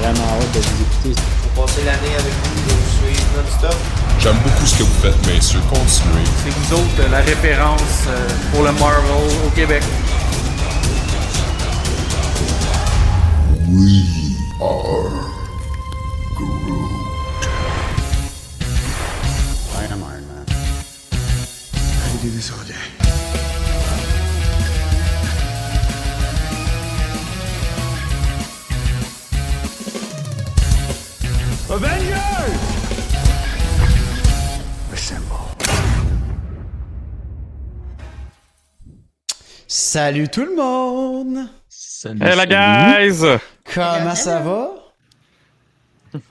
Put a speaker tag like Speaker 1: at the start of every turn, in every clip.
Speaker 1: vraiment hâte de vous écouter.
Speaker 2: Pour passer l'année avec vous, de vous suivre non-stop.
Speaker 3: J'aime beaucoup ce que vous faites, messieurs. Continuez.
Speaker 4: C'est vous autres la référence euh, pour le Marvel au Québec.
Speaker 5: We are Groot.
Speaker 1: I am Iron Man.
Speaker 5: I can do this all day.
Speaker 1: Salut tout le monde!
Speaker 6: Hey la guys!
Speaker 1: Comment ça va?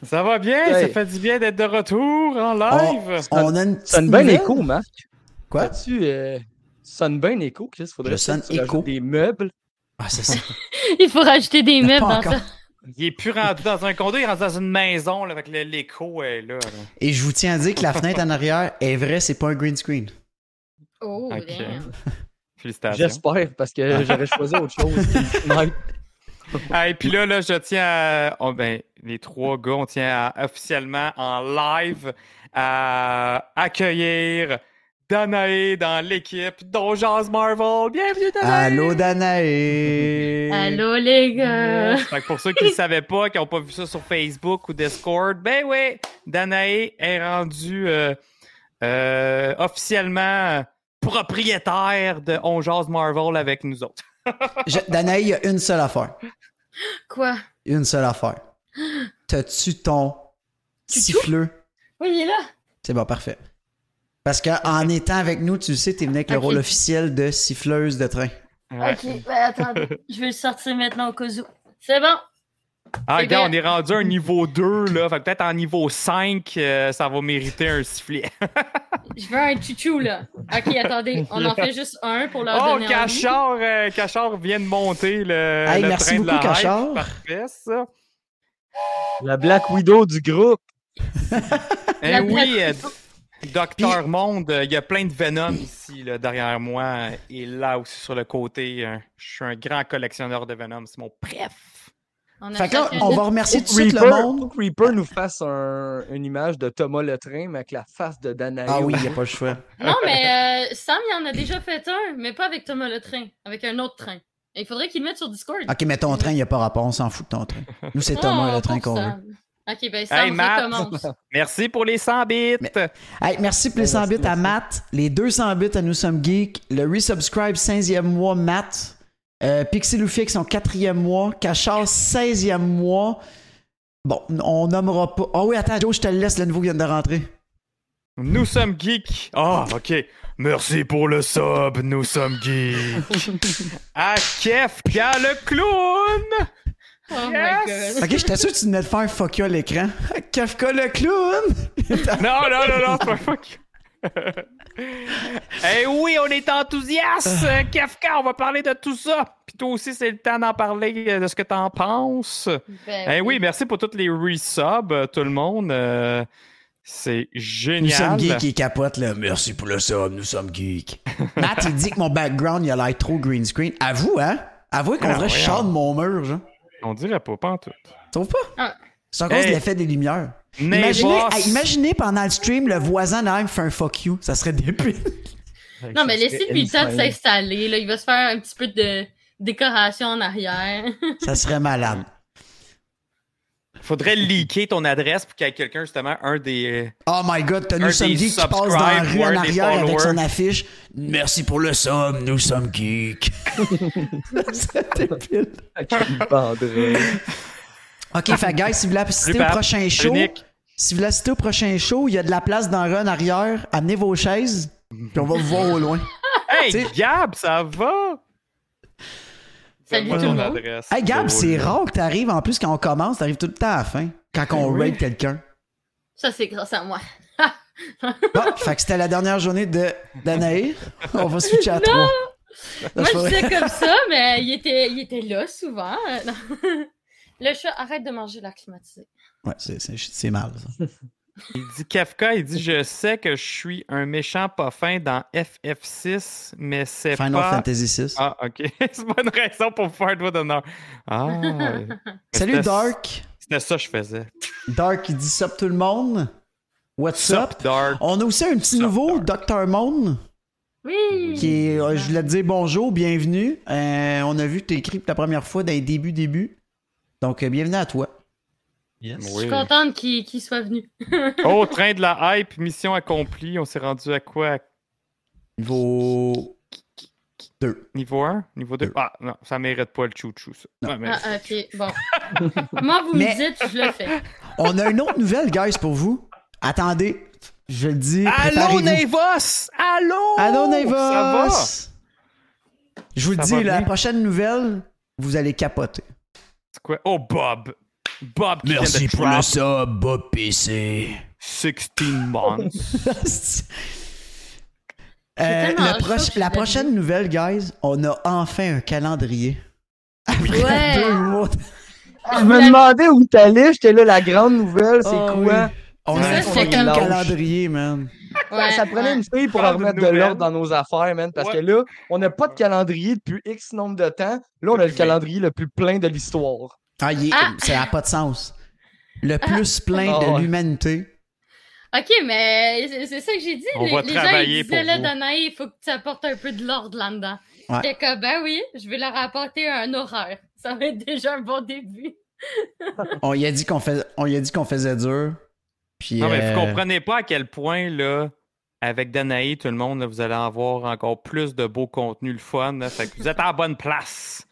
Speaker 6: Ça va bien? Ça
Speaker 7: Hey.
Speaker 6: fait du bien d'être de retour en live!
Speaker 1: On, on a une petite
Speaker 7: Sonne bien
Speaker 1: nouvelle.
Speaker 7: écho, Marc.
Speaker 1: Quoi?
Speaker 7: As-tu, euh, sonne bien écho, Chris. Faudrait
Speaker 1: Je
Speaker 7: que
Speaker 1: sonne
Speaker 7: tu rajoutes
Speaker 1: écho.
Speaker 7: des meubles.
Speaker 1: Ah, c'est ça.
Speaker 8: Il faut rajouter des meubles
Speaker 1: Pas
Speaker 8: dans
Speaker 1: encore.
Speaker 8: ça.
Speaker 6: Il est plus rendu dans un condo, il est rendu dans une maison là, avec le- l'écho est là. là.
Speaker 1: Et je vous tiens à dire que la fenêtre en arrière est vraie, c'est pas un green screen.
Speaker 8: Oh,
Speaker 6: Ok.
Speaker 8: damn.
Speaker 6: Félicitations.
Speaker 7: J'espère, parce
Speaker 1: Ah.
Speaker 7: que j'aurais choisi autre chose. Ouais.
Speaker 6: Et puis là, là, je tiens à. oh, ben, les trois gars, on tient à, officiellement en live à accueillir Danae dans l'équipe d'Onjaz Marvel. Bienvenue Danae!
Speaker 1: Allô, Danae!
Speaker 8: Allô, les gars.
Speaker 1: euh,
Speaker 6: Fait que pour ceux qui ne savaient pas, qui n'ont pas vu ça sur Facebook ou Discord, ben oui, Danae est rendue euh, euh, officiellement propriétaire de On Jase Marvel avec nous autres.
Speaker 1: Je- Danae, il y a une seule affaire.
Speaker 8: Quoi?
Speaker 1: Une seule affaire. T'as-tu ton siffleux?
Speaker 8: Oui, il est là.
Speaker 1: C'est bon, parfait. Parce qu'en étant avec nous, tu le sais, t'es venu avec le
Speaker 8: Ok.
Speaker 1: rôle officiel de siffleuse de train.
Speaker 8: Ok, ben attendez. Je vais le sortir maintenant au cas où. C'est bon.
Speaker 6: Ah,
Speaker 8: C'est
Speaker 6: regarde, on
Speaker 8: bien.
Speaker 6: est rendu à un niveau 2, là. Fait que peut-être en niveau 5, euh, ça va mériter un sifflet.
Speaker 8: Je veux un chouchou, là. Ok, attendez. On en fait juste un pour leur
Speaker 6: Oh,
Speaker 8: donner envie.
Speaker 6: Cachard, euh, Cachard vient de monter le,
Speaker 1: Hey,
Speaker 6: le
Speaker 1: merci
Speaker 6: train de la
Speaker 1: beaucoup,
Speaker 6: hype.
Speaker 1: Cachard.
Speaker 6: Parfait, ça.
Speaker 7: La Black Widow du groupe.
Speaker 6: Eh
Speaker 8: La
Speaker 6: oui,
Speaker 8: Black
Speaker 6: euh, Docteur Monde, euh, il y a plein de Venom ici là, derrière moi et là aussi sur le côté. euh, je suis un grand collectionneur de Venom, c'est mon préf.
Speaker 8: On a
Speaker 1: Fait que là,
Speaker 8: chacun
Speaker 1: on
Speaker 8: une-
Speaker 1: va remercier
Speaker 7: Faut
Speaker 1: tout
Speaker 7: que
Speaker 1: de suite le
Speaker 7: Reaper- faut
Speaker 1: monde.
Speaker 7: que Reaper nous fasse un- une image de Thomas Le Train, mais avec la face de Danae.
Speaker 1: Ah oui, il n'y a pas le choix.
Speaker 8: Non, mais euh, Sam, il en a déjà fait un, mais pas avec Thomas le train, avec un autre train. Et il faudrait qu'il le mette sur Discord.
Speaker 1: Ok, mais ton train, il n'y a pas rapport, on s'en fout de ton train. Nous, Ah, c'est
Speaker 8: Oh,
Speaker 1: Thomas le
Speaker 8: pauvre
Speaker 1: train qu'on veut.
Speaker 8: Sam. Ok, ben Sam,
Speaker 6: Hey, Matt.
Speaker 8: recommence.
Speaker 6: Merci pour les 100 bits.
Speaker 1: Hey, merci pour les
Speaker 7: Merci,
Speaker 1: 100 bits à
Speaker 7: merci.
Speaker 1: Matt, les 200 bits à Nous Sommes Geeks, le Resubscribe 15e mois Matt, euh, Pixie Luffix son 4e mois, Cachard 16e mois. Bon, on nommera pas. Ah oui, attends, Joe, je te le laisse, le nouveau qui vient de rentrer.
Speaker 6: Nous sommes geeks. Ah, ok. Merci pour le sub, nous sommes geeks. à Kef, Pierre le clown.
Speaker 8: Oh
Speaker 6: Yes.
Speaker 8: my god.
Speaker 1: Ok, j'étais sûr que tu venais de faire fuck you à l'écran. Kafka le clown!
Speaker 6: Non, non, non, non, c'est pas fuck. Eh oui, on est enthousiaste, euh, Kafka, on va parler de tout ça. Puis toi aussi, c'est le temps d'en parler euh, de ce que t'en penses.
Speaker 8: Ben
Speaker 6: Eh oui, merci pour toutes les resubs, euh, tout le monde. Euh, c'est
Speaker 1: Nous sommes
Speaker 6: génial.
Speaker 1: geeks et capote, là. Merci pour le sub, nous sommes geeks. Matt, il dit que mon background, il a l'air trop green screen. Avoue, hein? Avouez qu'on
Speaker 6: Ah,
Speaker 1: dirait que je sors
Speaker 6: voyons.
Speaker 1: de mon mur, genre.
Speaker 6: On dirait pas, pas en tout.
Speaker 1: Trouve pas?
Speaker 8: Ah.
Speaker 1: C'est à cause de
Speaker 6: Hey.
Speaker 1: l'effet des lumières.
Speaker 6: Mais
Speaker 1: Imaginez,
Speaker 6: boss,
Speaker 1: hey, imaginez pendant le stream, le voisin d'Aim fait un fuck you. Ça serait débile.
Speaker 8: Non, mais laissez lui le temps de s'installer. là. Il va se faire un petit peu de décoration en arrière.
Speaker 1: Ça serait malade.
Speaker 6: faudrait leaker ton adresse pour qu'il y ait quelqu'un, justement, un des. euh,
Speaker 1: Oh my god, t'as
Speaker 6: Un
Speaker 1: nous sommes
Speaker 6: des
Speaker 1: geeks qui passe dans la
Speaker 6: subscribe
Speaker 1: rue
Speaker 6: ou
Speaker 1: en
Speaker 6: un des
Speaker 1: arrière avec
Speaker 6: followers.
Speaker 1: son affiche. Merci pour le somme, nous sommes geeks. C'est débile. Ok, fait guys, si vous voulez assister
Speaker 6: Salut,
Speaker 1: au
Speaker 6: Pat.
Speaker 1: prochain show,
Speaker 6: Nick.
Speaker 1: si vous voulez assister au prochain show, il y a de la place dans Run arrière. Amenez vos chaises, puis on va vous voir au loin. Ah,
Speaker 6: Hey,
Speaker 1: T'sais-
Speaker 6: Gab, ça va?
Speaker 8: Salut tout
Speaker 6: Donne-moi
Speaker 8: le
Speaker 6: ton
Speaker 8: monde.
Speaker 6: adresse.
Speaker 1: Hey Gab,
Speaker 6: Drôle.
Speaker 1: c'est rare que t'arrives. En plus, quand on commence, t'arrives tout le temps à la fin. Quand on raid quelqu'un.
Speaker 8: Ça, c'est grâce à moi.
Speaker 1: Bon, fait que c'était la dernière journée de Danae. On va switcher à trois. Non, c'est
Speaker 8: Moi, je
Speaker 1: pas vrai.
Speaker 8: disais comme ça, mais il était, il était là souvent. Euh, non. Le chat, arrête de manger l'air climatisé.
Speaker 1: Ouais, c'est- c'est c'est mal. ça.
Speaker 6: Il dit Kafka, il dit Je sais que je suis un méchant pas fin dans FF6, mais c'est
Speaker 1: Final
Speaker 6: pas.
Speaker 1: Fantasy VI.
Speaker 6: Ah, ok. c'est pas une raison pour faire un doigt d'honneur. Ah.
Speaker 1: Salut Dark.
Speaker 6: C'était ça que je faisais.
Speaker 1: Dark, il dit sup tout le monde. What's up?
Speaker 6: Sup, Dark.
Speaker 1: On a aussi un petit
Speaker 6: Sup,
Speaker 1: nouveau, Dr. Moon,
Speaker 8: Oui!
Speaker 1: qui est, euh, je voulais te dire bonjour, bienvenue. Euh, on a vu que tu écrit pour la première fois dans les débuts, débuts. Donc, euh, bienvenue à toi.
Speaker 9: Yes.
Speaker 8: Je
Speaker 6: Oui.
Speaker 8: suis contente qu'il qu'il soit venu.
Speaker 6: Oh, train de la hype, mission accomplie. On s'est rendu à quoi? À
Speaker 1: Niveau 2.
Speaker 6: Niveau 1? Niveau 2?
Speaker 1: Deux.
Speaker 6: Ah, non, ça mérite pas le chou-chou, ça. Ouais, mais-
Speaker 8: Ah, ok, bon. Moi, vous
Speaker 1: Mais-
Speaker 8: me dites, je le fais.
Speaker 1: On a une autre nouvelle, guys, pour vous. Attendez, je le dis.
Speaker 6: Allô,
Speaker 1: préparez-vous.
Speaker 6: Navos! Allô!
Speaker 1: Allô, Navos!
Speaker 6: Ça va?
Speaker 1: Je vous le
Speaker 6: Ça
Speaker 1: dis,
Speaker 6: va
Speaker 1: la
Speaker 6: bien?
Speaker 1: prochaine nouvelle, vous allez capoter.
Speaker 6: C'est quoi? Oh, Bob! Bob qui vient de drop
Speaker 1: sub, Bob PC.
Speaker 6: 16 months.
Speaker 1: Euh,
Speaker 8: tellement
Speaker 1: le proche-
Speaker 8: chaud que
Speaker 1: la
Speaker 8: je l'ai
Speaker 1: prochaine nouvelle, guys, on a enfin un calendrier. Après
Speaker 8: Ouais.
Speaker 1: deux mois. de-
Speaker 7: Je me demandais où t'allais, j'étais là, la grande nouvelle, c'est
Speaker 1: Ah,
Speaker 7: quoi?
Speaker 1: oui. On a
Speaker 8: Ça,
Speaker 1: un
Speaker 8: c'est
Speaker 1: fucking
Speaker 8: comme-
Speaker 1: calendrier, man.
Speaker 8: Ouais,
Speaker 7: ça prenait
Speaker 8: ouais.
Speaker 7: une fille pour
Speaker 6: Parle
Speaker 7: en
Speaker 6: d'une
Speaker 7: remettre de
Speaker 6: nouvelle.
Speaker 7: l'ordre dans nos affaires, man. Parce
Speaker 6: Ouais.
Speaker 7: que là, on n'a pas de calendrier depuis X nombre de temps. Là, on a le
Speaker 6: Depuis
Speaker 7: calendrier le plus plein de l'histoire.
Speaker 1: Ah, il est-
Speaker 8: Ah.
Speaker 1: Ça n'a pas de sens. Le plus plein
Speaker 7: Ah,
Speaker 1: de
Speaker 7: ouais.
Speaker 1: l'humanité.
Speaker 8: Ok, mais c'est- c'est ça que j'ai dit.
Speaker 6: On
Speaker 8: les
Speaker 6: va
Speaker 8: les
Speaker 6: travailler
Speaker 8: gens, ils disaient,
Speaker 6: pour
Speaker 8: là,
Speaker 6: vous.
Speaker 8: Danaï, il faut que tu apportes un peu de l'ordre là-dedans.
Speaker 1: Ouais.
Speaker 8: J'étais comme, ben oui, je vais leur apporter un horaire. Ça va être déjà un bon début.
Speaker 1: On y a dit qu'on fais- on y a dit qu'on faisait dur. Puis,
Speaker 6: Non, Ah, mais
Speaker 1: euh,
Speaker 6: vous comprenez pas à quel point, là, avec Danaï, tout le monde, là, vous allez avoir encore plus de beau contenu, le fun. là. Fait que vous êtes à la bonne place.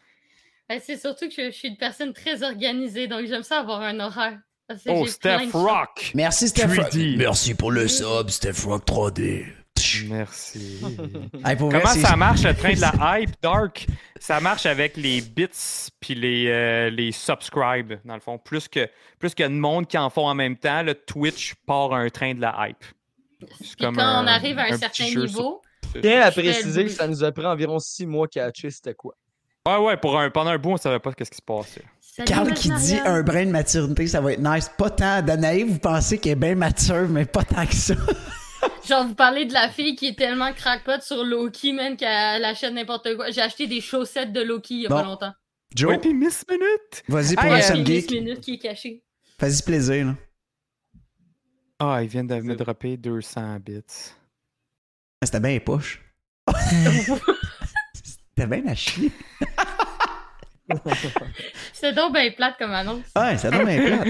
Speaker 8: Ben, c'est surtout que je, je suis une personne très organisée, donc j'aime ça avoir un horaire. Parce que
Speaker 6: Oh,
Speaker 8: j'ai plein
Speaker 6: Steph
Speaker 8: de choses.
Speaker 6: Rock!
Speaker 1: Merci, Steph.
Speaker 6: Tu dis.
Speaker 1: Merci pour le sub, Steph Rock 3D. Tch.
Speaker 6: Merci.
Speaker 1: Hey, pour vrai,
Speaker 6: Comment
Speaker 1: c'est-
Speaker 6: ça marche le train de la hype, Dark? Ça marche avec les bits puis les, euh, les subscribes, dans le fond. Plus que plus qu'il y a de monde qui en font en même temps, le Twitch part un train de la hype. C'est
Speaker 8: Puis quand on arrive à un, certain
Speaker 6: petit jeu
Speaker 8: niveau,
Speaker 6: sur-
Speaker 7: Je tiens à
Speaker 8: Je fais
Speaker 7: préciser
Speaker 8: le-
Speaker 7: que ça nous a pris environ six mois qu'à catcher c'était quoi.
Speaker 6: Ouais, Ah ouais, pour un, pendant un bout, on savait pas ce qui se passait.
Speaker 8: Salut,
Speaker 1: Carl
Speaker 8: ma
Speaker 1: qui
Speaker 8: Marianne.
Speaker 1: dit un brin de maturité, ça va être nice. Pas tant. Danae, vous pensez qu'elle est bien mature, mais pas tant que ça.
Speaker 8: Genre, vous parlez de la fille qui est tellement crackpot sur Loki, man, qu'elle achète n'importe quoi. J'ai acheté des chaussettes de Loki il y a pas
Speaker 1: Bon.
Speaker 8: longtemps.
Speaker 1: Joe,
Speaker 6: Oui, puis Miss Minute!
Speaker 1: vas-y pour
Speaker 8: Ah,
Speaker 6: Hey,
Speaker 1: le
Speaker 6: euh,
Speaker 1: sub
Speaker 8: Miss
Speaker 1: geek.
Speaker 8: Minute qui est cachée.
Speaker 1: Vas-y plaisir. Là.
Speaker 6: Ah, ils viennent de me dropper 200 bits.
Speaker 1: Ah, C'était bien les poches. C'était bien la chier.
Speaker 8: C'est donc bien plate comme annonce.
Speaker 1: Ouais, ça donne bien plate.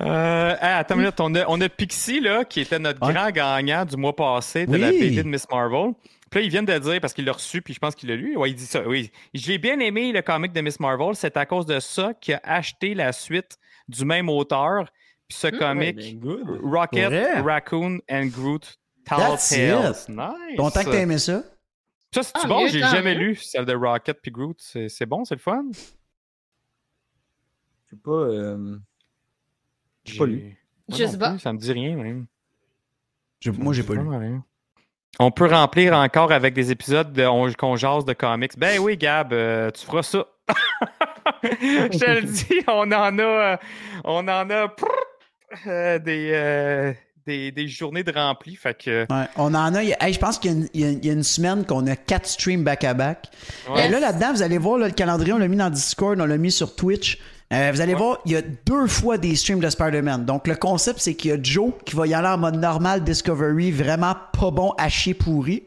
Speaker 6: Euh, ah, attends une minute, on a, on a Pixie, là, qui était notre
Speaker 1: Ouais.
Speaker 6: grand gagnant du mois passé de
Speaker 1: Oui.
Speaker 6: la BD de Miss Marvel. Puis là, ils viennent de dire, parce qu'il l'a reçu, puis je pense qu'il l'a lu. Ouais, il dit ça, oui. Je l'ai bien aimé, le comic de Miss Marvel. C'est à cause de ça qu'il a acheté la suite du même auteur. Puis ce comic,
Speaker 8: ben,
Speaker 7: ben.
Speaker 6: Rocket,
Speaker 1: Ouais.
Speaker 6: Raccoon and Groot,
Speaker 1: That's
Speaker 6: Telltale.
Speaker 1: it.
Speaker 6: Nice.
Speaker 1: Content que t'aies aimé ça.
Speaker 6: Ça, c'est
Speaker 8: Ah,
Speaker 6: bon,
Speaker 8: mieux,
Speaker 6: j'ai
Speaker 8: tant
Speaker 6: jamais
Speaker 8: mieux.
Speaker 6: lu celle de Rocket puis Groot. C'est c'est bon, c'est le fun.
Speaker 7: Je sais pas. euh, J'ai pas lu.
Speaker 6: Moi
Speaker 8: Je
Speaker 6: non
Speaker 8: sais pas.
Speaker 6: plus, Ça me dit rien, même.
Speaker 1: J'ai- Moi, j'ai pas lu.
Speaker 6: Vraiment rien. On peut remplir encore avec des épisodes de- on- qu'on jase de comics. Ben oui, Gab, euh, tu feras ça. Je te le dis, on en a, euh, on en a prrr, euh, des, euh, des, des journées de rempli. Fait que,
Speaker 1: Ouais, on en a. il y a- hey, je pense qu'il y a une- il y, a une- il y a une semaine qu'on a quatre streams back-à-back.
Speaker 6: Ouais.
Speaker 1: Euh, là, là-dedans, vous allez voir là, le calendrier, on l'a mis dans Discord, on l'a mis sur Twitch. Euh, vous allez voir, il y a deux fois des streams de Spider-Man. Donc, le concept, c'est qu'il y a Joe qui va y aller en mode normal Discovery, vraiment pas bon à chier pourri.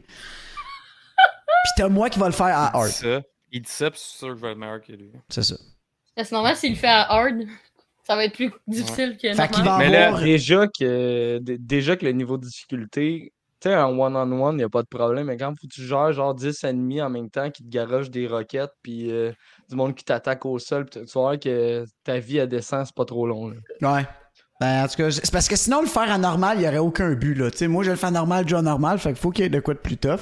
Speaker 1: Puis t'as moi qui va le faire à
Speaker 6: il dit
Speaker 1: hard.
Speaker 6: ça. Il dit ça, puis c'est sûr que je vais être meilleur que lui.
Speaker 1: C'est ça.
Speaker 8: Parce que normalement, s'il le fait à hard, ça va être plus difficile que
Speaker 1: Fait qu'il va
Speaker 8: normal.
Speaker 6: Mais là-
Speaker 1: avoir.
Speaker 7: Déjà que, dé- déjà que le niveau de difficulté, tu sais, en one-on-one, il n'y a pas de problème, mais quand faut que tu gères genre 10 ennemis en même temps qui te garochent des roquettes, puis euh, du monde qui t'attaque au sol, puis tu vas voir que ta vie à descend, c'est pas trop long. là.
Speaker 1: Ouais. Ben, en tout cas, c'est parce que sinon, le faire à normal, il n'y aurait aucun but. Là. Tu sais, moi, je le fais à normal, Joe à normal. Fait qu'il faut qu'il y ait de quoi de plus tough.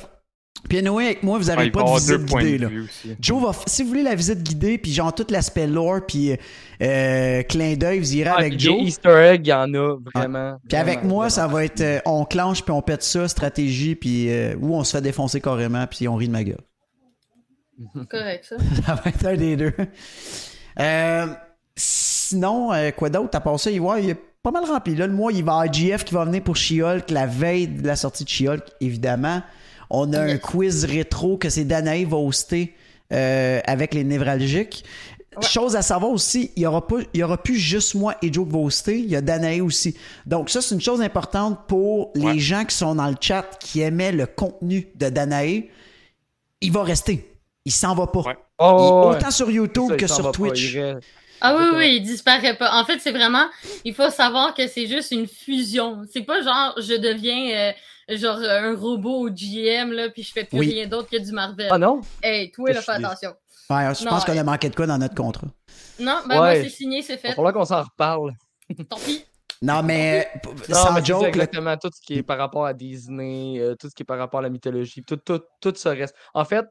Speaker 1: Puis, Noé, avec moi, vous
Speaker 6: Ah,
Speaker 1: n'arrivez
Speaker 6: il
Speaker 1: pas
Speaker 6: va
Speaker 1: de
Speaker 6: avoir
Speaker 1: visite
Speaker 6: deux points
Speaker 1: guidée.
Speaker 6: de
Speaker 1: Là.
Speaker 6: vue aussi.
Speaker 1: Joe va. f- Si vous voulez la visite guidée, puis genre tout l'aspect lore, puis euh, clin d'œil, vous irez
Speaker 7: Ah,
Speaker 1: avec
Speaker 7: puis
Speaker 1: Joe.
Speaker 7: des Easter eggs, il y en a vraiment.
Speaker 1: Puis avec
Speaker 7: vraiment,
Speaker 1: moi,
Speaker 7: vraiment.
Speaker 1: ça va être euh, on clenche, puis on pète ça, stratégie, puis euh, ou on se fait défoncer carrément, puis on rit de ma gueule.
Speaker 8: C'est correct, ça.
Speaker 1: Ça va être un des deux. Euh, sinon, euh, quoi d'autre? À part ça, il, ouais, il est pas mal rempli. Là, le mois, il va à IGF qui va venir pour She-Hulk la veille de la sortie de She-Hulk, évidemment. On a un quiz rétro que c'est Danae va hoster euh, avec les névralgiques.
Speaker 8: Ouais.
Speaker 1: Chose à savoir aussi, il n'y aura, pas- il y aura plus juste moi et Joe Boasté, il y a Danae aussi. Donc ça, c'est une chose importante pour les
Speaker 6: Ouais.
Speaker 1: gens qui sont dans le chat, qui aimaient le contenu de Danae. Il va rester. Il s'en va pas.
Speaker 6: Ouais.
Speaker 1: Il-
Speaker 7: Oh, ouais.
Speaker 1: autant sur YouTube
Speaker 7: Ça, il
Speaker 1: que
Speaker 7: s'en
Speaker 1: sur
Speaker 7: va pas,
Speaker 1: Twitch.
Speaker 7: il reste.
Speaker 8: Ah oui,
Speaker 7: Exactement.
Speaker 8: oui, il disparaît pas. En fait, c'est vraiment, il faut savoir que c'est juste une fusion. C'est pas genre, je deviens euh, genre un robot au GM, là, puis je fais plus
Speaker 1: Oui.
Speaker 8: rien d'autre que du Marvel.
Speaker 7: Ah non?
Speaker 8: Hey, toi,
Speaker 7: Je
Speaker 8: là, fais
Speaker 7: suis-
Speaker 8: attention.
Speaker 1: Ouais, je
Speaker 8: Non,
Speaker 1: pense qu'on a
Speaker 8: ouais.
Speaker 1: manqué de quoi dans notre contrat.
Speaker 8: Non, ben
Speaker 7: Ouais.
Speaker 8: moi, c'est signé, c'est
Speaker 7: Il va
Speaker 8: fait.
Speaker 7: falloir qu'on s'en reparle.
Speaker 8: Tant pis.
Speaker 1: Non, mais p-
Speaker 7: Non,
Speaker 1: sans
Speaker 7: mais c'est ça,
Speaker 1: joke, le-
Speaker 7: exactement tout ce qui est par rapport à Disney, euh, tout ce qui est par rapport à la mythologie, tout, tout, tout ce reste. En fait,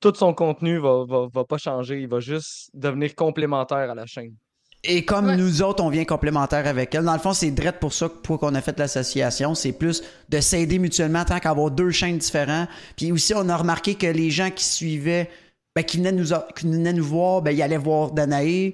Speaker 7: tout son contenu va, va, va pas changer, il va juste devenir complémentaire à la chaîne.
Speaker 1: Et comme
Speaker 8: Ouais.
Speaker 1: nous autres, on vient complémentaire avec elle. Dans le fond, c'est direct pour ça que- pour qu'on a fait l'association. C'est plus de s'aider mutuellement tant qu'avoir deux chaînes différentes. Puis aussi, on a remarqué que les gens qui suivaient, ben, qui, venaient nous, a- qui venaient nous voir, ben, ils allaient voir Danae.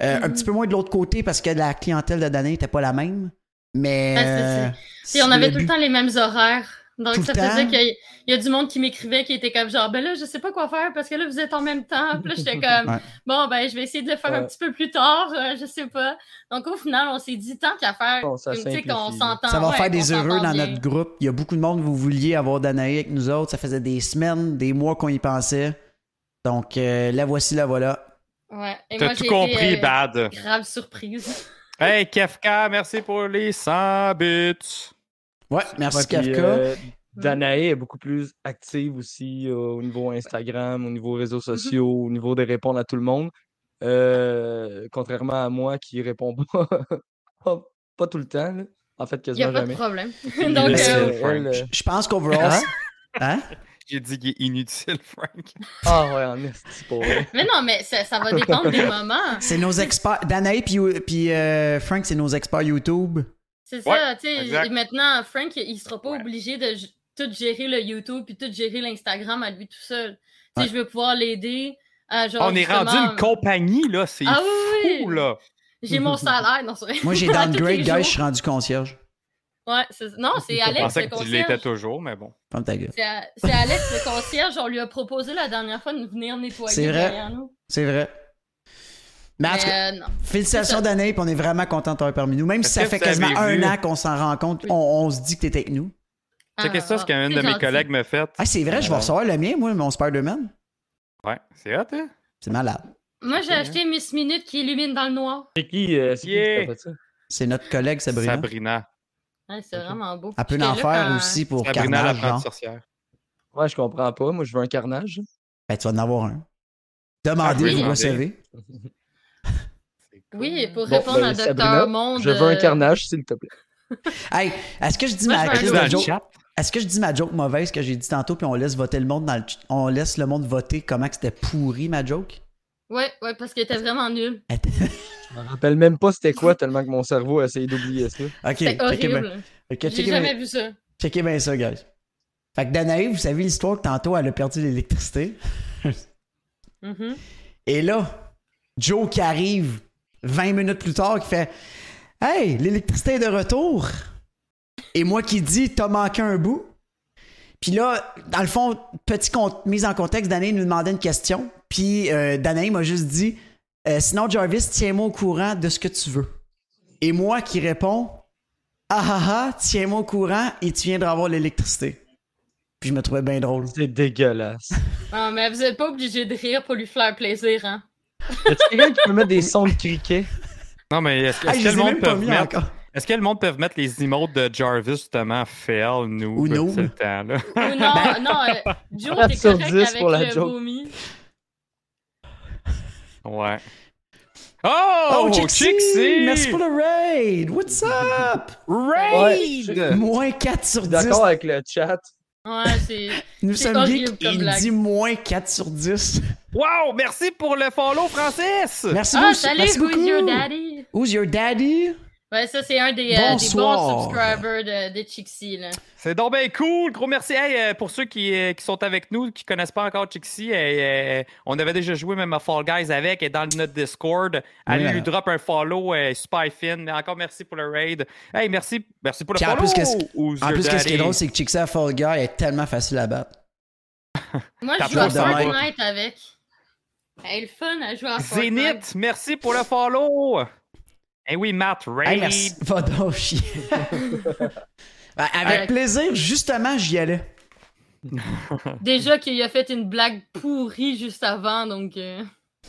Speaker 1: Euh,
Speaker 8: Mm-hmm.
Speaker 1: Un petit peu moins de l'autre côté parce que la clientèle de Danae n'était pas la même. Mais.
Speaker 8: Ah, c'est- c'est-
Speaker 1: euh,
Speaker 8: Puis on avait
Speaker 1: le
Speaker 8: tout le
Speaker 1: but-
Speaker 8: temps les mêmes horaires. Donc,
Speaker 1: Tout le
Speaker 8: ça
Speaker 1: temps?
Speaker 8: faisait qu'il y- il y a du monde qui m'écrivait qui était comme genre, ben là, je sais pas quoi faire parce que là, vous êtes en même temps. Puis là, j'étais comme,
Speaker 1: Ouais.
Speaker 8: bon, ben, je vais essayer de le faire un
Speaker 7: Ouais.
Speaker 8: petit peu plus tard, euh, je sais pas. Donc, au final, on s'est dit tant qu'à faire,
Speaker 7: Bon, ça
Speaker 8: comme, tu sais,
Speaker 7: simplifie.
Speaker 8: qu'on s'entend.
Speaker 1: Ça va
Speaker 8: ouais,
Speaker 1: faire
Speaker 8: qu'on
Speaker 1: des heureux
Speaker 8: s'entend
Speaker 1: dans
Speaker 8: bien.
Speaker 1: notre groupe. Il y a beaucoup de monde, vous vouliez avoir Danae avec nous autres. Ça faisait des semaines, des mois qu'on y pensait. Donc, euh, la voici, la voilà.
Speaker 8: Ouais. Et
Speaker 6: T'as
Speaker 8: moi,
Speaker 6: tout
Speaker 8: j'ai
Speaker 6: compris, bah.
Speaker 8: été, euh,
Speaker 6: Bad.
Speaker 8: Grave surprise.
Speaker 6: Hey, Kefka, merci pour les 100 buts.
Speaker 1: Ouais, merci
Speaker 7: Ouais, puis,
Speaker 1: Kafka.
Speaker 7: euh, Danae est beaucoup plus active aussi euh, au niveau Instagram, au niveau
Speaker 1: Mhm.
Speaker 7: réseaux sociaux, au niveau de répondre à tout le monde. Euh, contrairement à moi qui réponds pas, pas, pas tout le temps. là. En fait,
Speaker 8: Il n'y
Speaker 7: quasiment
Speaker 8: a pas de
Speaker 7: jamais.
Speaker 8: problème.
Speaker 7: Puis,
Speaker 8: Donc,
Speaker 1: Mais
Speaker 8: euh,
Speaker 1: c'est-
Speaker 7: euh, elle,
Speaker 1: Je
Speaker 7: euh,
Speaker 1: je pense qu'overall.
Speaker 7: Hein?
Speaker 1: Hein?
Speaker 6: J'ai dit qu'il est inutile, Frank.
Speaker 7: Ah ouais, en esti, pour vrai.
Speaker 8: mais non, mais ça, ça va dépendre des moments.
Speaker 1: C'est nos experts. Danae puis, puis, euh, Frank, c'est nos experts YouTube.
Speaker 8: C'est
Speaker 6: Ouais,
Speaker 8: ça, tu sais.
Speaker 6: exact.
Speaker 8: et Maintenant, Frank, il il sera pas
Speaker 6: Ouais.
Speaker 8: obligé de g- tout gérer le YouTube puis tout gérer l'Instagram à lui tout seul. Tu
Speaker 1: Ouais.
Speaker 8: sais, je vais pouvoir l'aider. à, genre,
Speaker 6: On est rendu
Speaker 8: Ah, justement,
Speaker 6: une compagnie, là. C'est
Speaker 8: Ah oui,
Speaker 6: fou,
Speaker 8: oui.
Speaker 6: là.
Speaker 8: J'ai mon salaire. Non, c'est vrai.
Speaker 1: Moi, j'ai
Speaker 8: À tous
Speaker 1: downgrade,
Speaker 8: les
Speaker 1: gars, je
Speaker 8: jours.
Speaker 1: suis rendu concierge.
Speaker 8: Ouais, c'est- non, c'est
Speaker 6: Je
Speaker 8: Alex, le
Speaker 6: pensais que tu l'étais
Speaker 8: concierge.
Speaker 6: toujours, mais bon.
Speaker 1: Ferme ta gueule.
Speaker 8: C'est à- c'est Alex, le concierge. On lui a proposé la dernière fois de venir nettoyer
Speaker 1: C'est vrai.
Speaker 8: derrière nous.
Speaker 1: C'est vrai. Mais en tout cas,
Speaker 8: Mais, euh, non.
Speaker 1: félicitations
Speaker 8: c'est ça.
Speaker 1: Danae, puis on est vraiment content de t'avoir parmi nous. Même si
Speaker 6: Est-ce
Speaker 1: ça
Speaker 6: que
Speaker 1: fait
Speaker 6: vous avez
Speaker 1: quasiment un
Speaker 6: vu-
Speaker 1: an qu'on s'en rend compte, on, on se dit que t'es avec nous.
Speaker 6: C'est que ça, ce qu'un
Speaker 8: Ah, c'est
Speaker 6: de mes
Speaker 8: gentil.
Speaker 6: collègues me fait.
Speaker 1: Ah, c'est vrai, je vais
Speaker 6: Ouais.
Speaker 1: recevoir le mien, moi, mon Spider-Man.
Speaker 6: Ouais, c'est hot, hein?
Speaker 1: C'est malade.
Speaker 8: Moi, j'ai
Speaker 6: Ok,
Speaker 8: acheté Miss Minute qui illumine dans le noir.
Speaker 7: C'est qui, euh, c'est qui qui t'a
Speaker 6: Yeah.
Speaker 7: fait ça?
Speaker 1: C'est notre collègue Sabrina.
Speaker 6: Sabrina.
Speaker 8: Ouais, c'est vraiment beau.
Speaker 1: Elle peut
Speaker 8: J'étais
Speaker 1: l'en
Speaker 8: là
Speaker 1: faire
Speaker 8: quand-
Speaker 1: aussi pour
Speaker 6: Sabrina, la
Speaker 1: carnage,
Speaker 6: grande
Speaker 1: genre.
Speaker 6: sorcière.
Speaker 7: Ouais, je comprends pas. Moi, je veux un carnage.
Speaker 1: Ben, tu vas en avoir un.
Speaker 6: Ah, je
Speaker 1: Demandez,
Speaker 8: vais
Speaker 1: vous
Speaker 8: demander.
Speaker 1: recevez.
Speaker 6: C'est cool.
Speaker 8: Oui, pour
Speaker 7: Bon,
Speaker 8: répondre
Speaker 7: ben,
Speaker 8: à
Speaker 7: Sabrina,
Speaker 8: Docteur Monde.
Speaker 7: Je veux un
Speaker 8: euh,
Speaker 7: carnage, s'il te plaît.
Speaker 1: Hey, est-ce que je dis
Speaker 8: Moi,
Speaker 1: ma
Speaker 8: je vais
Speaker 1: crise
Speaker 8: aller
Speaker 6: Dans
Speaker 1: de
Speaker 6: le
Speaker 1: joke?
Speaker 6: chat.
Speaker 1: Est-ce que je dis ma joke mauvaise que j'ai dit tantôt, puis on laisse voter le monde dans le ch- On laisse le monde voter comment que c'était pourri ma joke?
Speaker 8: Ouais, ouais, parce qu'elle était vraiment nulle.
Speaker 7: Je me rappelle même pas c'était quoi, tellement que mon cerveau a essayé d'oublier ça.
Speaker 1: Ok, ben,
Speaker 8: C'était
Speaker 1: checkez bien.
Speaker 8: horrible.
Speaker 1: ok,
Speaker 8: J'ai
Speaker 1: checkez
Speaker 8: jamais
Speaker 1: bien-
Speaker 8: vu ça.
Speaker 1: checkez bien ça, guys. Fait que Danae, vous savez l'histoire que tantôt elle a perdu l'électricité.
Speaker 8: Mhm.
Speaker 1: Et là, Joe qui arrive 20 minutes plus tard, qui fait Hey, l'électricité est de retour. Et moi qui dis T'as manqué un bout. Puis là, dans le fond, petite con- mise en contexte, Danae nous demandait une question. Puis euh, Danae m'a juste dit Euh, Sinon, Jarvis, tiens-moi au courant de ce que tu veux. Et moi qui réponds Ah ah ah, tiens-moi au courant et tu viendras avoir l'électricité. Puis je me trouvais bien drôle.
Speaker 7: C'est dégueulasse.
Speaker 8: Non, Ah, mais vous êtes pas obligé de rire pour lui faire plaisir, hein.
Speaker 7: Y a-t-il quelqu'un qui peut mettre des sons de criquet?
Speaker 6: Non, mais est-ce
Speaker 1: Ah,
Speaker 6: est-ce
Speaker 1: je
Speaker 6: que
Speaker 1: les ai
Speaker 6: le monde
Speaker 1: même pas
Speaker 6: peut
Speaker 1: mis
Speaker 6: mettre
Speaker 1: encore.
Speaker 6: Est-ce que le monde peut mettre les emotes de Jarvis, justement, fail, nous,
Speaker 1: Ou noob.
Speaker 6: c'est le temps, là?
Speaker 8: Ou non, non, euh, Joe,
Speaker 7: quatre
Speaker 8: t'es
Speaker 7: sur
Speaker 8: correct
Speaker 7: dix
Speaker 8: avec
Speaker 7: pour la
Speaker 8: le
Speaker 7: joke.
Speaker 8: vomi.
Speaker 6: Ouais. Oh! Chixie!
Speaker 1: Merci pour le raid! What's up?
Speaker 7: Raid!
Speaker 1: Moins 4 sur 10.
Speaker 7: D'accord avec le chat.
Speaker 8: Ouais, c'est... Ah,
Speaker 1: Nous
Speaker 8: c'est
Speaker 1: sommes
Speaker 8: horrible
Speaker 1: geeks.
Speaker 8: comme
Speaker 1: Il
Speaker 8: blague.
Speaker 1: dit moins 4 sur 10.
Speaker 6: Wow! Merci pour le follow, Francis!
Speaker 1: Merci,
Speaker 8: Ah,
Speaker 1: beaucoup.
Speaker 8: salut,
Speaker 1: merci
Speaker 8: who's
Speaker 1: beaucoup.
Speaker 8: your daddy?
Speaker 1: Who's your daddy?
Speaker 8: Ouais, ça, c'est un des, euh, des
Speaker 1: Bonsoir.
Speaker 8: bons subscribers de, de Chixie, là.
Speaker 6: C'est donc bien cool! Gros merci! Hey, euh, pour ceux qui, euh, qui sont avec nous, qui connaissent pas encore Chixie, euh, euh, on avait déjà joué même à Fall Guys avec et dans notre Discord. Allez
Speaker 1: Oui,
Speaker 6: lui
Speaker 1: euh.
Speaker 6: drop un follow, euh, super fine. Encore merci pour le raid. Hey, merci, merci pour le
Speaker 1: Puis en
Speaker 6: follow!
Speaker 1: plus, qu'est-ce-
Speaker 6: Who's
Speaker 1: En
Speaker 6: your
Speaker 1: plus, que ce qui est
Speaker 6: daddy?
Speaker 1: drôle, c'est que Chicksa Fall Guy est tellement facile à battre.
Speaker 8: Moi,
Speaker 6: T'as
Speaker 8: je joue à
Speaker 1: peur de
Speaker 8: Fortnite avec. Elle est le fun à jouer à Fortnite.
Speaker 6: Zénith, merci pour le follow. Eh oui, Matt Raid.
Speaker 1: Hey, merci. Va donc chier. Ben, avec
Speaker 8: Ouais.
Speaker 1: plaisir, justement, j'y allais.
Speaker 8: Déjà qu'il a fait une blague pourrie juste avant, donc. euh,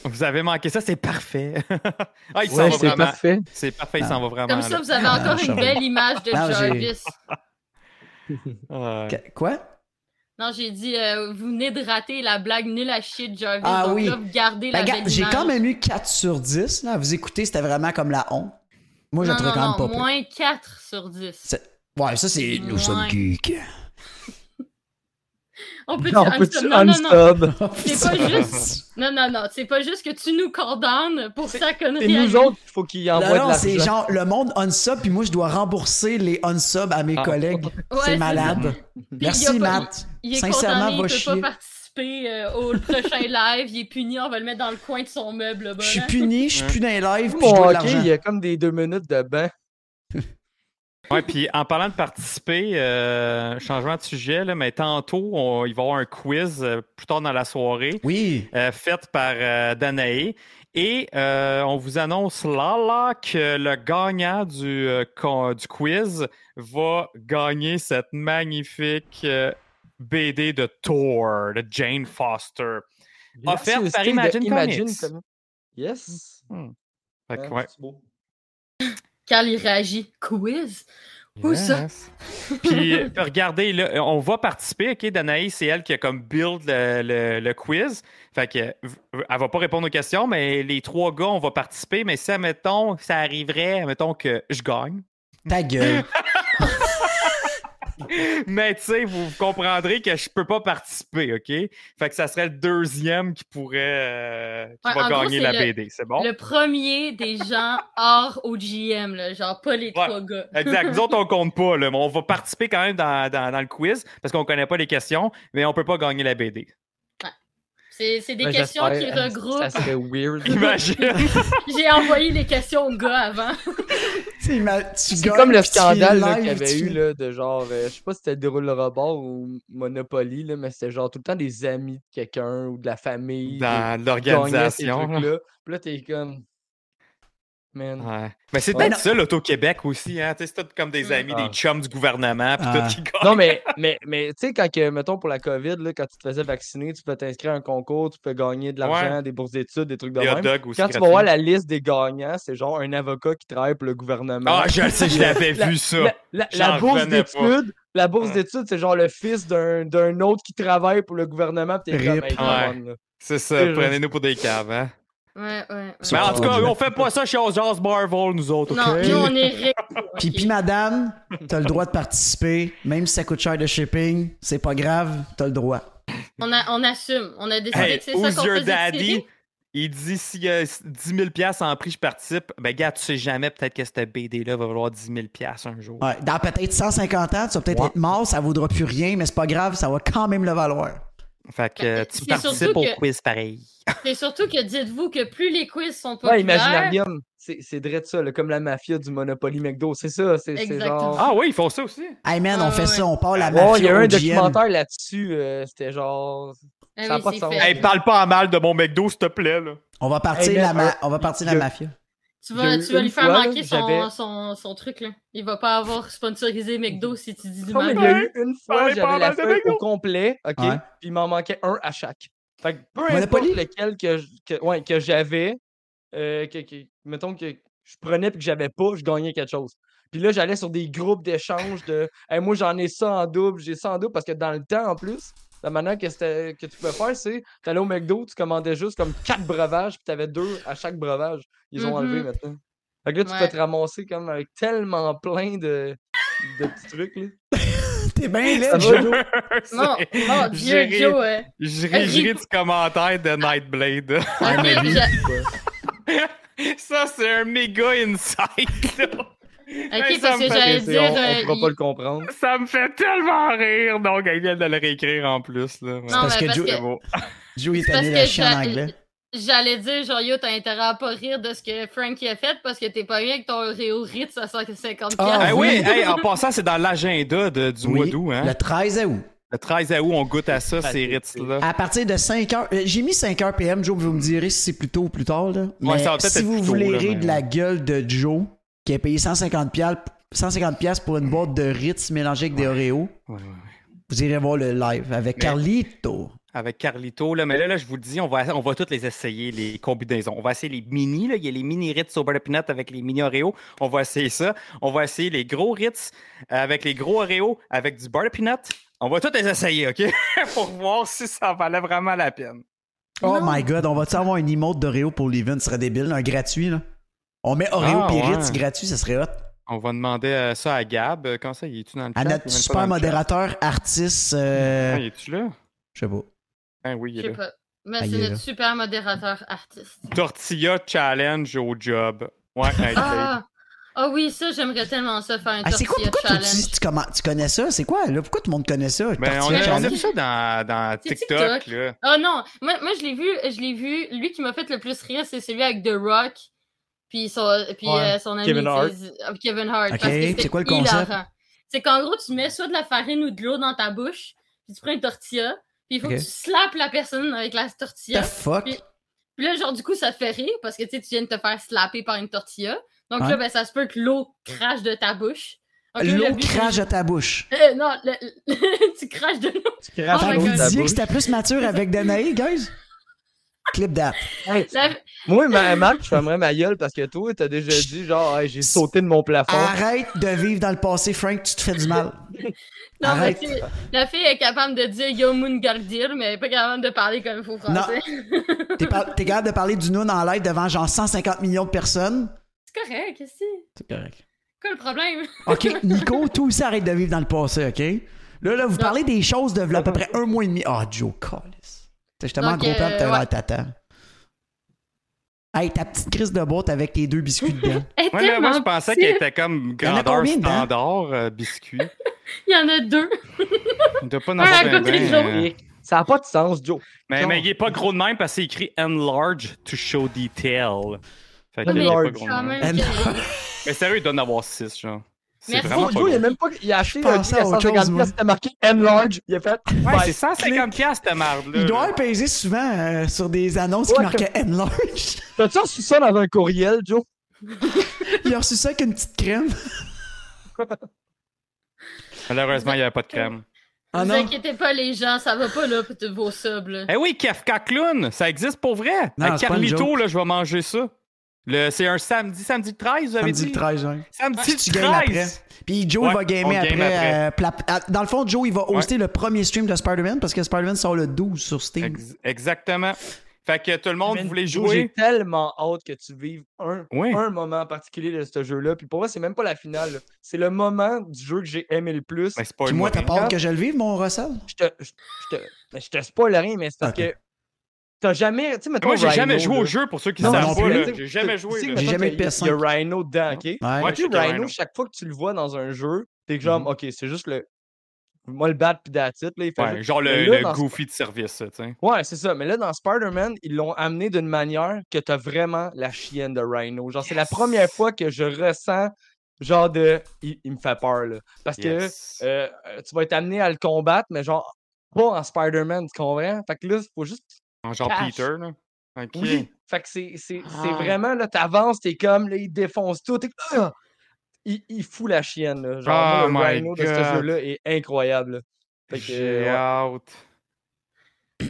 Speaker 6: Vous avez manqué ça, c'est parfait. ah, il s'en
Speaker 7: Ouais,
Speaker 6: va
Speaker 7: c'est
Speaker 6: vraiment.
Speaker 7: parfait.
Speaker 6: C'est parfait, il s'en va vraiment.
Speaker 8: Ah. Comme ça,
Speaker 6: là.
Speaker 8: vous avez encore
Speaker 1: Ah,
Speaker 8: une
Speaker 1: Charles.
Speaker 8: belle image de
Speaker 1: Ah, j'ai-
Speaker 8: Jarvis.
Speaker 6: Ah, ouais.
Speaker 1: Qu- Quoi?
Speaker 8: Non, j'ai dit, euh, vous venez de rater la blague nulle à chier de Jarvis.
Speaker 1: Ah
Speaker 8: donc
Speaker 1: oui.
Speaker 8: là, vous gardez
Speaker 1: Ben,
Speaker 8: la
Speaker 1: regarde,
Speaker 8: belle
Speaker 1: j'ai
Speaker 8: image.
Speaker 1: quand même eu 4 sur 10. Là. À Vous écoutez, c'était vraiment comme la honte. Moi, je
Speaker 8: non,
Speaker 1: le trouvais
Speaker 8: non,
Speaker 1: quand même
Speaker 8: non,
Speaker 1: pas pire.
Speaker 8: moins 4 sur 10.
Speaker 1: Ouais, ça, c'est. Nous
Speaker 8: Ouais.
Speaker 1: sommes geeks.
Speaker 8: On peut
Speaker 7: Non,
Speaker 8: dire
Speaker 7: peux-tu
Speaker 8: unsub- non, non, non.
Speaker 7: unsub?
Speaker 8: C'est pas juste. Non, non, non. C'est pas juste que tu nous condamnes pour
Speaker 7: C'est-
Speaker 8: sa
Speaker 7: C'est
Speaker 8: connerie. à lui.
Speaker 7: nous autres qu'il faut qu'il
Speaker 1: Non,
Speaker 7: envoie de
Speaker 1: non, c'est
Speaker 7: l'argent.
Speaker 1: genre le monde unsub, puis moi, je dois rembourser les unsub à mes
Speaker 6: Ah.
Speaker 1: collègues.
Speaker 8: Ouais,
Speaker 1: c'est
Speaker 8: ça.
Speaker 7: Mhm.
Speaker 1: malade.
Speaker 8: Puis il
Speaker 1: Merci,
Speaker 8: a pas-
Speaker 1: Matt.
Speaker 8: Il est
Speaker 1: Sincèrement,
Speaker 8: condamné,
Speaker 1: va
Speaker 8: il peut
Speaker 1: chier.
Speaker 8: pas participer euh, au prochain live. Il est puni, on va le mettre dans le coin de son meuble. là-bas,
Speaker 1: Je suis
Speaker 8: là.
Speaker 1: puni, je suis plus dans les lives, puis je
Speaker 7: Mon
Speaker 1: dois de
Speaker 7: hockey, Oh, il
Speaker 1: l'argent.
Speaker 7: y a comme des deux minutes de banc.
Speaker 6: Ouais, puis en parlant de participer, euh, changement de sujet, là, mais tantôt, on- il va y avoir un quiz euh, plus tard dans la soirée
Speaker 1: Oui.
Speaker 6: euh, fait par euh, Danae. Et euh, on vous annonce là, là que le gagnant du, euh, con- du quiz va gagner cette magnifique euh, BD de Thor, de Jane Foster. Offerte
Speaker 7: Merci au
Speaker 6: par
Speaker 7: style de
Speaker 6: Imagine Comics.
Speaker 7: Comics. Yes.
Speaker 6: Fait que,
Speaker 7: Ah,
Speaker 6: ouais.
Speaker 7: c'est beau.
Speaker 8: Carl, il réagit. Quiz? Où ça?
Speaker 6: Yes. Puis euh, regardez, là, on va participer, OK? Danaï, c'est elle qui a comme build le, le- le quiz. Fait que euh, elle va pas répondre aux questions, mais les trois gars, on va participer. Mais si, admettons, ça arriverait, admettons que je gagne.
Speaker 1: Ta gueule.
Speaker 6: Mais tu sais, vous, vous comprendrez que je peux pas participer, OK? Fait que ça serait le deuxième qui pourrait euh, qui
Speaker 8: Ouais,
Speaker 6: va
Speaker 8: en gros,
Speaker 6: gagner
Speaker 8: c'est
Speaker 6: la
Speaker 8: le-
Speaker 6: BD, c'est bon?
Speaker 8: Le premier des gens hors OGM, là, genre pas les trois gars.
Speaker 6: Exact. Nous autres, on compte pas, là, mais on va participer quand même dans, dans- dans le quiz parce qu'on connaît pas les questions, mais on peut pas gagner la BD.
Speaker 8: C'est c'est des
Speaker 7: Ben,
Speaker 8: questions qui
Speaker 7: j'espère, euh, Ça
Speaker 8: regroupent.
Speaker 7: serait weird.
Speaker 6: Imagine!
Speaker 8: J'ai envoyé les questions aux gars avant.
Speaker 1: C'est ma- tu
Speaker 7: C'est
Speaker 1: gagnes,
Speaker 7: comme le
Speaker 1: puis tu fais
Speaker 7: scandale là,
Speaker 1: live,
Speaker 7: qu'il y avait
Speaker 1: tu-
Speaker 7: eu là, de genre, euh, je sais pas si c'était Déroule le rebord ou Monopoly, là, mais c'était genre tout le temps des amis de quelqu'un ou de la famille.
Speaker 6: dans
Speaker 7: qui gagnaient ces
Speaker 6: l'organisation. là. Ah.
Speaker 7: trucs-là. Puis là, t'es comme. Man.
Speaker 6: Ouais. Mais c'est
Speaker 7: Ouais.
Speaker 6: peut-être
Speaker 1: Non.
Speaker 6: ça, l'Auto-Québec aussi. Hein? Tu sais, C'est tout comme des
Speaker 8: Mm.
Speaker 6: amis,
Speaker 7: Ah.
Speaker 6: des chums du gouvernement. Puis
Speaker 1: Ah.
Speaker 6: tout qui gagne.
Speaker 7: Non, mais, mais, mais tu sais, quand, que, mettons, pour la COVID, là, quand tu te faisais vacciner, tu peux t'inscrire à un concours, tu peux gagner de l'argent, des bourses d'études, des trucs de
Speaker 6: Des hot
Speaker 7: même.
Speaker 6: dogs aussi.
Speaker 7: Quand tu vas
Speaker 6: gratuits.
Speaker 7: voir la liste des gagnants, c'est genre un avocat qui travaille pour le gouvernement.
Speaker 6: Ah, je le sais, je l'avais
Speaker 7: La-
Speaker 6: vu ça.
Speaker 7: la, la- la
Speaker 6: J'en
Speaker 7: bourse
Speaker 6: revenais pas.
Speaker 7: d'études, la bourse
Speaker 6: Ouais.
Speaker 7: d'études, c'est genre le fils d'un d'un autre qui travaille pour le gouvernement. Pis t'es comme,
Speaker 1: Rip.
Speaker 7: Hey, come
Speaker 6: Ouais.
Speaker 7: on, là.
Speaker 6: C'est ça,
Speaker 7: C'est
Speaker 6: prenez-nous pour des caves. Hein?
Speaker 8: Ouais, ouais. ouais.
Speaker 1: Ça,
Speaker 6: Mais en tout
Speaker 1: ouais.
Speaker 6: cas, on fait pas ça chez Osars Marvel, nous autres.
Speaker 8: Non,
Speaker 6: ok?
Speaker 8: nous, on est ré-
Speaker 1: Puis, puis madame, t'as le droit de participer, même si ça coûte cher de shipping, c'est pas grave, t'as le droit.
Speaker 8: on, a- on assume. On a
Speaker 7: Ah,
Speaker 8: décidé
Speaker 6: Hey,
Speaker 8: que c'est ça
Speaker 6: who's
Speaker 8: qu'on
Speaker 6: your
Speaker 8: faisait
Speaker 6: daddy?
Speaker 8: tirer.
Speaker 6: Il dit euh, s'il y a 10 000 en prix, je participe. Ben, gars, tu sais jamais, peut-être que cette BD-là va valoir 10 000 un jour.
Speaker 1: Ouais, dans peut-être 150 ans, tu vas peut-être
Speaker 6: Ouais.
Speaker 1: être mort, ça vaudra plus rien, mais c'est pas grave, ça va quand même le valoir.
Speaker 6: Fait que
Speaker 7: Ben,
Speaker 6: euh, tu
Speaker 8: C'est
Speaker 6: participes
Speaker 8: surtout
Speaker 6: au
Speaker 8: que-
Speaker 6: quiz pareil.
Speaker 8: C'est surtout que dites-vous que plus les quiz sont
Speaker 7: Ouais,
Speaker 8: populaires,
Speaker 7: Imaginarium, c'est c'est vrai de ça, là, comme la mafia du Monopoly McDo. C'est ça, c'est c'est
Speaker 8: Exactement.
Speaker 7: genre.
Speaker 6: Ah oui, ils font ça aussi.
Speaker 1: Hey man,
Speaker 8: Ah,
Speaker 1: on fait
Speaker 8: ouais.
Speaker 1: ça, on part la mafia
Speaker 7: Ouais, il y a eu
Speaker 1: au
Speaker 7: un
Speaker 1: GM.
Speaker 7: documentaire là-dessus. euh, C'était genre.
Speaker 8: Ah
Speaker 7: Ça a
Speaker 8: oui,
Speaker 7: pas de
Speaker 8: c'est
Speaker 7: sens.
Speaker 8: fait.
Speaker 6: Hey, parle pas en mal de mon McDo, s'il te plaît. Là.
Speaker 1: On va partir
Speaker 7: Hey, man,
Speaker 1: la ma-
Speaker 7: un-
Speaker 1: on va partir
Speaker 7: il
Speaker 1: la
Speaker 7: y a-
Speaker 1: mafia.
Speaker 8: Tu
Speaker 7: Il y a
Speaker 8: vas,
Speaker 7: eu
Speaker 8: tu vas
Speaker 7: une
Speaker 8: lui faire
Speaker 7: fois, là,
Speaker 8: manquer
Speaker 7: j'avais-
Speaker 8: son, son, son truc, là. Il va pas avoir sponsorisé McDo si tu dis du
Speaker 7: Non, Oh, mais il
Speaker 8: mal.
Speaker 7: y a eu une fois,
Speaker 6: parlait pas
Speaker 7: j'avais la
Speaker 6: mal de
Speaker 7: feuille au
Speaker 6: McDo.
Speaker 7: complet, OK?
Speaker 1: Ouais.
Speaker 7: Puis il m'en manquait un à chaque. Fait que peu importe
Speaker 1: Monopoly?
Speaker 7: lequel que, j- que, ouais, que j'avais, euh, que, que- mettons que je prenais puis que j'avais pas, je gagnais quelque chose. Puis là, j'allais sur des groupes d'échange de Hey, moi, j'en ai ça en double, j'ai ça en double, parce que dans le temps, en plus, la manière que, c'était- que tu pouvais faire, c'est t'allais au McDo, tu commandais juste comme quatre breuvages, puis t'avais deux à chaque breuvage. Ils ont enlevé
Speaker 8: Mhm.
Speaker 7: maintenant. Fait que là, tu
Speaker 8: Ouais.
Speaker 7: peux te ramasser comme avec tellement plein de, de petits trucs, là.
Speaker 1: T'es bien laid,
Speaker 7: Ça va,
Speaker 1: Joe.
Speaker 7: Joe?
Speaker 8: Mon, mon Dieu,
Speaker 6: Gérer-
Speaker 8: Joe. euh,
Speaker 6: Je ris- je ris du commentaire de Nightblade.
Speaker 8: ok, j'a-
Speaker 6: ça, c'est un méga insight. là. Hey,
Speaker 8: ok, parce
Speaker 6: me
Speaker 8: que
Speaker 6: fait-
Speaker 8: j'allais
Speaker 7: Ok, c'est-
Speaker 8: dire.
Speaker 7: on,
Speaker 8: euh,
Speaker 7: on pourra pas
Speaker 8: il-
Speaker 7: le comprendre.
Speaker 6: ça me fait tellement rire. Donc, ils viennent de le réécrire en plus. Là. Ouais.
Speaker 8: Non,
Speaker 1: parce
Speaker 8: mais
Speaker 1: que
Speaker 8: parce
Speaker 1: Joe-
Speaker 8: que
Speaker 6: C'est beau.
Speaker 1: Joe il est
Speaker 8: C'est parce
Speaker 1: allé
Speaker 8: que
Speaker 1: le chien en
Speaker 8: j'a-
Speaker 1: anglais.
Speaker 8: J'allais dire, genre, yo, t'as intérêt à pas rire de ce que Frankie a fait parce que t'es pas bien avec ton Oreo Ritz à 150$.
Speaker 1: Ah,
Speaker 6: Eh
Speaker 1: oui.
Speaker 6: oui, hey, en passant, c'est dans l'agenda de- du
Speaker 1: Oui,
Speaker 6: mois d'août. Hein.
Speaker 1: Le 13 août.
Speaker 6: Le 13 août, on goûte à ça,
Speaker 7: Ah,
Speaker 6: ces
Speaker 7: c'est-
Speaker 6: rites-là.
Speaker 1: À partir de 5 heures, euh, j'ai mis 5 heures PM, Joe, vous me direz si c'est plus tôt ou plus tard. Là.
Speaker 6: Ouais,
Speaker 1: Mais
Speaker 6: ça va peut-être
Speaker 1: si
Speaker 6: être
Speaker 1: vous
Speaker 6: plus tôt,
Speaker 1: voulez
Speaker 6: là,
Speaker 1: rire
Speaker 6: mais-
Speaker 1: de la gueule de Joe, qui a payé 150$, pial- 150 piastres pour une boîte de Ritz mélangée avec des Oreos,
Speaker 6: Ouais, ouais, ouais.
Speaker 1: vous irez voir le live avec
Speaker 6: Mais-
Speaker 1: Carlito.
Speaker 6: Avec Carlito, là. Mais là, là, je vous le dis, on va, on va toutes les essayer, les combinaisons. On va essayer les mini, là. Il y a les mini Ritz au beurre de peanut avec les mini Oreo. On va essayer ça. On va essayer les gros Ritz euh, avec les gros Oreo, avec du beurre de peanut. On va toutes les essayer, OK? Pour voir si ça valait vraiment la peine.
Speaker 1: Oh
Speaker 8: Non.
Speaker 1: my god, on va-tu avoir une emote d'Oreo pour l'event? Ce serait débile, un gratuit, là. On met Oreo
Speaker 6: Ah,
Speaker 1: pis
Speaker 6: ouais.
Speaker 1: Ritz gratuit, ça serait hot.
Speaker 6: On va demander euh, ça à Gab. Euh, Comment ça, il est-tu dans le chat?
Speaker 1: À
Speaker 6: Il
Speaker 1: notre
Speaker 6: est même pas
Speaker 1: super
Speaker 6: dans le chat.
Speaker 1: modérateur, artiste, euh,
Speaker 6: Ah, il est-tu là?
Speaker 1: je sais pas.
Speaker 6: Ah oui,
Speaker 8: Je
Speaker 6: il est
Speaker 8: sais
Speaker 6: là.
Speaker 8: pas. Mais
Speaker 1: Ah, il
Speaker 8: c'est
Speaker 1: est
Speaker 8: notre
Speaker 1: là.
Speaker 8: super modérateur artiste.
Speaker 6: Tortilla challenge au job. Ouais, avec
Speaker 8: Ah! Ah oui, ça, j'aimerais tellement ça, faire un
Speaker 1: Ah, c'est quoi,
Speaker 8: tortilla
Speaker 1: pourquoi toi, tu,
Speaker 8: challenge.
Speaker 1: tu, comment- tu connais ça? C'est quoi, là? Pourquoi tout le monde connaît ça?
Speaker 6: Ben,
Speaker 1: Tortilla
Speaker 6: on, a, on a
Speaker 1: Challenge?
Speaker 6: vu ça dans, dans
Speaker 8: C'est
Speaker 6: TikTok,
Speaker 8: TikTok.
Speaker 6: là.
Speaker 8: Oh non! Moi, moi je l'ai vu, je l'ai vu. Lui qui m'a fait le plus rire, c'est celui avec The Rock. Puis son, puis,
Speaker 7: Ouais.
Speaker 8: euh, son ami.
Speaker 7: Kevin Hart.
Speaker 8: c'est- euh, Kevin Hart.
Speaker 1: Ok,
Speaker 8: parce que c'était
Speaker 1: c'est quoi le concept?
Speaker 8: hilarant. hein. C'est qu'en gros, tu mets soit de la farine ou de l'eau dans ta bouche, puis tu prends une tortilla, puis il faut
Speaker 1: Ok.
Speaker 8: que tu slappes la personne avec la tortilla.
Speaker 1: The fuck?
Speaker 8: Puis- Puis là, genre, du coup, ça te fait rire parce que tu sais, tu viens de te faire slapper par une tortilla. Donc
Speaker 1: Ouais.
Speaker 8: là, ben, ça se peut que l'eau crache de ta bouche. Donc là, le
Speaker 1: L'eau
Speaker 8: but, c'est-
Speaker 1: crache à ta bouche.
Speaker 8: Euh, non, le- le- tu craches de l'eau.
Speaker 7: Tu craches
Speaker 8: Oh
Speaker 1: Fait
Speaker 8: my
Speaker 1: que vous
Speaker 8: God.
Speaker 1: disiez que c'était plus mature avec Danae, guys? Clip that.
Speaker 8: La-
Speaker 7: Moi, ma, Marc, je fermerais ma gueule parce que toi, t'as déjà dit genre, Hey, j'ai sauté de mon
Speaker 6: Oh.
Speaker 7: plafond.
Speaker 6: Ah.
Speaker 1: Arrête de vivre dans le passé, Frank, tu te fais du mal.
Speaker 8: Non, mais
Speaker 1: Arrête.
Speaker 8: tu sais, la fille est capable de dire Yo Mungardir, mais elle est pas capable de parler comme il faut français.
Speaker 1: T'es par- t'es capable de parler du noun en live devant genre 150 millions de personnes?
Speaker 8: C'est correct, qu'est-ce que c'est?
Speaker 1: C'est correct.
Speaker 8: Quoi le problème?
Speaker 1: OK, Nico, toi aussi, arrête de vivre dans le passé, OK? Là, là, vous parlez des choses de v'là à peu près un mois et demi. Ah, Joe, calisse. T'es justement
Speaker 8: Donc,
Speaker 1: content de te
Speaker 8: euh, ouais.
Speaker 1: ouais. t'attends. Hey, ta petite crise de boîte avec tes deux biscuits dedans.
Speaker 8: Elle est
Speaker 6: Ouais, mais moi, je
Speaker 8: tellement
Speaker 6: pensais
Speaker 8: petite.
Speaker 6: qu'elle était comme
Speaker 1: y en a
Speaker 6: grandeur
Speaker 1: combien dedans?
Speaker 6: standard, euh, biscuit.
Speaker 8: Il y en a deux.
Speaker 6: Il doit pas en
Speaker 8: Ouais,
Speaker 6: avoir
Speaker 8: à
Speaker 6: ben,
Speaker 8: côté
Speaker 6: ben,
Speaker 8: de Joe.
Speaker 6: euh,
Speaker 7: Ça n'a pas de sens, Joe.
Speaker 6: Mais, mais il est pas gros de même parce qu'il écrit enlarge to show detail. Fait qu'il est pas
Speaker 7: Enlarge.
Speaker 6: gros de
Speaker 8: Quand
Speaker 6: même.
Speaker 8: même.
Speaker 1: Eh
Speaker 8: que-
Speaker 6: Mais sérieux, il doit en avoir 6, genre. C'est
Speaker 8: Merci.
Speaker 6: vraiment pas
Speaker 7: Joe, il a
Speaker 6: gros.
Speaker 7: même pas. Il a acheté
Speaker 1: Je
Speaker 7: un
Speaker 1: pensais
Speaker 7: billet à
Speaker 1: à autre
Speaker 7: 150
Speaker 1: chose, moi.
Speaker 7: piastres, c'était marqué Enlarge. Il a fait.
Speaker 6: Ouais,
Speaker 7: Ouais,
Speaker 6: c'est 150 piastres, ta marde, là.
Speaker 1: Il doit peser souvent euh, sur des annonces qui
Speaker 7: Ouais,
Speaker 1: marquaient Enlarge.
Speaker 7: T'as-tu reçu ça dans un courriel, Joe?
Speaker 1: Il a reçu ça avec une petite crème.
Speaker 6: Malheureusement, il n'y avait pas de crème.
Speaker 1: Ah
Speaker 8: vous
Speaker 1: non.
Speaker 8: inquiétez pas, les gens, ça va pas là pour tous vos subs. là.
Speaker 6: Eh oui, Kafka Clown, ça existe pour vrai.
Speaker 1: Non,
Speaker 6: À
Speaker 1: c'est pas une
Speaker 6: Carlito, là, je vais manger ça. Le- C'est un samedi, samedi le 13, vous avez
Speaker 1: Samedi
Speaker 6: dit?
Speaker 1: le 13, ouais.
Speaker 6: Samedi
Speaker 1: Si tu games
Speaker 6: le
Speaker 1: après.
Speaker 6: 13.
Speaker 1: Puis Joe
Speaker 6: Ouais,
Speaker 1: il va
Speaker 6: on
Speaker 1: gamer
Speaker 6: game
Speaker 1: après.
Speaker 6: après.
Speaker 1: euh, pla- à- Dans le fond, Joe, il va hoster le premier stream de Spider-Man parce que Spider-Man sort le 12 sur Steam.
Speaker 6: Ex- Exactement. Fait que tout le monde, vous voulez
Speaker 7: Joe, J'ai
Speaker 6: jouer?
Speaker 7: tellement hâte que tu vives un,
Speaker 6: Oui.
Speaker 7: un moment particulier de ce jeu-là. Puis pour moi, c'est même pas la finale. là. C'est le moment du jeu que j'ai aimé le plus.
Speaker 6: Mais c'est pas
Speaker 1: Puis
Speaker 6: une
Speaker 1: moi, t'as
Speaker 6: mauvaise-
Speaker 1: pas hâte que je le vive, mon Russell?
Speaker 7: Je te, je, je te, mais je te spoil rien, mais c'est parce
Speaker 1: Ok.
Speaker 7: que t'as jamais. tu sais, mettons
Speaker 6: Moi, j'ai
Speaker 7: Rhino,
Speaker 6: jamais joué
Speaker 7: là.
Speaker 6: au jeu pour ceux qui
Speaker 1: Non,
Speaker 6: savent
Speaker 1: non
Speaker 6: pas.
Speaker 1: plus.
Speaker 6: là.
Speaker 7: Tu sais,
Speaker 6: J'ai jamais joué.
Speaker 7: tu sais,
Speaker 6: là.
Speaker 1: J'ai
Speaker 7: mettons
Speaker 1: jamais
Speaker 7: qu'il y a-
Speaker 1: eu de
Speaker 7: Il y a Rhino dedans, ok?
Speaker 1: Ouais.
Speaker 6: Ouais.
Speaker 7: Tu sais,
Speaker 6: checker
Speaker 7: Rhino,
Speaker 6: Rhino. Mm-hmm.
Speaker 7: chaque fois que tu le vois dans un jeu, t'es genre, ok, c'est juste le. Moi, le bat puis d'attitude, là, il fait.
Speaker 6: Ouais,
Speaker 7: juste-
Speaker 6: genre le,
Speaker 7: Mais là,
Speaker 6: le
Speaker 7: dans-
Speaker 6: goofy de service, ça, tu sais.
Speaker 7: Ouais, c'est ça. Mais là, dans Spider-Man, ils l'ont amené d'une manière que t'as vraiment la chienne de Rhino. Genre, c'est la première fois que je ressens, genre, de. Il, il me fait peur, là. Parce que.
Speaker 6: Yes.
Speaker 7: Euh, euh, tu vas être amené à le combattre, mais genre pas en Spider-Man, tu comprends? Fait que là, faut juste.
Speaker 6: En genre
Speaker 7: Cash.
Speaker 6: Peter, là. Ok.
Speaker 7: Oui. Fait que c'est c'est- c'est
Speaker 6: Ah.
Speaker 7: vraiment là, t'avances, t'es comme là, il défonce tout, t'es Ah! il, il fout la chienne. Là. Genre, moi,
Speaker 6: Oh
Speaker 7: le
Speaker 6: my
Speaker 7: Rhino de ce
Speaker 6: God.
Speaker 7: jeu-là est incroyable. là. Fait que,
Speaker 6: J'ai
Speaker 7: ouais.
Speaker 6: hâte.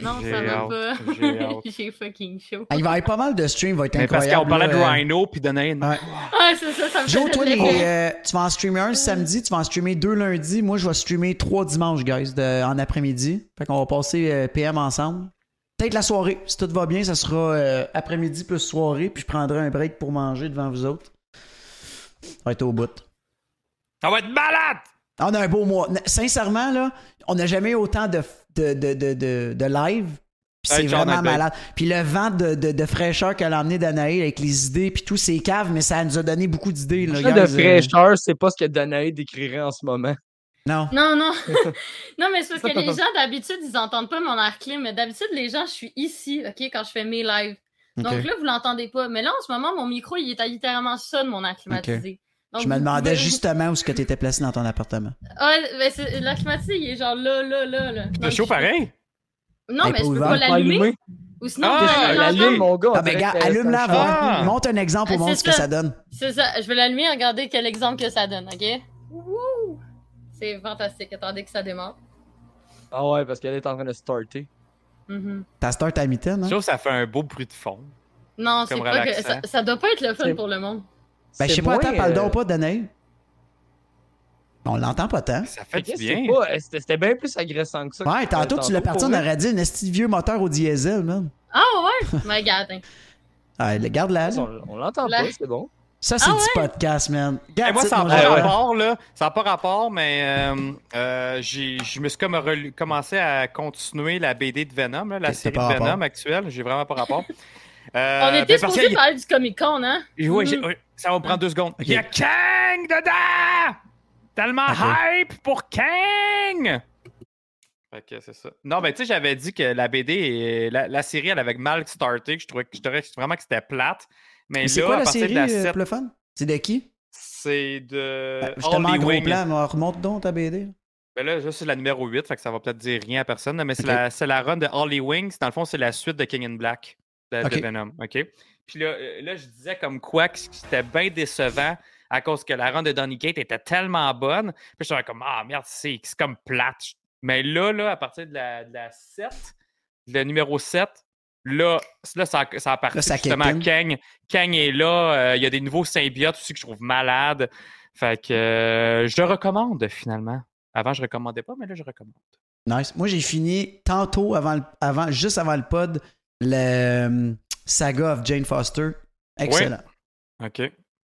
Speaker 8: Non,
Speaker 6: J'ai
Speaker 8: ça va
Speaker 6: hâte,
Speaker 8: pas.
Speaker 6: j'ai hâte.
Speaker 8: J'ai fucking chaud.
Speaker 1: Ah, Il va y avoir pas mal de streams, il va être
Speaker 6: Mais parce
Speaker 1: incroyable.
Speaker 6: qu'on parlait de
Speaker 1: là, euh,
Speaker 6: Rhino puis de Nane.
Speaker 1: Ouais.
Speaker 8: Ah, c'est ça, ça me
Speaker 1: Joe,
Speaker 8: fait
Speaker 1: toi, les, euh, tu vas en streamer un samedi, tu vas en streamer deux lundis. Moi, je vais streamer trois dimanches, guys, de- en après-midi. Fait qu'on va passer euh, PM ensemble. Peut-être la soirée. Si tout va bien, ça sera euh, après-midi plus soirée. Puis je prendrai un break pour manger devant vous autres. On va être au bout.
Speaker 6: Ça va être malade!
Speaker 1: Ah, On a un beau mois. N- Sincèrement, là, on n'a jamais eu autant de, de, de, de, de, de live. Puis
Speaker 6: Ouais,
Speaker 1: c'est
Speaker 6: John
Speaker 1: vraiment
Speaker 6: Abbey.
Speaker 1: malade. Puis le vent de, de, de fraîcheur qu'elle a emmené Danaï avec les idées, puis tous ses caves, mais ça nous a donné beaucoup d'idées. là,
Speaker 7: Ça,
Speaker 1: guys, euh,
Speaker 7: de fraîcheur, c'est pas ce que Danae décrirait en ce moment.
Speaker 1: Non.
Speaker 8: Non, non. non, mais c'est parce que les gens, d'habitude, ils entendent pas mon air clim. Mais d'habitude, les gens, je suis ici, OK, quand je fais mes lives. Donc
Speaker 1: Ok.
Speaker 8: là, vous l'entendez pas. Mais là, en ce moment, mon micro, il est à littéralement ça de mon air climatisé. Donc,
Speaker 1: Je me
Speaker 8: vous
Speaker 1: demandais
Speaker 8: pouvez-
Speaker 1: justement où est-ce que tu étais placé dans ton appartement.
Speaker 8: Ah, ben, c'est- la climatisée, il est genre là, là, là. là.
Speaker 6: C'est chaud pareil.
Speaker 8: Non,
Speaker 1: Elle est
Speaker 8: mais
Speaker 1: pas
Speaker 8: je peux
Speaker 1: ouverte.
Speaker 8: pas l'allumer.
Speaker 7: Allumé.
Speaker 8: Ou sinon,
Speaker 6: Ah,
Speaker 8: je vais
Speaker 6: elle
Speaker 7: La
Speaker 6: l'allume.
Speaker 8: l'entendre.
Speaker 7: lune, mon gars.
Speaker 1: Ah,
Speaker 7: on
Speaker 1: ben,
Speaker 7: dirait
Speaker 1: gars,
Speaker 7: que c'est
Speaker 1: allume-la
Speaker 7: un
Speaker 1: avant.
Speaker 7: chat.
Speaker 6: Ah!
Speaker 1: Monte un exemple
Speaker 8: Ah,
Speaker 1: au monde
Speaker 8: c'est
Speaker 1: ce que
Speaker 8: ça.
Speaker 1: ça donne.
Speaker 8: C'est ça, je vais l'allumer et regarder quel exemple que ça donne, ok? Wouhou! C'est fantastique, attendez que ça démarre.
Speaker 7: Ah ouais, parce qu'elle est en train de
Speaker 1: Ben,
Speaker 7: starter.
Speaker 8: Mhm.
Speaker 1: Ta star ta mitaine,
Speaker 6: Je
Speaker 1: hein?
Speaker 6: trouve que ça fait un beau bruit de fond.
Speaker 8: Non, c'est
Speaker 6: Comme
Speaker 8: pas que.
Speaker 6: relaxant.
Speaker 8: Ça, ça doit pas être le fun
Speaker 7: C'est-
Speaker 8: pour le monde.
Speaker 1: Ben, je sais
Speaker 7: C'est
Speaker 1: pas,
Speaker 7: moins,
Speaker 1: attends, parle
Speaker 7: euh,
Speaker 1: donc pas, Danae. On l'entend pas tant.
Speaker 6: Ça fait du
Speaker 7: Chris,
Speaker 6: bien.
Speaker 7: c'est pas- euh, C'était c'était bien plus agressant que ça. Euh,
Speaker 1: Ouais, tantôt, tu l'as parti,
Speaker 7: pour
Speaker 1: on
Speaker 7: vrai.
Speaker 1: aurait dit un esti de vieux moteur au diesel, man.
Speaker 8: Ah ouais! My god, hein.
Speaker 1: Ouais, garde-la. là.
Speaker 7: On, on l'entend
Speaker 8: La-
Speaker 7: pas, c'est bon.
Speaker 1: Ça, c'est
Speaker 8: Ah
Speaker 1: du podcast, man.
Speaker 6: Eh,
Speaker 1: Garde
Speaker 6: moi,
Speaker 1: ça,
Speaker 6: ça n'a
Speaker 1: mon
Speaker 6: pas
Speaker 1: gars.
Speaker 6: rapport, là. Ça n'a pas rapport, mais euh, euh, j'ai- je me suis comme relu- commencé à continuer la BD de Venom, là, la
Speaker 1: Ok,
Speaker 6: série
Speaker 1: t'as
Speaker 6: de
Speaker 1: pas
Speaker 6: Venom
Speaker 1: rapport.
Speaker 6: actuelle. J'ai vraiment pas rapport.
Speaker 8: On
Speaker 6: Euh,
Speaker 8: était
Speaker 6: ben, parce
Speaker 8: supposé
Speaker 6: qu'il-
Speaker 8: parler du Comic Con, hein?
Speaker 6: Ouais,
Speaker 8: Mhm.
Speaker 6: j'ai- ouais, ça va me prendre deux secondes.
Speaker 1: Ok.
Speaker 6: Il y a Kang dedans! Tellement
Speaker 1: Ok.
Speaker 6: hype pour Kang! Fait que c'est ça. Non, ben tu sais, j'avais dit que la BD, et la, la série, elle avait mal starté, que je trouvais que je trouvais vraiment que c'était plate. Mais
Speaker 1: Mais C'est
Speaker 6: Ben là,
Speaker 1: quoi
Speaker 6: à
Speaker 1: la
Speaker 6: partir
Speaker 1: série,
Speaker 6: de la Euh,
Speaker 1: euh,
Speaker 6: 7,
Speaker 1: pour le fun? C'est de qui?
Speaker 6: c'est de.
Speaker 1: Ben,
Speaker 6: All
Speaker 1: Justement, en
Speaker 6: the
Speaker 1: gros
Speaker 6: Wing.
Speaker 1: plan, mais remonte donc ta BD. là.
Speaker 6: Ben là, là, c'est la numéro 8, fait que ça va peut-être dire rien à personne, là, mais c'est
Speaker 1: Ok.
Speaker 6: la, c'est la run de Holly Wings. Dans le fond, c'est la suite de King in Black de, de
Speaker 1: Ok.
Speaker 6: Venom. OK? Puis là, euh, là, je disais comme quoi que c'était bien décevant à cause que la run de Donny Gate était tellement bonne. Puis je suis comme, ah merde, c'est c'est comme plate. Mais là, là, à partir de la, de la 7, le numéro 7, là, là ça, ça a parti
Speaker 1: Là, ça
Speaker 6: justement à
Speaker 1: kick
Speaker 6: Kang. Kang est là. euh, Il y a des nouveaux symbiotes aussi que je trouve malades. Fait que euh, je le recommande finalement. Avant, je recommandais pas, mais là, je recommande.
Speaker 1: Nice. Moi, j'ai fini tantôt, avant, le- avant, juste avant le pod, le euh, saga of Jane Foster. Excellent.
Speaker 6: OK.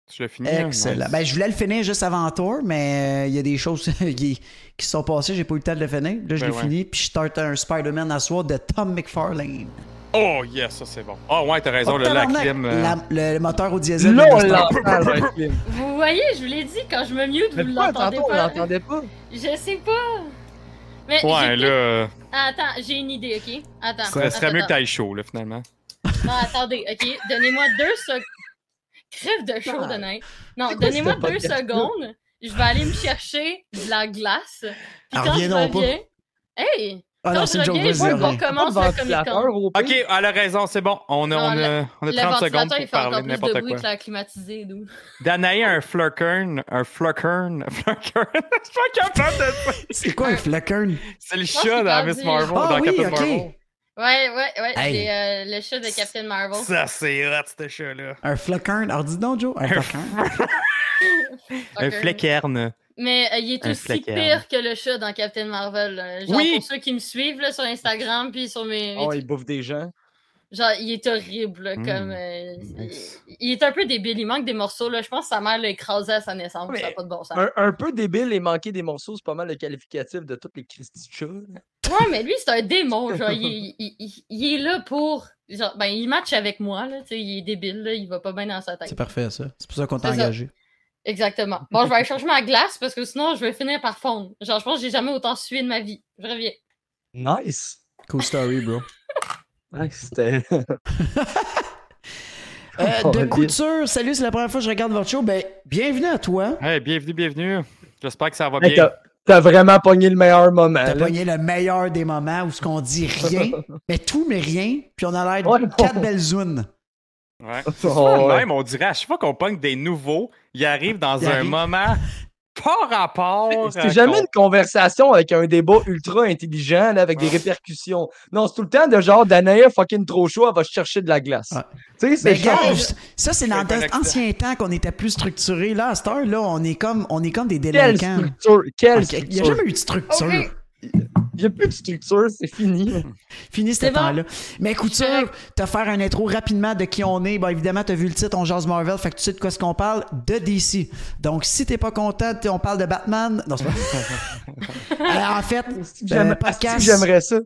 Speaker 6: Tu l'as fini? hein?
Speaker 1: Excellent.
Speaker 6: Nice.
Speaker 1: Ben, je voulais le finir juste avant tour, mais euh, il y a des choses qui, qui se sont passées. J'ai pas eu le temps de le finir. Là, je
Speaker 6: Ben
Speaker 1: l'ai
Speaker 6: ouais.
Speaker 1: fini, puis je starte un Spider-Man à soir de Tom McFarlane.
Speaker 6: Oh, yes, ça, c'est bon. Ah, ouais, t'as raison,
Speaker 1: Oh,
Speaker 6: le lac
Speaker 1: tabarnak!
Speaker 6: clim. euh,
Speaker 1: La- le moteur au diesel.
Speaker 7: Là, on
Speaker 1: de Mustang.
Speaker 7: l'entend, la clim.
Speaker 8: Vous voyez, je vous l'ai dit, quand je me mute, vous
Speaker 7: Mais pourquoi
Speaker 8: l'entendez
Speaker 7: tantôt, on
Speaker 8: pas.
Speaker 7: l'entendait pas?
Speaker 8: Je sais pas. Mais
Speaker 6: Ouais,
Speaker 8: j'ai-
Speaker 6: là, euh,
Speaker 8: Attends, j'ai une idée, ok? Attends.
Speaker 6: ça serait
Speaker 8: attends,
Speaker 6: mieux que
Speaker 8: attends.
Speaker 6: t'ailles chaud, là, finalement.
Speaker 8: Non, attendez, ok? Donnez-moi deux secondes. Crève de chaud,
Speaker 1: Ah.
Speaker 8: Danae. Non,
Speaker 7: C'est quoi
Speaker 8: donnez-moi
Speaker 7: ce
Speaker 8: deux
Speaker 7: podcast-là?
Speaker 8: secondes. Je vais aller me chercher de la glace. Puis
Speaker 1: Ah,
Speaker 8: quand je
Speaker 1: reviendrons pas.
Speaker 8: reviens... Hey!
Speaker 1: Ah
Speaker 8: quand
Speaker 1: non,
Speaker 8: je
Speaker 1: c'est une joke.
Speaker 8: reviens,
Speaker 1: vas-y,
Speaker 8: je- on
Speaker 1: reviens.
Speaker 8: commence
Speaker 7: Pas de
Speaker 8: le Comic Con.
Speaker 7: ventilateur, au pire.
Speaker 6: OK, elle a raison, c'est bon. On a,
Speaker 8: Non,
Speaker 6: on a, on a
Speaker 8: Le
Speaker 6: 30 secondes
Speaker 8: ventilateur, il
Speaker 6: pour
Speaker 8: fait encore
Speaker 6: parler de
Speaker 8: plus de
Speaker 6: n'importe
Speaker 8: bruit
Speaker 6: quoi.
Speaker 8: que la climatisée, d'où.
Speaker 6: Danae a un flurkern. Un flurkern. Flurkern. Je suis pas capable de.
Speaker 1: C'est quoi un flocon?
Speaker 6: C'est le
Speaker 8: pense qu'il
Speaker 6: chat dans
Speaker 8: parle
Speaker 6: Miss
Speaker 8: du-
Speaker 6: Marvel,
Speaker 1: Ah
Speaker 6: Oh, dans
Speaker 1: oui,
Speaker 6: Captain
Speaker 1: ok.
Speaker 6: Marvel.
Speaker 8: Ouais, ouais, ouais,
Speaker 1: Hey.
Speaker 8: c'est euh, le chat de Captain Marvel.
Speaker 6: Ça, c'est hot, ce chat-là.
Speaker 1: Un flocon? Alors dis donc, Joe. Un flocon.
Speaker 6: Un
Speaker 8: Fucker.
Speaker 6: fleckern.
Speaker 8: Mais euh, il est
Speaker 6: Un
Speaker 8: aussi
Speaker 6: flaqueur.
Speaker 8: pire que le chat dans Captain Marvel. là. Genre,
Speaker 6: Oui!
Speaker 8: pour ceux qui me suivent là, sur Instagram puis sur mes. mes
Speaker 7: Oh,
Speaker 8: trucs,
Speaker 7: il bouffe des gens.
Speaker 8: Genre, il est horrible. là,
Speaker 6: Mm.
Speaker 8: comme, euh,
Speaker 6: Nice.
Speaker 8: il, il est un peu débile. Il manque des morceaux. Là. Je pense que sa mère l'a écrasé à sa naissance.
Speaker 7: Mais-
Speaker 8: Ça n'a pas de bon sens.
Speaker 7: Un, un peu débile et manquer des morceaux, c'est pas mal le qualificatif de toutes les Christy Chats.
Speaker 8: Ouais, mais lui, c'est un démon. Genre, il, est- il- il- il est là pour. Genre, ben, il match avec moi. Là, tu sais, il est débile. Là, il va pas bien dans sa tête.
Speaker 1: Ah, C'est parfait, ça. C'est pour ça qu'on t'a
Speaker 8: C'est ça.
Speaker 1: engagé.
Speaker 8: Exactement. Bon, je vais aller chercher ma glace parce que sinon, je vais finir par fondre. Genre, je pense que j'ai jamais autant sué de ma vie. Je reviens.
Speaker 7: Nice!
Speaker 1: Cool story, bro.
Speaker 7: Nice, c'était.
Speaker 1: Euh,
Speaker 7: On
Speaker 1: de
Speaker 7: revient.
Speaker 1: couture, salut, c'est la première fois que je regarde votre show. Ben, bienvenue à toi.
Speaker 6: Hey, bienvenue, bienvenue. J'espère que ça va
Speaker 7: Hey,
Speaker 6: bien.
Speaker 7: t'as- T'as vraiment pogné le meilleur moment.
Speaker 1: T'as
Speaker 7: là.
Speaker 1: pogné le meilleur des moments où ce qu'on dit rien, mais tout mais rien, puis on a l'air de
Speaker 7: Ouais, non.
Speaker 1: quatre belles zounes.
Speaker 6: Ouais.
Speaker 7: Oh, ouais.
Speaker 6: Même, on dirait, à chaque fois qu'on pogne des nouveaux, ils arrivent dans
Speaker 1: Ils
Speaker 6: un
Speaker 1: arrivent.
Speaker 6: moment pas rapport.
Speaker 7: C'est jamais une conversation avec un débat ultra intelligent, là, avec des
Speaker 6: Ouais.
Speaker 7: répercussions. Non, c'est tout le temps de genre, Danaïa fucking trop chaud, elle va se chercher de la glace.
Speaker 1: Ouais.
Speaker 7: Tu sais, c'est
Speaker 1: Ben,
Speaker 7: genre.
Speaker 1: gars, ça, c'est dans
Speaker 6: un bon accident.
Speaker 1: l'ancien temps qu'on était plus structuré. Là, à cette heure-là, on est comme, on est comme des
Speaker 7: Quelle
Speaker 1: délinquants.
Speaker 7: structure! Quelle
Speaker 1: Ok, Il n'y a
Speaker 7: structure!
Speaker 1: jamais eu de structure.
Speaker 8: Ok.
Speaker 7: Il n'y a plus de structure, c'est fini.
Speaker 1: Fini ce
Speaker 8: C'est bon.
Speaker 1: temps-là. Mais
Speaker 8: Je suis
Speaker 1: Couture, te faire un intro rapidement de qui on est. Bon, évidemment, t'as vu le titre, on jase Marvel, fait que tu sais de quoi ce qu'on parle de DC. Donc, si t'es pas content, t'es- on parle de Batman. Non, c'est pas- Alors, en fait,
Speaker 7: J'aime-
Speaker 1: euh,
Speaker 7: Asti que
Speaker 1: podcast,
Speaker 7: Ben, J'aimerais ça.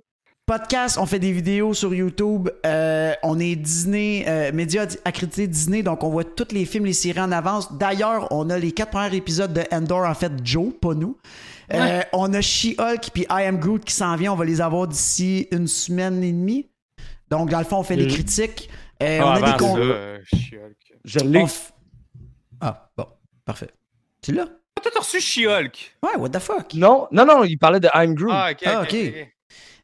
Speaker 1: podcast, on fait des vidéos sur YouTube. euh, on est Disney, euh, média di- accrédité Disney, donc on voit tous les films, les séries en avance. D'ailleurs, on a les quatre premiers épisodes de Endor, en fait, Joe, pas nous. Euh, on a She-Hulk puis I Am Groot qui s'en vient. On va les avoir d'ici une semaine et demie. Donc, dans le fond, on fait des
Speaker 7: Mm-hmm.
Speaker 1: critiques.
Speaker 7: Ah,
Speaker 6: Ah, ben,
Speaker 1: Euh, on a des con-
Speaker 6: conversation.
Speaker 7: ben, Je
Speaker 1: on
Speaker 7: l'ai.
Speaker 1: f- Ah, bon, parfait. Tu l'as?
Speaker 6: T'as tout reçu She-Hulk.
Speaker 1: Ouais, what the fuck?
Speaker 7: Non, non, non, il parlait de I'm Groot.
Speaker 6: Ah, ok.
Speaker 1: Ah,
Speaker 6: ok,
Speaker 1: ok.
Speaker 6: ok.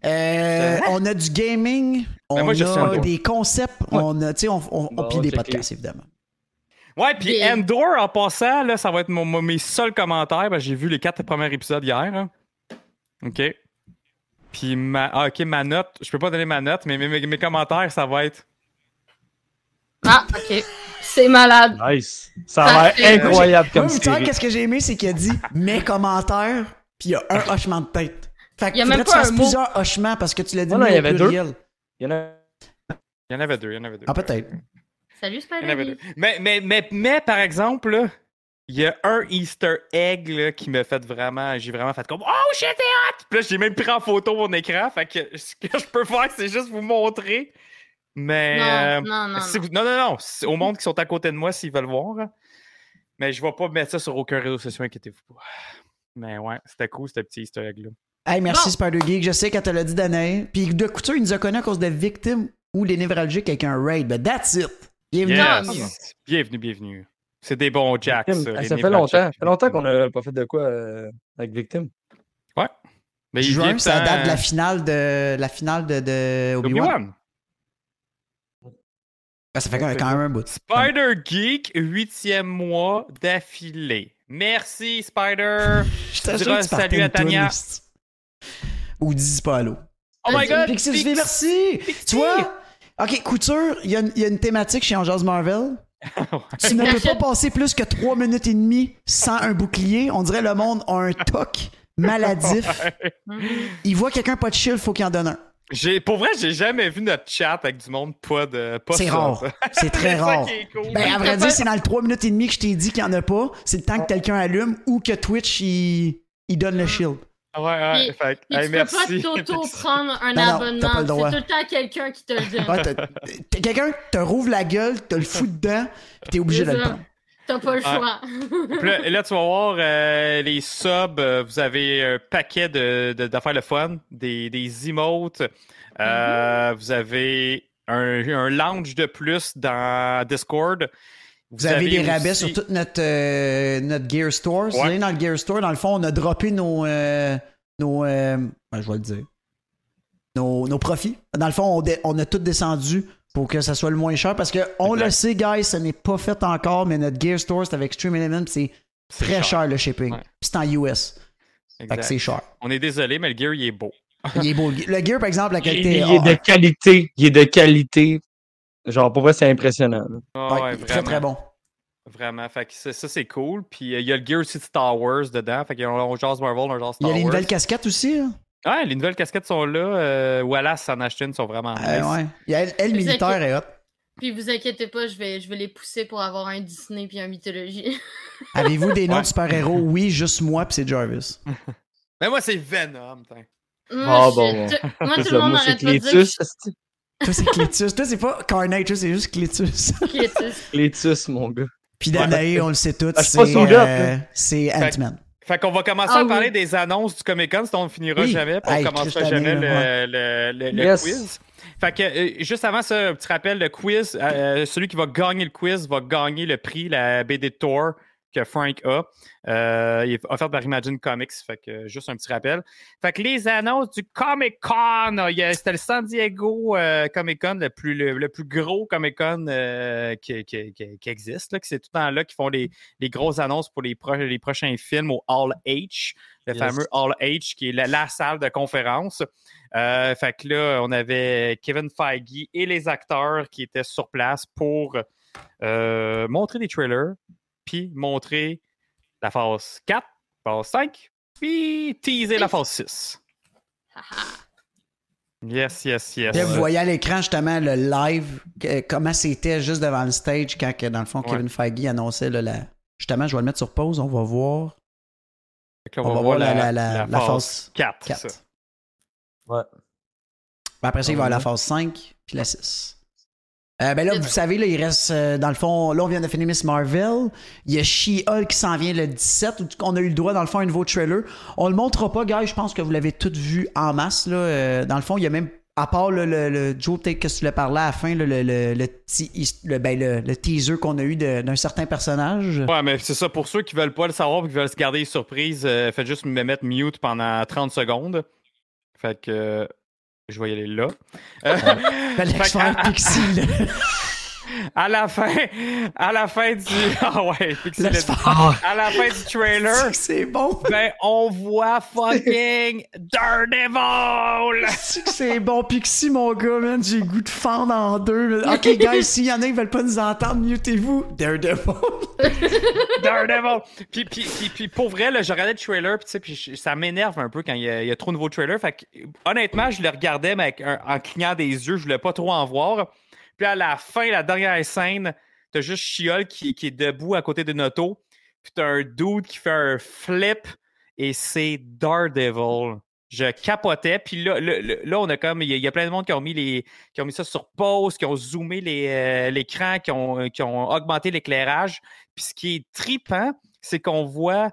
Speaker 1: Euh, on a du gaming, on
Speaker 6: Ben, moi, je suis
Speaker 1: a
Speaker 6: un
Speaker 1: des concepts, on a, tu sais, on, on, on-
Speaker 7: Bon,
Speaker 1: puis des
Speaker 7: checké.
Speaker 1: podcasts, évidemment.
Speaker 6: Ouais, puis
Speaker 8: Des-
Speaker 6: Endor, en passant, là, ça va être mon, mon- mes seuls commentaires. parce que J'ai vu les quatre premiers épisodes hier. hein. OK. Puis ma, ah, OK, ma note, je peux pas donner ma note, mais mes, mes- mes commentaires, ça va être.
Speaker 8: Ah, ok. C'est malade.
Speaker 7: Nice. Ça
Speaker 8: Ah,
Speaker 7: a l'air
Speaker 8: Parfait.
Speaker 7: incroyable comme
Speaker 1: Moi, vous savez
Speaker 7: série.
Speaker 1: qu'est-ce que j'ai aimé, c'est qu'il a dit mes commentaires, puis il y a un hochement de tête. Fait que
Speaker 8: Il y a même
Speaker 1: faudrait que tu
Speaker 8: pas
Speaker 1: fasses
Speaker 8: un mot.
Speaker 1: plusieurs hochements parce que tu l'as dit.
Speaker 7: Oh Non, non,
Speaker 1: mais
Speaker 7: il y
Speaker 1: au
Speaker 7: avait deux.
Speaker 1: pluriel.
Speaker 7: Il y en a
Speaker 6: Il y en avait deux, il y en avait deux.
Speaker 1: Ah, peut-être.
Speaker 8: Salut,
Speaker 6: Il y en avait deux.
Speaker 8: Spider-Man.
Speaker 6: Mais, mais, mais, mais, par exemple, là, il y a un Easter egg là, qui m'a fait vraiment. J'ai vraiment fait comme Oh, j'étais hot! Puis là, j'ai même pris en photo mon écran. Fait que ce que je peux faire, c'est juste vous montrer. Mais. euh,
Speaker 8: Non, non, non.
Speaker 6: Si
Speaker 8: non.
Speaker 6: vous- Non, non, non. c'est Au monde qui sont à côté de moi s'ils veulent voir. hein. Mais je ne vais pas mettre ça sur aucun réseau social, inquiétez-vous pas. Mais ouais, c'était cool, ce petit easter egg-là.
Speaker 1: Hey, merci
Speaker 8: Bon.
Speaker 1: Spider Geek, je sais quand te l'a dit Danae. Puis de couture, il nous a connus à cause de victimes ou des névralgiques avec un raid. But that's it. Bienvenue.
Speaker 6: Yes. Bienvenue, bienvenue. C'est des bons jacks.
Speaker 7: Victim. Ah, Ça fait longtemps. Ça fait longtemps qu'on n'a pas fait de quoi euh, avec Victime.
Speaker 6: Mais il
Speaker 1: Juin,
Speaker 6: vient
Speaker 1: hein. ça
Speaker 6: en-
Speaker 1: date de la finale de la finale de, de Obi-Wan.
Speaker 6: Obi-Wan.
Speaker 1: Ben, ça fait quand quand même un bout.
Speaker 6: Spider Geek, huitième mois d'affilée. Merci, Spider.
Speaker 1: Je t'assure
Speaker 6: diras
Speaker 1: que tu partais
Speaker 6: salut
Speaker 1: une
Speaker 6: à Tania.
Speaker 1: touriste. Ou dis pas allô.
Speaker 6: Oh my god.
Speaker 1: Pixie
Speaker 6: Pix-
Speaker 1: Sophie, merci!
Speaker 6: Pixie.
Speaker 1: Tu vois? Ok, couture, il y, a une- il y a une thématique chez Angers Marvel. Tu ne peux pas passer plus que 3 minutes et demie sans un bouclier. On dirait le monde a un toc maladif. Il voit quelqu'un pas de chill, faut qu'il en donne un.
Speaker 6: J'ai- Pour vrai, j'ai jamais vu notre chat avec du monde pas de. pas
Speaker 1: C'est
Speaker 6: ça.
Speaker 1: rare. C'est très
Speaker 6: C'est ça
Speaker 1: rare.
Speaker 6: qui est cool.
Speaker 1: Ben, à vrai dire, c'est dans le 3 minutes et demie que je t'ai dit qu'il n'y en a pas. C'est le temps que quelqu'un allume ou que Twitch, il, il donne le shield.
Speaker 6: Ouais, ouais.
Speaker 8: Puis-
Speaker 6: fait que,
Speaker 8: Puis
Speaker 6: hey,
Speaker 8: tu
Speaker 6: merci.
Speaker 8: peux pas t'auto-prendre un
Speaker 1: Non, non, t'as pas le
Speaker 8: abonnement.
Speaker 1: droit.
Speaker 8: C'est tout le temps quelqu'un qui te le donne.
Speaker 1: Ouais, Ah, t'as- t'as- quelqu'un te rouvre la gueule, te le fout dedans, pis t'es obligé de le prendre.
Speaker 8: T'as pas le
Speaker 6: Ouais.
Speaker 8: choix.
Speaker 6: Puis là, là, tu vas voir euh, les subs. euh, vous avez un paquet de, de- d'affaires le fun, des, des emotes.
Speaker 1: Mm-hmm.
Speaker 6: Euh, Vous avez un, un lounge de plus dans Discord.
Speaker 1: Vous, avez des rabais
Speaker 6: aussi-
Speaker 1: sur toute notre, euh, notre Gear Store. Si vous
Speaker 6: Ouais.
Speaker 1: allez dans le Gear Store, dans le fond, on a droppé nos. euh, nos euh, ben, je vais le dire. Nos, nos profits. Dans le fond, on, dé- on a tout descendu pour que ça soit le moins cher parce que on
Speaker 6: Exact.
Speaker 1: le sait, guys, ce n'est pas fait encore, mais notre Gear Store, c'est avec Stream Element, pis c'est
Speaker 6: C'est
Speaker 1: très cher. le shipping.
Speaker 6: Ouais.
Speaker 1: Pis c'est en US. Fait
Speaker 6: Exact.
Speaker 1: que c'est cher.
Speaker 6: On est désolé, mais le gear, il est beau.
Speaker 1: Il est beau. Le le Gear, par exemple, la
Speaker 7: Il,
Speaker 8: Ah,
Speaker 1: qualité.
Speaker 7: il est
Speaker 1: A1.
Speaker 7: de qualité. Il est de qualité. Genre, pour vrai, c'est impressionnant. là.
Speaker 6: Ah
Speaker 1: Ouais,
Speaker 6: ouais,
Speaker 1: il est très, très
Speaker 6: vraiment.
Speaker 1: bon.
Speaker 6: Vraiment. Fait que ça, ça, c'est cool. Puis euh, il y a le gear aussi de Star Wars dedans. Fait qu'il y a un genre Marvel, un genre
Speaker 1: Il
Speaker 6: Star
Speaker 1: y a les
Speaker 6: Wars.
Speaker 1: nouvelles casquettes aussi. hein.
Speaker 6: Ouais, les nouvelles casquettes sont là. Euh, Wallace en a acheté une, sont vraiment
Speaker 1: Euh,
Speaker 6: nice.
Speaker 1: ouais. Il y a elle, elle
Speaker 8: Vous
Speaker 1: militaire et hop.
Speaker 8: Puis vous inquiétez pas, je vais, je vais les pousser pour avoir un Disney puis un mythologie.
Speaker 1: Avez-vous des noms
Speaker 6: Ouais.
Speaker 1: de super-héros? Oui, juste moi, puis c'est Jarvis.
Speaker 6: Mais moi, c'est Venom. putain.
Speaker 8: Moi,
Speaker 7: Ah, bon,
Speaker 8: je-
Speaker 7: bon.
Speaker 8: tu- moi, tout
Speaker 7: Ça,
Speaker 8: le monde
Speaker 7: moi, c'est
Speaker 8: arrête pas de dire
Speaker 7: Clétus. asti.
Speaker 1: Toi, c'est Clétus. Toi, c'est pas Carnage, toi, c'est juste Clétus.
Speaker 8: que je suis Clétus.
Speaker 7: Clétus, mon gars.
Speaker 1: Puis Danae, on le sait tous,
Speaker 7: Ah, je suis
Speaker 1: c'est
Speaker 7: pas sur l'autre,
Speaker 1: euh, c'est Ant-Man.
Speaker 6: Fait qu'on va commencer
Speaker 8: Ah
Speaker 6: à
Speaker 8: oui.
Speaker 6: parler des annonces du Comic Con, sinon on finira
Speaker 1: Oui.
Speaker 6: jamais, puis on
Speaker 1: Hey,
Speaker 6: commencera
Speaker 1: Christophe,
Speaker 6: jamais
Speaker 1: là,
Speaker 6: le, le- le- le
Speaker 7: Yes.
Speaker 6: quiz. Fait que euh, juste avant ça, un petit rappel, le quiz, euh, celui qui va gagner le quiz va gagner le prix, la BD Tour que Frank a. Euh, il est offert par Imagine Comics. Fait que euh, juste un petit rappel. Fait que les annonces du Comic Con, euh, c'était le San Diego euh, Comic Con, le plus, le, le plus gros Comic Con euh, qui, qui- qui- qui existe. là, que C'est tout le temps là qu'ils font les, les grosses annonces pour les, pro- les prochains films au Hall H, le
Speaker 7: Yes.
Speaker 6: fameux Hall H qui est la, la salle de conférence. Euh, fait que là, on avait Kevin Feige et les acteurs qui étaient sur place pour euh, montrer des trailers, puis montrer la phase 4, phase 5, puis teaser la phase 6. Yes, yes, yes.
Speaker 1: Là, vous voyez à l'écran, justement, le live, que- comment c'était juste devant le stage quand, que, dans le fond,
Speaker 6: Ouais.
Speaker 1: Kevin Feige annonçait là, la... Justement, je vais le mettre sur pause, on va voir.
Speaker 6: Fait que là,
Speaker 1: On, va, voir la, la, la, la phase
Speaker 6: 4.
Speaker 1: 4.
Speaker 6: ça.
Speaker 7: Ouais.
Speaker 1: Ben, après ça, il va à la
Speaker 6: Mhm.
Speaker 7: Ouais.
Speaker 1: phase 5, puis la 6. Euh, ben là, vous savez, là, il reste, euh, dans le fond, là, on vient de finir Miss Marvel. Il y a She-Hulk qui s'en vient le 17, où on a eu le droit, dans le fond, à un nouveau trailer. On le montrera pas, gars, je pense que vous l'avez tout vu en masse, là. Euh, dans le fond, il y a même à part le, le- le- Joe, peut-être que tu l'as parlé à la fin, le, le- le- le petit his- le- ben, le- le teaser qu'on a eu de- d'un certain personnage.
Speaker 6: Ouais, mais c'est ça. Pour ceux qui veulent pas le savoir et qui veulent se garder les surprises, euh, faites juste me mettre mute pendant 30 secondes. Fait que euh, je vais y aller là. Euh,
Speaker 1: Ben,
Speaker 6: fait que,
Speaker 1: L'expert
Speaker 6: à-
Speaker 1: Pixie, le-
Speaker 6: à la fin, à la fin du, ah ouais, Pixie l'a dit.
Speaker 1: l'expert.
Speaker 6: à la fin du trailer,
Speaker 1: C'est bon.
Speaker 6: ben on voit fucking Daredevil.
Speaker 1: C'est que C'est bon, Pixie, mon gars, man. J'ai le goût de fendre en deux. là. Ok, guys, s'il y en a qui veulent pas nous entendre, mutez-vous. Daredevil.
Speaker 6: Daredevil! Puis, puis, puis, puis pour vrai, là, je regardais le trailer, puis, tu sais, puis je- ça m'énerve un peu quand il y, a, il y a trop de nouveaux trailers. Fait que, honnêtement, je le regardais mais avec un- en clignant des yeux, je voulais pas trop en voir. Puis à la fin, la dernière scène, t'as juste Chiol qui, qui est debout à côté d'une auto, puis t'as un dude qui fait un flip, et c'est Daredevil. Je capotais, puis là, le- le- là, on a comme, il y, a- il y a plein de monde qui ont mis les, qui ont mis ça sur pause, qui ont zoomé les, euh, l'écran, qui ont, qui ont augmenté l'éclairage. Puis ce qui est tripant, c'est qu'on voit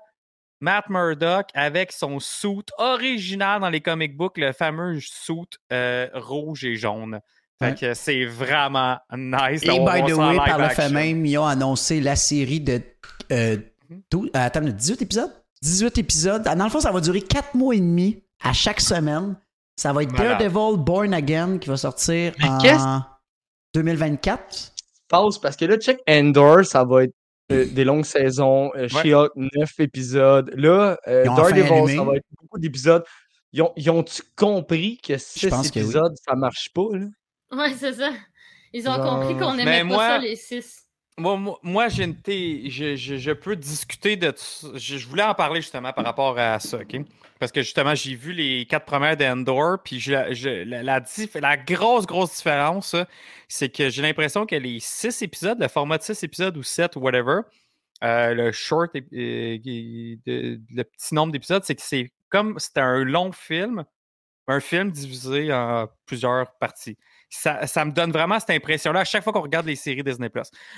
Speaker 6: Matt Murdock avec son suit original dans les comic books, le fameux suit euh, rouge et jaune. Fait
Speaker 1: Ouais.
Speaker 6: que c'est vraiment nice.
Speaker 1: Et
Speaker 6: Là, on
Speaker 1: by
Speaker 6: voit
Speaker 1: the
Speaker 6: ça en
Speaker 1: way,
Speaker 6: live
Speaker 1: par le fait
Speaker 6: action.
Speaker 1: même, ils ont annoncé la série de euh, dou- euh, attends, une minute, 18 épisodes? 18 épisodes. Ah, Dans le fond, ça va durer 4 mois et demi à chaque semaine. Ça va être
Speaker 6: Malade.
Speaker 1: Daredevil Born Again qui va sortir
Speaker 7: Mais
Speaker 1: en
Speaker 7: qu'est-ce-
Speaker 1: 2024.
Speaker 7: Pause, parce que là, check Endor, ça va être euh, des longues saisons. Euh, She-Hulk, 9 épisodes. Là, euh,
Speaker 1: Ils ont enfin
Speaker 7: Daredevil, ça
Speaker 1: allumé.
Speaker 7: va être beaucoup d'épisodes. Ils ont- Ils ont-tu compris que 6
Speaker 1: pense que oui.
Speaker 7: épisodes, ça marche pas? Là?
Speaker 8: Ouais, c'est ça. Ils ont
Speaker 7: Genre-
Speaker 8: compris qu'on
Speaker 6: Mais
Speaker 8: aimait
Speaker 6: moi-
Speaker 8: pas ça, les six.
Speaker 6: Moi, moi, moi, j'ai une thé- je, je- je peux discuter de. t- Je, je voulais en parler justement par rapport à ça, OK? Parce que justement, j'ai vu les quatre premières d'Endor, puis je- je- la, la dif- la grosse, grosse différence, là, c'est que j'ai l'impression que les six épisodes, le format de six épisodes ou sept ou whatever, euh, le short, ép- euh, qui- de- le petit nombre d'épisodes, c'est que c'est comme c'était un long film, un film divisé en plusieurs parties. Ça, ça me donne vraiment cette impression-là à chaque fois qu'on regarde les séries Disney+.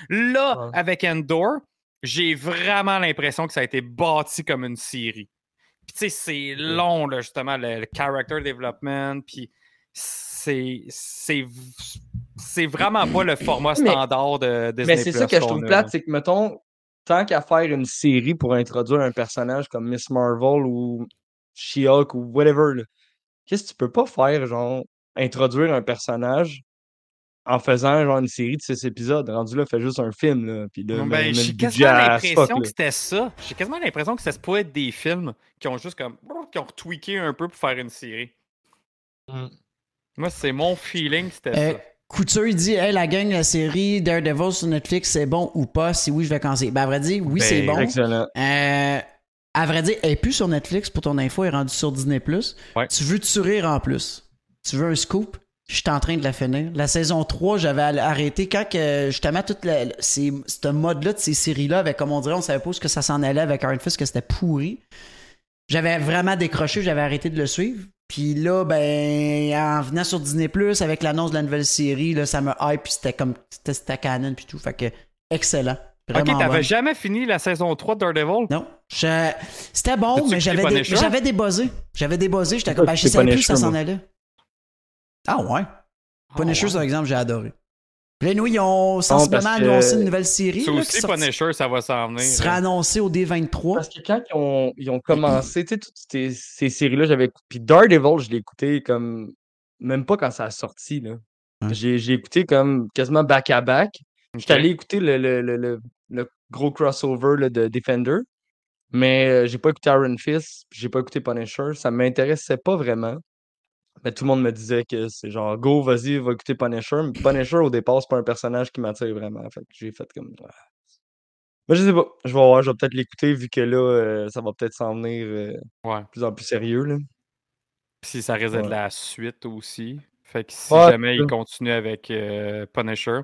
Speaker 6: Là,
Speaker 7: Ouais.
Speaker 6: avec Endor, j'ai vraiment l'impression que ça a été bâti comme une série. Puis tu sais, c'est long, là, justement, le, le character development, puis c'est c'est v- c'est vraiment pas le format
Speaker 7: Mais-
Speaker 6: standard de Disney+.
Speaker 7: Mais c'est ça que je
Speaker 6: qu'on
Speaker 7: trouve
Speaker 6: a,
Speaker 7: plate,
Speaker 6: là.
Speaker 7: c'est que, mettons, tant qu'à faire une série pour introduire un personnage comme Miss Marvel ou She-Hulk ou whatever, là, qu'est-ce que tu peux pas faire, genre, introduire un personnage en faisant, genre, une série de six épisodes? Rendu là, fais juste un film, là, puis là,
Speaker 6: Non,
Speaker 7: mets-
Speaker 6: ben,
Speaker 7: mets le
Speaker 6: j'ai
Speaker 7: budget
Speaker 6: quasiment
Speaker 7: à ce fuck,
Speaker 6: l'impression
Speaker 7: là.
Speaker 6: que c'était ça. J'ai quasiment l'impression que ça se pourrait être des films qui ont juste comme. qui ont retweaké un peu pour faire une série.
Speaker 7: Mm.
Speaker 6: Moi, c'est mon feeling, que c'était
Speaker 1: Euh,
Speaker 6: ça.
Speaker 1: Couture il dit Hey, la gang, la série Daredevil sur Netflix, c'est bon ou pas Si oui, je vais canceller. Ben, à vrai dire, oui,
Speaker 6: Ben,
Speaker 1: c'est bon.
Speaker 7: Excellent.
Speaker 1: Euh, à vrai dire, elle est plus sur Netflix pour ton info, elle est rendue sur Disney.
Speaker 6: Ouais.
Speaker 1: Tu veux tu rires en plus. Tu veux un scoop? Je suis en train de la finir. La saison 3, j'avais al- arrêté quand que, justement toute la, la- ces- ce mode-là de ces séries-là, avec comme on dirait, on savait pas où ce que ça s'en allait avec Iron Fist, que c'était pourri. J'avais vraiment décroché, j'avais arrêté de le suivre. Puis là, ben, en venant sur Disney avec l'annonce de la nouvelle série, là, ça me hype, puis c'était comme c'était- c'était canon puis tout. Fait que excellent. Vraiment
Speaker 6: Ok, t'avais
Speaker 1: bonne.
Speaker 6: jamais fini la saison 3 de Daredevil?
Speaker 1: Non. Je- C'était bon,
Speaker 6: T'as-tu
Speaker 1: mais
Speaker 6: écouté
Speaker 1: j'avais, dé-
Speaker 6: Punisher?
Speaker 1: mais j'avais débuzzé. J'avais débuzzé. J'étais comme,
Speaker 7: Pourquoi
Speaker 1: ben, je
Speaker 7: t'écoutais
Speaker 1: savais plus que ça
Speaker 7: Punisher,
Speaker 1: s'en
Speaker 7: moi?
Speaker 1: allait. Ah ouais. Punisher,
Speaker 6: Ah, ouais.
Speaker 1: par exemple, j'ai adoré. Puis là, nous, ils ont sensiblement
Speaker 7: parce que-
Speaker 1: annoncé une nouvelle série.
Speaker 6: C'est
Speaker 1: là,
Speaker 6: aussi
Speaker 1: qui sorti-
Speaker 6: Punisher, ça va s'en
Speaker 1: qui
Speaker 6: venir.
Speaker 1: sera
Speaker 6: hein.
Speaker 1: annoncée au D23.
Speaker 7: Parce que quand ils ont, ils ont commencé, tu sais, toutes ces, ces séries-là, j'avais. Puis Daredevil, je l'ai écouté comme. Même pas quand ça a sorti, là.
Speaker 1: Ouais.
Speaker 7: J'ai j'ai écouté comme quasiment back-à-back. J'étais
Speaker 6: Ok.
Speaker 7: allé écouter le, le, le, le- le gros crossover là, de Defender, mais euh, j'ai pas écouté Iron Fist, puis j'ai pas écouté Punisher. Ça m'intéressait pas vraiment. Mais tout le monde me disait que c'est genre go, vas-y, va écouter Punisher. Mais Punisher, au départ, c'est pas un personnage qui m'attire vraiment. Fait que j'ai fait comme. Ah. Mais je sais pas. Je vais voir, je vais peut-être l'écouter vu que là, euh, ça va peut-être s'en venir euh,
Speaker 6: Ouais.
Speaker 7: de plus en plus sérieux. Là.
Speaker 6: Puis ça risque d'être
Speaker 7: Ouais.
Speaker 6: la suite aussi. Fait que si
Speaker 7: Ouais,
Speaker 6: jamais il
Speaker 7: c'est ça.
Speaker 6: continue avec euh, Punisher.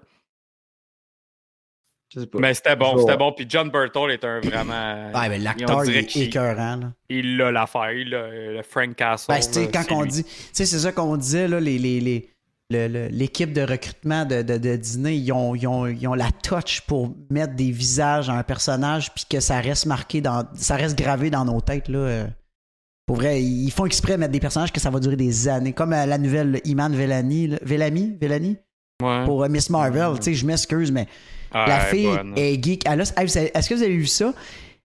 Speaker 7: Je sais pas.
Speaker 6: Mais c'était bon,
Speaker 7: Je
Speaker 6: c'était
Speaker 7: vois.
Speaker 6: bon. Puis John Burtle est un vraiment.
Speaker 1: Ouais, ben,
Speaker 6: Et on
Speaker 1: l'acteur, il
Speaker 6: dirait
Speaker 1: est
Speaker 6: qu'il-
Speaker 1: écœurant. là.
Speaker 6: Il a l'affaire, il a le Frank Castle.
Speaker 1: Ben, tu sais,
Speaker 6: là,
Speaker 1: quand
Speaker 6: euh, c'est
Speaker 1: on
Speaker 6: lui.
Speaker 1: dit. Tu sais, c'est ça qu'on disait, là, les. les, les- le- le- L'équipe de recrutement de, de, de Disney, ils ont, ils, ont, ils ont la touch pour mettre des visages à un personnage puis que ça reste marqué dans. ça reste gravé dans nos têtes. Là. euh, Pour vrai, ils font exprès de mettre des personnages que ça va durer des années. Comme euh, la nouvelle Iman Velani, là. Velami, Velani,
Speaker 6: Ouais.
Speaker 1: pour euh, Miss Marvel. Tu sais, je m'excuse, mais
Speaker 6: Ah,
Speaker 1: la
Speaker 6: elle est
Speaker 1: fille
Speaker 6: bonne.
Speaker 1: est geek. Elle a- hey, vous savez- Est-ce que vous avez vu ça?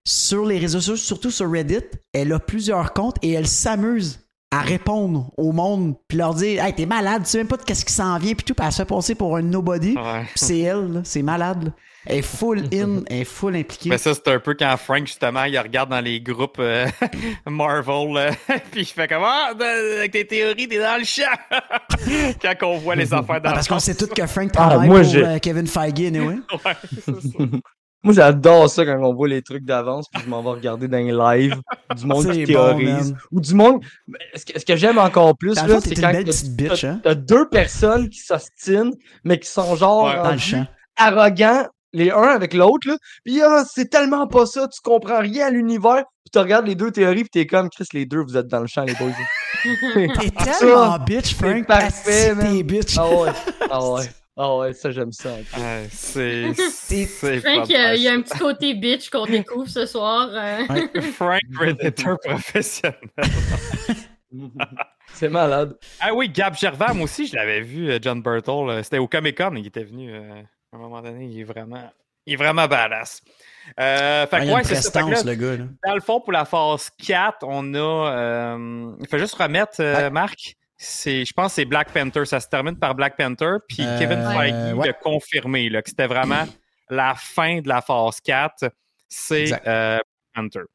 Speaker 1: Sur les réseaux sociaux, surtout sur Reddit, elle a plusieurs comptes et elle s'amuse à répondre au monde puis leur dire Hey, t'es malade, tu sais même pas de qu'est-ce qui s'en vient, puis tout, puis elle se fait passer pour un nobody.
Speaker 6: Ouais.
Speaker 1: Puis c'est elle, là, c'est malade. là. Elle est full in, elle est full impliquée.
Speaker 6: Mais ça, c'est un peu quand Frank, justement, il regarde dans les groupes euh, Marvel, euh, puis je fais comme Ah, de- avec tes théories, t'es dans le champ! quand on voit les affaires
Speaker 1: Ah,
Speaker 6: dans le
Speaker 1: parce qu'on sait tous que Frank
Speaker 7: Ah,
Speaker 1: travaille
Speaker 7: moi,
Speaker 1: pour
Speaker 7: j'ai-
Speaker 1: euh, Kevin Feige, anyway.
Speaker 6: Ouais, c'est ça.
Speaker 7: Moi, j'adore ça quand on voit les trucs d'avance, puis je m'en vais regarder dans les lives du monde qui
Speaker 1: C'est bon,
Speaker 7: théorise.
Speaker 1: man.
Speaker 7: ou du monde. Mais Ce que, ce que j'aime encore plus,
Speaker 1: Dans le
Speaker 7: là,
Speaker 1: fond,
Speaker 7: c'est
Speaker 1: t'es
Speaker 7: quand
Speaker 1: une belle
Speaker 7: t'as-
Speaker 1: petite bitch, hein?
Speaker 7: t'as deux personnes qui s'ostinent, mais qui sont genre
Speaker 6: Ouais.
Speaker 1: Dans le
Speaker 7: rendus
Speaker 1: champ.
Speaker 7: arrogants les uns avec l'autre, là. Puis ah, c'est tellement pas ça, tu comprends rien à l'univers. Puis tu regardes les deux théories, puis t'es comme Chris, les deux, vous êtes dans le champ, les boys.
Speaker 1: T'es tellement bitch,
Speaker 7: c'est
Speaker 1: Frank.
Speaker 7: parfait,
Speaker 1: Asti,
Speaker 7: man.
Speaker 1: t'es bitch.
Speaker 7: ah ouais, ah ouais, ah ouais, ça j'aime ça.
Speaker 6: Ah, c'est.
Speaker 1: C'est-
Speaker 6: c'est pas
Speaker 8: Frank, euh, il y a
Speaker 6: mal.
Speaker 8: un petit côté bitch qu'on découvre ce soir. euh.
Speaker 6: Frank Redditor professionnel.
Speaker 7: C'est malade.
Speaker 6: Ah oui, Gab Gervais, moi aussi, je l'avais vu, euh, John Burtle. euh, C'était au Comic Con, il était venu euh, à un moment donné. Il est vraiment, il est vraiment badass. Euh, fait
Speaker 1: Ah,
Speaker 6: que
Speaker 1: il a
Speaker 6: ouais,
Speaker 1: une
Speaker 6: c'est ça. Fait que là,
Speaker 1: prestance, le gars. là.
Speaker 6: dans le fond, pour la phase 4, on a. euh, il faut juste remettre, euh, Marc. C'est, je pense que c'est Black Panther. Ça se termine par Black Panther. Puis
Speaker 1: Euh,
Speaker 6: Kevin Feige
Speaker 1: ouais.
Speaker 6: l'a confirmé là, que c'était vraiment la fin de la phase 4. C'est
Speaker 1: Exact.
Speaker 6: euh, Black Panther.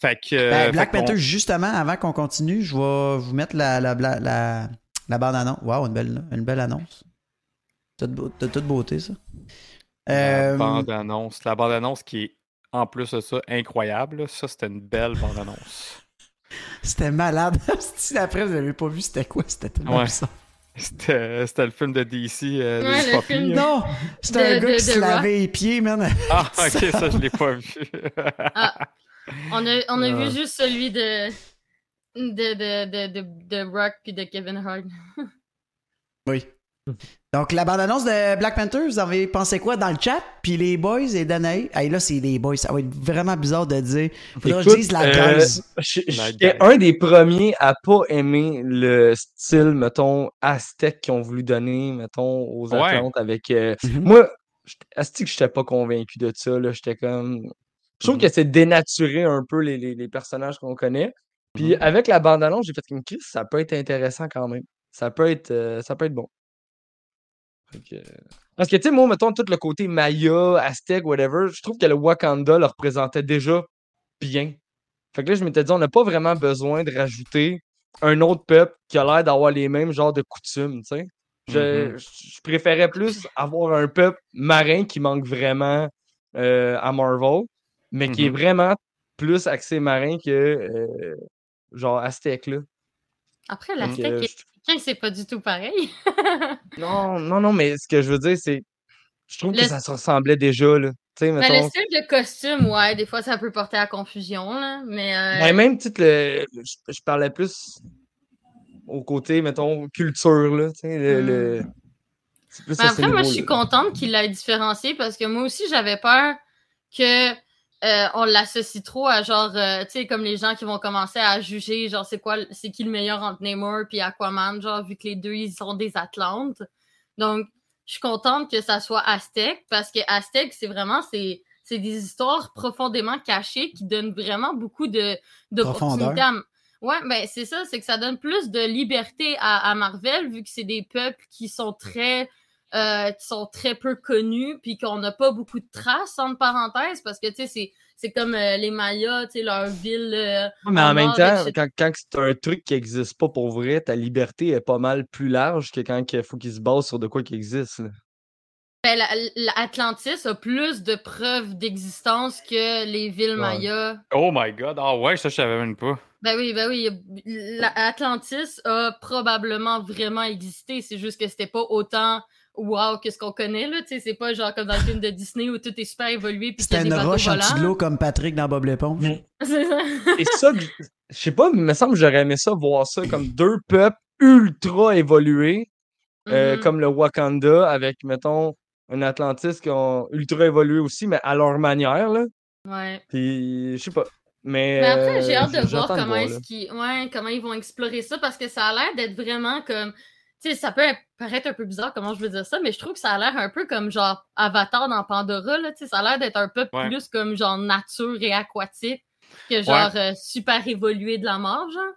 Speaker 6: Fait que.
Speaker 1: Ben,
Speaker 6: euh,
Speaker 1: Black
Speaker 6: fait qu'on-
Speaker 1: Panther, justement, avant qu'on continue, je vais vous mettre la, la, la, la, la bande annonce. Wow, une belle, une belle annonce. De toute beau- de toute beauté, ça.
Speaker 6: La
Speaker 1: Euh,
Speaker 6: bande-annonce. La bande-annonce qui est, en plus de ça, incroyable. là. Ça, c'était une belle bande-annonce.
Speaker 1: c'était malade. si après, vous n'avez pas vu, c'était quoi? C'était tellement
Speaker 6: Ouais.
Speaker 1: bizarre.
Speaker 6: C'était c'était le film de DC. euh, de
Speaker 8: Ouais, le
Speaker 6: Poppy,
Speaker 8: film
Speaker 6: hein.
Speaker 1: Non! C'était un
Speaker 8: De-
Speaker 1: gars
Speaker 8: de-
Speaker 1: qui se
Speaker 8: de Rock.
Speaker 1: lavait les pieds, man.
Speaker 6: Ah, ok, ça, je l'ai pas vu.
Speaker 8: On a, on a
Speaker 6: Ouais.
Speaker 8: vu juste celui de, de, de, de, de, de Rock puis de Kevin Hart.
Speaker 1: Oui. Donc, la bande-annonce de Black Panther, vous en avez pensé quoi dans le chat? Puis les boys et Danae. Hey, là, c'est les boys. Ça va être vraiment bizarre de dire. Faudra que je
Speaker 7: Écoute,
Speaker 1: dise la
Speaker 7: euh,
Speaker 1: gueuse.
Speaker 7: J-
Speaker 6: La
Speaker 7: J'étais
Speaker 6: guerre.
Speaker 7: un des premiers à pas aimer le style, mettons, aztèque qu'ils ont voulu donner, mettons, aux
Speaker 6: Ouais.
Speaker 7: Atlantes avec. euh,
Speaker 1: Mhm.
Speaker 7: Moi, j't- Asti que j'étais pas convaincu de ça. là, J'étais comme. Je trouve que c'est dénaturer un peu les, les- les personnages qu'on connaît. Puis avec la bande-annonce, j'ai fait une crise, ça peut être intéressant quand même. Ça peut être, euh, ça peut être bon. Fait que- Parce que, tu sais, moi, mettons, tout le côté Maya, Aztèque, whatever, je trouve que le Wakanda le représentait déjà bien. Fait que là, je m'étais dit, on n'a pas vraiment besoin de rajouter un autre peuple qui a l'air d'avoir les mêmes genres de coutumes, tu sais. Je, je- je préférais plus avoir un peuple marin qui manque vraiment euh, à Marvel, mais qui est
Speaker 6: Mhm.
Speaker 7: vraiment plus axé marin que euh, genre Aztèque, là. Fait
Speaker 8: Après,
Speaker 7: que,
Speaker 8: l'Aztèque
Speaker 7: euh,
Speaker 8: et
Speaker 7: je-
Speaker 8: quelqu'un, c'est pas du tout pareil.
Speaker 7: Non, non, non, mais ce que je veux dire, c'est. Je trouve que
Speaker 8: Le-
Speaker 7: ça se ressemblait déjà, là. Tu sais,
Speaker 8: Mais
Speaker 7: mettons.
Speaker 8: le style de costume, ouais, des fois, ça peut porter à confusion, là. Mais euh,
Speaker 7: Ben, même titre, le- je, je parlais plus au côté, mettons, culture, là. Tu sais, le.
Speaker 8: Hmm.
Speaker 7: le- c'est plus
Speaker 8: Mais
Speaker 7: à ce
Speaker 8: Ben, après, moi, je
Speaker 7: niveau-là.
Speaker 8: suis contente qu'il l'ait différencié parce que moi aussi, j'avais peur que euh, on l'associe trop à genre, euh, tu sais, comme les gens qui vont commencer à juger, genre, c'est quoi, c'est qui le meilleur entre Namor puis Aquaman, genre, vu que les deux, ils sont des Atlantes. Donc, je suis contente que ça soit Aztèque parce que Aztèque, c'est vraiment, c'est. C'est des histoires profondément cachées qui donnent vraiment beaucoup de d'opportunités. à- Ouais, ben c'est ça, c'est que ça donne plus de liberté à, à Marvel vu que c'est des peuples qui sont très euh, qui sont très peu connus, puis qu'on n'a pas beaucoup de traces, entre parenthèses, parce que, tu sais, c'est- c'est comme euh, les Mayas, tu sais, leur ville... euh,
Speaker 7: Ouais, Mais en
Speaker 8: en
Speaker 7: même
Speaker 8: mode,
Speaker 7: temps,
Speaker 8: etc.
Speaker 7: quand, quand c'est un truc qui n'existe pas pour vrai, ta liberté est pas mal plus large que quand il faut qu'il se base sur de quoi qui existe. là.
Speaker 8: ben, la- L'Atlantis a plus de preuves d'existence que les villes
Speaker 7: Ouais.
Speaker 8: Mayas.
Speaker 6: Oh my god, ah ouais, ça, je savais même pas.
Speaker 8: Ben oui, ben oui, l'Atlantis a probablement vraiment existé, c'est juste que c'était pas autant... Wow, que ce qu'on connaît là, tu sais, c'est pas genre comme dans le film de Disney où tout est super évolué puis qu'il y
Speaker 1: C'était
Speaker 8: a des
Speaker 1: une
Speaker 8: bateaux
Speaker 1: roche en dessous de
Speaker 8: volants.
Speaker 1: l'eau comme Patrick dans Bob l'éponge.
Speaker 7: Mais-
Speaker 8: C'est ça.
Speaker 7: Et ça, que- je sais pas, mais il me semble que j'aurais aimé ça voir ça comme deux peuples ultra évolués, euh,
Speaker 8: Mhm.
Speaker 7: comme le Wakanda avec, mettons, un Atlantis qui ont ultra évolué aussi, mais à leur manière. Là.
Speaker 8: Ouais.
Speaker 7: Puis, je sais pas. Mais,
Speaker 8: Mais après,
Speaker 7: euh,
Speaker 8: j'ai hâte de
Speaker 7: j'attends
Speaker 8: voir comment,
Speaker 7: là.
Speaker 8: est-ce qu'ils- ouais, comment ils vont explorer ça parce que ça a l'air d'être vraiment comme. Tu sais, ça peut paraître un peu bizarre comment je veux dire ça, mais je trouve que ça a l'air un peu comme genre Avatar dans Pandora. Là, tu sais, ça a l'air d'être un peu
Speaker 6: Ouais.
Speaker 8: plus comme genre nature et aquatique que genre euh, super évolué de la mort, genre.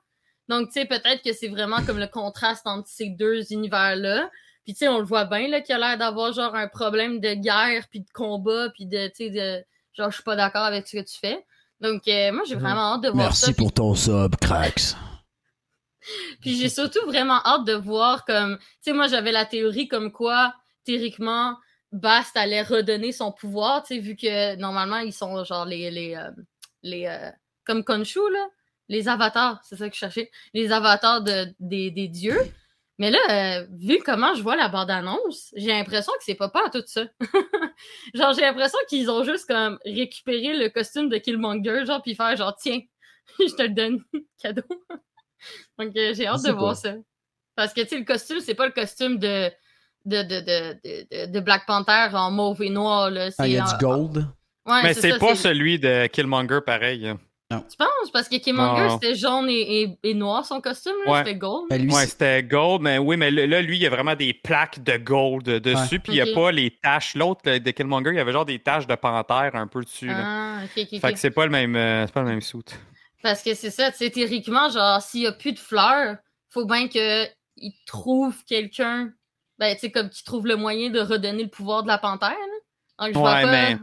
Speaker 8: Donc, tu sais, peut-être que c'est vraiment comme le contraste entre ces deux univers-là. Puis, tu sais, on le voit bien, là, qu'il a l'air d'avoir genre un problème de guerre, puis de combat, puis de, tu sais, de genre, je suis pas d'accord avec ce que tu fais. Donc, euh, moi, j'ai vraiment hâte de voir ça.
Speaker 1: Mhm. Merci
Speaker 8: puis-
Speaker 1: pour ton sub, Crax.
Speaker 8: puis j'ai surtout vraiment hâte de voir comme, tu sais, moi j'avais la théorie comme quoi, théoriquement, Bast allait redonner son pouvoir, tu sais, vu que normalement ils sont genre les, les, euh, les euh, comme Khonshu, là, les avatars, c'est ça que je cherchais, les avatars de, des, des dieux. Mais là, euh, vu comment je vois la bande-annonce, j'ai l'impression que c'est pas pas à tout ça. genre, j'ai l'impression qu'ils ont juste comme récupéré le costume de Killmonger, genre, puis faire genre, tiens, je te le donne, cadeau. Donc, euh, j'ai hâte de
Speaker 7: sais
Speaker 8: voir
Speaker 7: pas.
Speaker 8: ça. Parce que, tu sais, le costume, c'est pas le costume de, de, de, de, de- de Black Panther en mauve et noir, là.
Speaker 1: Ah, il y a
Speaker 8: c'est
Speaker 1: du
Speaker 8: en-
Speaker 1: gold.
Speaker 8: Ouais,
Speaker 6: Mais
Speaker 8: ça,
Speaker 6: c'est pas celui de Killmonger pareil. hein.
Speaker 8: Tu penses? Parce que Killmonger,
Speaker 6: Non.
Speaker 8: c'était jaune et, et- et noir son costume, là,
Speaker 6: Ouais.
Speaker 8: c'était gold.
Speaker 1: Ben, lui,
Speaker 6: Ouais,
Speaker 1: c'est-
Speaker 6: c'était gold, mais oui, mais le- là, lui, il y a vraiment des plaques de gold dessus, puis il n'y a
Speaker 8: Ok.
Speaker 6: pas les taches. L'autre, le- de Killmonger, il y avait genre des taches de panthère un peu dessus. là.
Speaker 8: Ah, ok, ok,
Speaker 6: Fait
Speaker 8: ok.
Speaker 6: que c'est pas le même, euh, c'est pas le même suit.
Speaker 8: Parce que c'est ça, tu sais, théoriquement, genre, s'il y a plus de fleurs, faut bien qu'il trouve quelqu'un, ben, tu sais, comme qu'il trouve le moyen de redonner le pouvoir de la panthère, là. Donc, je vois
Speaker 6: Ouais,
Speaker 8: pas
Speaker 6: mais-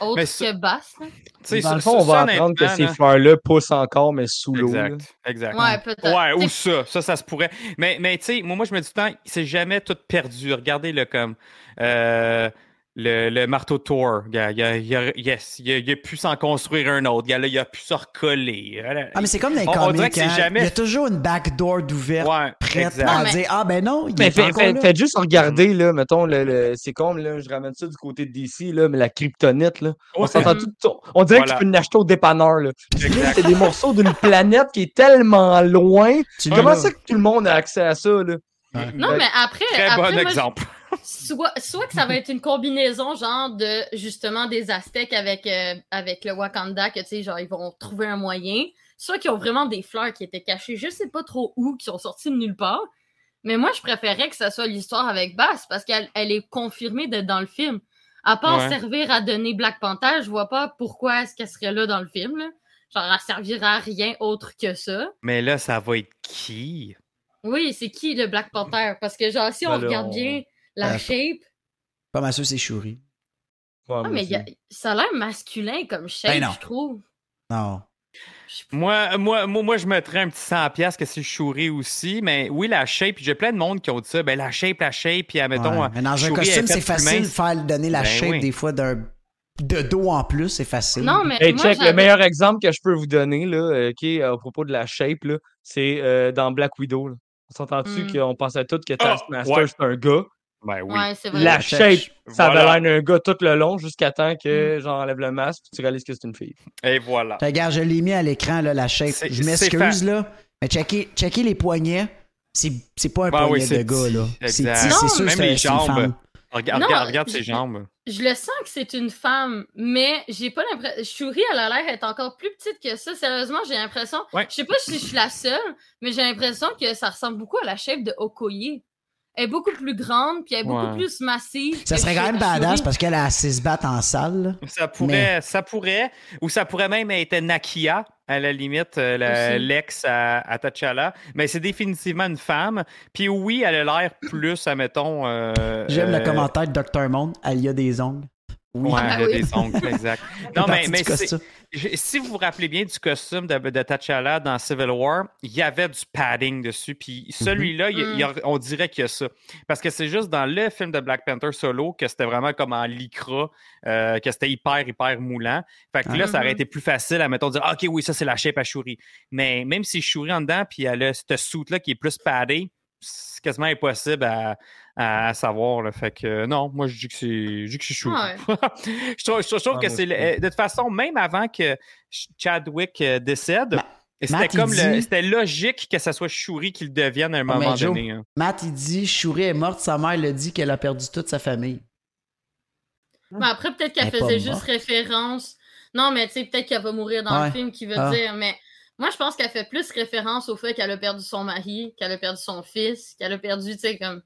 Speaker 8: autre
Speaker 6: mais ça-
Speaker 8: que basse, là.
Speaker 6: Tu sais,
Speaker 7: Dans le
Speaker 6: ça-
Speaker 7: fond, on
Speaker 6: ça,
Speaker 7: va
Speaker 6: ça,
Speaker 7: apprendre que
Speaker 6: honnêtement,
Speaker 7: ces
Speaker 6: là-
Speaker 7: fleurs-là poussent encore, mais sous l'eau. là.
Speaker 6: Exact, exact.
Speaker 8: Ouais, peut-être.
Speaker 6: Ouais,
Speaker 8: Tu
Speaker 6: ou
Speaker 8: sais,
Speaker 6: ça, ça, ça se pourrait. Mais, mais tu sais, moi, moi, je me dis tout le temps, c'est jamais tout perdu. Regardez-le comme euh, le, le marteau de Thor. Il y a, il y a- il y a- yes, il y a- il y a pu s'en construire un autre. Il y a- là, il a pu se recoller. Voilà.
Speaker 1: Ah, mais c'est comme dans les
Speaker 6: On- on
Speaker 1: comics.
Speaker 6: dirait que c'est
Speaker 1: hein.
Speaker 6: jamais-
Speaker 1: Il y a toujours une backdoor d'ouverte
Speaker 6: Ouais,
Speaker 1: prête
Speaker 6: exact.
Speaker 1: à
Speaker 8: Non, mais-
Speaker 1: dire Ah, ben non, il
Speaker 7: Mais
Speaker 1: est
Speaker 7: fait-
Speaker 1: encore
Speaker 7: fait-
Speaker 1: là.
Speaker 7: faites juste regarder, là, mettons, le, le- c'est comme, là, je ramène ça du côté de DC, là, mais la kryptonite, là. On
Speaker 6: Ouais.
Speaker 7: s'entend tout. on- On dirait que
Speaker 6: Voilà.
Speaker 7: tu peux l'acheter au dépanneur, là.
Speaker 6: Exact.
Speaker 7: C'est des morceaux d'une planète qui est tellement loin.
Speaker 1: Tu l'as,
Speaker 7: Comment
Speaker 1: là.
Speaker 7: ça que tout le monde a accès à ça, là?
Speaker 8: Non, mais après,
Speaker 6: Très
Speaker 8: après,
Speaker 6: bon
Speaker 8: moi, je-
Speaker 6: exemple.
Speaker 8: soit, soit que ça va être une combinaison genre de justement des Aztèques avec, euh, avec le Wakanda, que tu sais, genre ils vont trouver un moyen. Soit qu'ils ont vraiment des fleurs qui étaient cachées, je sais pas trop où, qui sont sorties de nulle part. Mais moi, je préférais que ça soit l'histoire avec Bass parce qu'elle elle est confirmée d'être dans le film. À part
Speaker 6: Ouais.
Speaker 8: servir à donner Black Panther, je vois pas pourquoi est-ce qu'elle serait là dans le film. Là. Genre, elle servira à rien autre que ça.
Speaker 6: Mais là, ça va être qui?
Speaker 8: Oui, c'est qui le Black Panther? Parce que genre, si on
Speaker 7: Ben là,
Speaker 8: regarde
Speaker 7: on- Ah,
Speaker 8: bien la
Speaker 1: Euh,
Speaker 8: shape,
Speaker 1: Pas mal sûr, c'est Shuri.
Speaker 8: Ah, mais y a- ça a l'air masculin comme shape,
Speaker 1: Ben non.
Speaker 8: je trouve.
Speaker 1: Non.
Speaker 6: Moi, moi, moi, moi, je mettrais un petit 100$ piastres que c'est Shuri aussi. Mais oui, la shape, j'ai plein de monde qui ont dit ça. Ben, la shape, la shape, puis admettons.
Speaker 1: Ouais. Mais dans un
Speaker 6: Shuri est
Speaker 1: costume,
Speaker 6: faite
Speaker 1: c'est
Speaker 6: plus
Speaker 1: facile de
Speaker 6: mince.
Speaker 1: faire donner la
Speaker 6: Ben
Speaker 1: shape
Speaker 6: oui.
Speaker 1: des fois d'un de dos en plus, c'est facile.
Speaker 8: Non, mais.
Speaker 7: Hey,
Speaker 8: moi,
Speaker 7: check, le
Speaker 8: j'avais-
Speaker 7: meilleur exemple que je peux vous donner, là, euh, qui est à propos de la shape, là, c'est euh, dans Black Widow, là. On s'entend-tu
Speaker 8: Hmm.
Speaker 7: qu'on pensait tous que Taskmaster,
Speaker 6: ouais.
Speaker 7: c'est un gars?
Speaker 6: Ben oui.
Speaker 8: Ouais, c'est vrai.
Speaker 7: Ah, La
Speaker 1: La
Speaker 7: shape,
Speaker 1: shape,
Speaker 7: ça avait
Speaker 6: voilà.
Speaker 7: l'air d'un gars tout le long jusqu'à temps
Speaker 8: Hmm.
Speaker 7: que j'enlève le masque puis tu réalises que c'est une fille.
Speaker 6: Et voilà.
Speaker 1: Fait, Regarde, je l'ai mis à l'écran, là, la shape.
Speaker 6: C'est-
Speaker 1: Je
Speaker 6: c'est
Speaker 1: m'excuse, là. Mais checker, checker les poignets, c'est c'est pas un
Speaker 6: Ah oui,
Speaker 1: poignet de
Speaker 6: c'est
Speaker 1: gars, là.
Speaker 6: petit,
Speaker 1: C'est
Speaker 6: exact.
Speaker 1: petit, c'est
Speaker 8: Non,
Speaker 1: sûr,
Speaker 6: même
Speaker 1: c'est
Speaker 6: les
Speaker 1: c'est une
Speaker 6: jambes.
Speaker 1: femme.
Speaker 6: Regarde,
Speaker 8: Non,
Speaker 6: regarde, regarde
Speaker 8: je-
Speaker 6: ses jambes.
Speaker 8: Je le sens que c'est une femme, mais j'ai pas l'impression. Shuri, elle a l'air d'être encore plus petite que ça. Sérieusement, j'ai l'impression.
Speaker 6: Ouais.
Speaker 8: Je sais pas si je suis la seule, mais j'ai l'impression que ça ressemble beaucoup à la shape de Okoye. Elle est beaucoup plus grande, puis elle est beaucoup
Speaker 6: Ouais.
Speaker 8: plus massive.
Speaker 1: Ça
Speaker 8: que
Speaker 1: serait quand
Speaker 8: Shuri.
Speaker 1: même badass parce qu'elle a assez se battre en salle. là.
Speaker 6: Ça pourrait, ça pourrait, ou ça pourrait même être Nakia, à la limite, euh, la-
Speaker 8: Aussi.
Speaker 6: l'ex à, à T'Challa. Mais c'est définitivement une femme. Puis oui, elle a l'air plus, admettons. euh,
Speaker 1: J'aime le
Speaker 6: euh,
Speaker 1: commentaire de Dr. Monde. Elle y a des ongles. Oui.
Speaker 6: Ouais,
Speaker 8: Ah
Speaker 6: elle a
Speaker 8: oui.
Speaker 6: des ongles, exact. Non,
Speaker 1: Partie
Speaker 6: mais,
Speaker 1: du
Speaker 6: mais c'est-
Speaker 1: costume.
Speaker 6: j'ai- si vous vous rappelez bien du costume de, de T'Challa dans Civil War, il y avait du padding dessus. Puis celui-là, il-
Speaker 8: Mm.
Speaker 6: il y a- on dirait qu'il y a ça. Parce que c'est juste dans le film de Black Panther solo que c'était vraiment comme en lycra, euh, que c'était hyper, hyper moulant. Fait que là, ça aurait
Speaker 8: Mhm.
Speaker 6: été plus facile à, mettons, dire, Ah, OK, oui, ça, c'est la shape à Shuri. Mais même si Shuri en dedans, puis elle a cette soute-là qui est plus paddée, c'est quasiment impossible à, à- à savoir. là. Fait que euh, non, moi, je dis que c'est je dis que c'est Shuri.
Speaker 8: Ouais.
Speaker 6: je trouve, je trouve
Speaker 7: Ah,
Speaker 6: que
Speaker 7: moi
Speaker 6: c'est. le-
Speaker 7: aussi.
Speaker 6: euh, De toute façon, même avant que Ch- Chadwick euh, décède,
Speaker 1: Ma-
Speaker 6: c'était
Speaker 1: Matt, il
Speaker 6: comme le-
Speaker 1: dit- Ah,
Speaker 6: c'était logique que ça soit Shuri qu'il devienne à un
Speaker 1: mais
Speaker 6: moment
Speaker 1: Joe-
Speaker 6: donné. hein.
Speaker 1: Matt, il dit Shuri est morte, sa mère le dit qu'elle a perdu toute sa famille.
Speaker 8: Mais après, peut-être qu'elle
Speaker 1: Elle est pas
Speaker 8: faisait
Speaker 1: morte.
Speaker 8: juste référence. non, mais tu sais, peut-être qu'elle va mourir dans
Speaker 1: Ouais.
Speaker 8: le film, qui veut
Speaker 1: Ah.
Speaker 8: dire, mais moi, je pense qu'elle fait plus référence au fait qu'elle a perdu son mari, qu'elle a perdu son fils, qu'elle a perdu, tu sais, comme.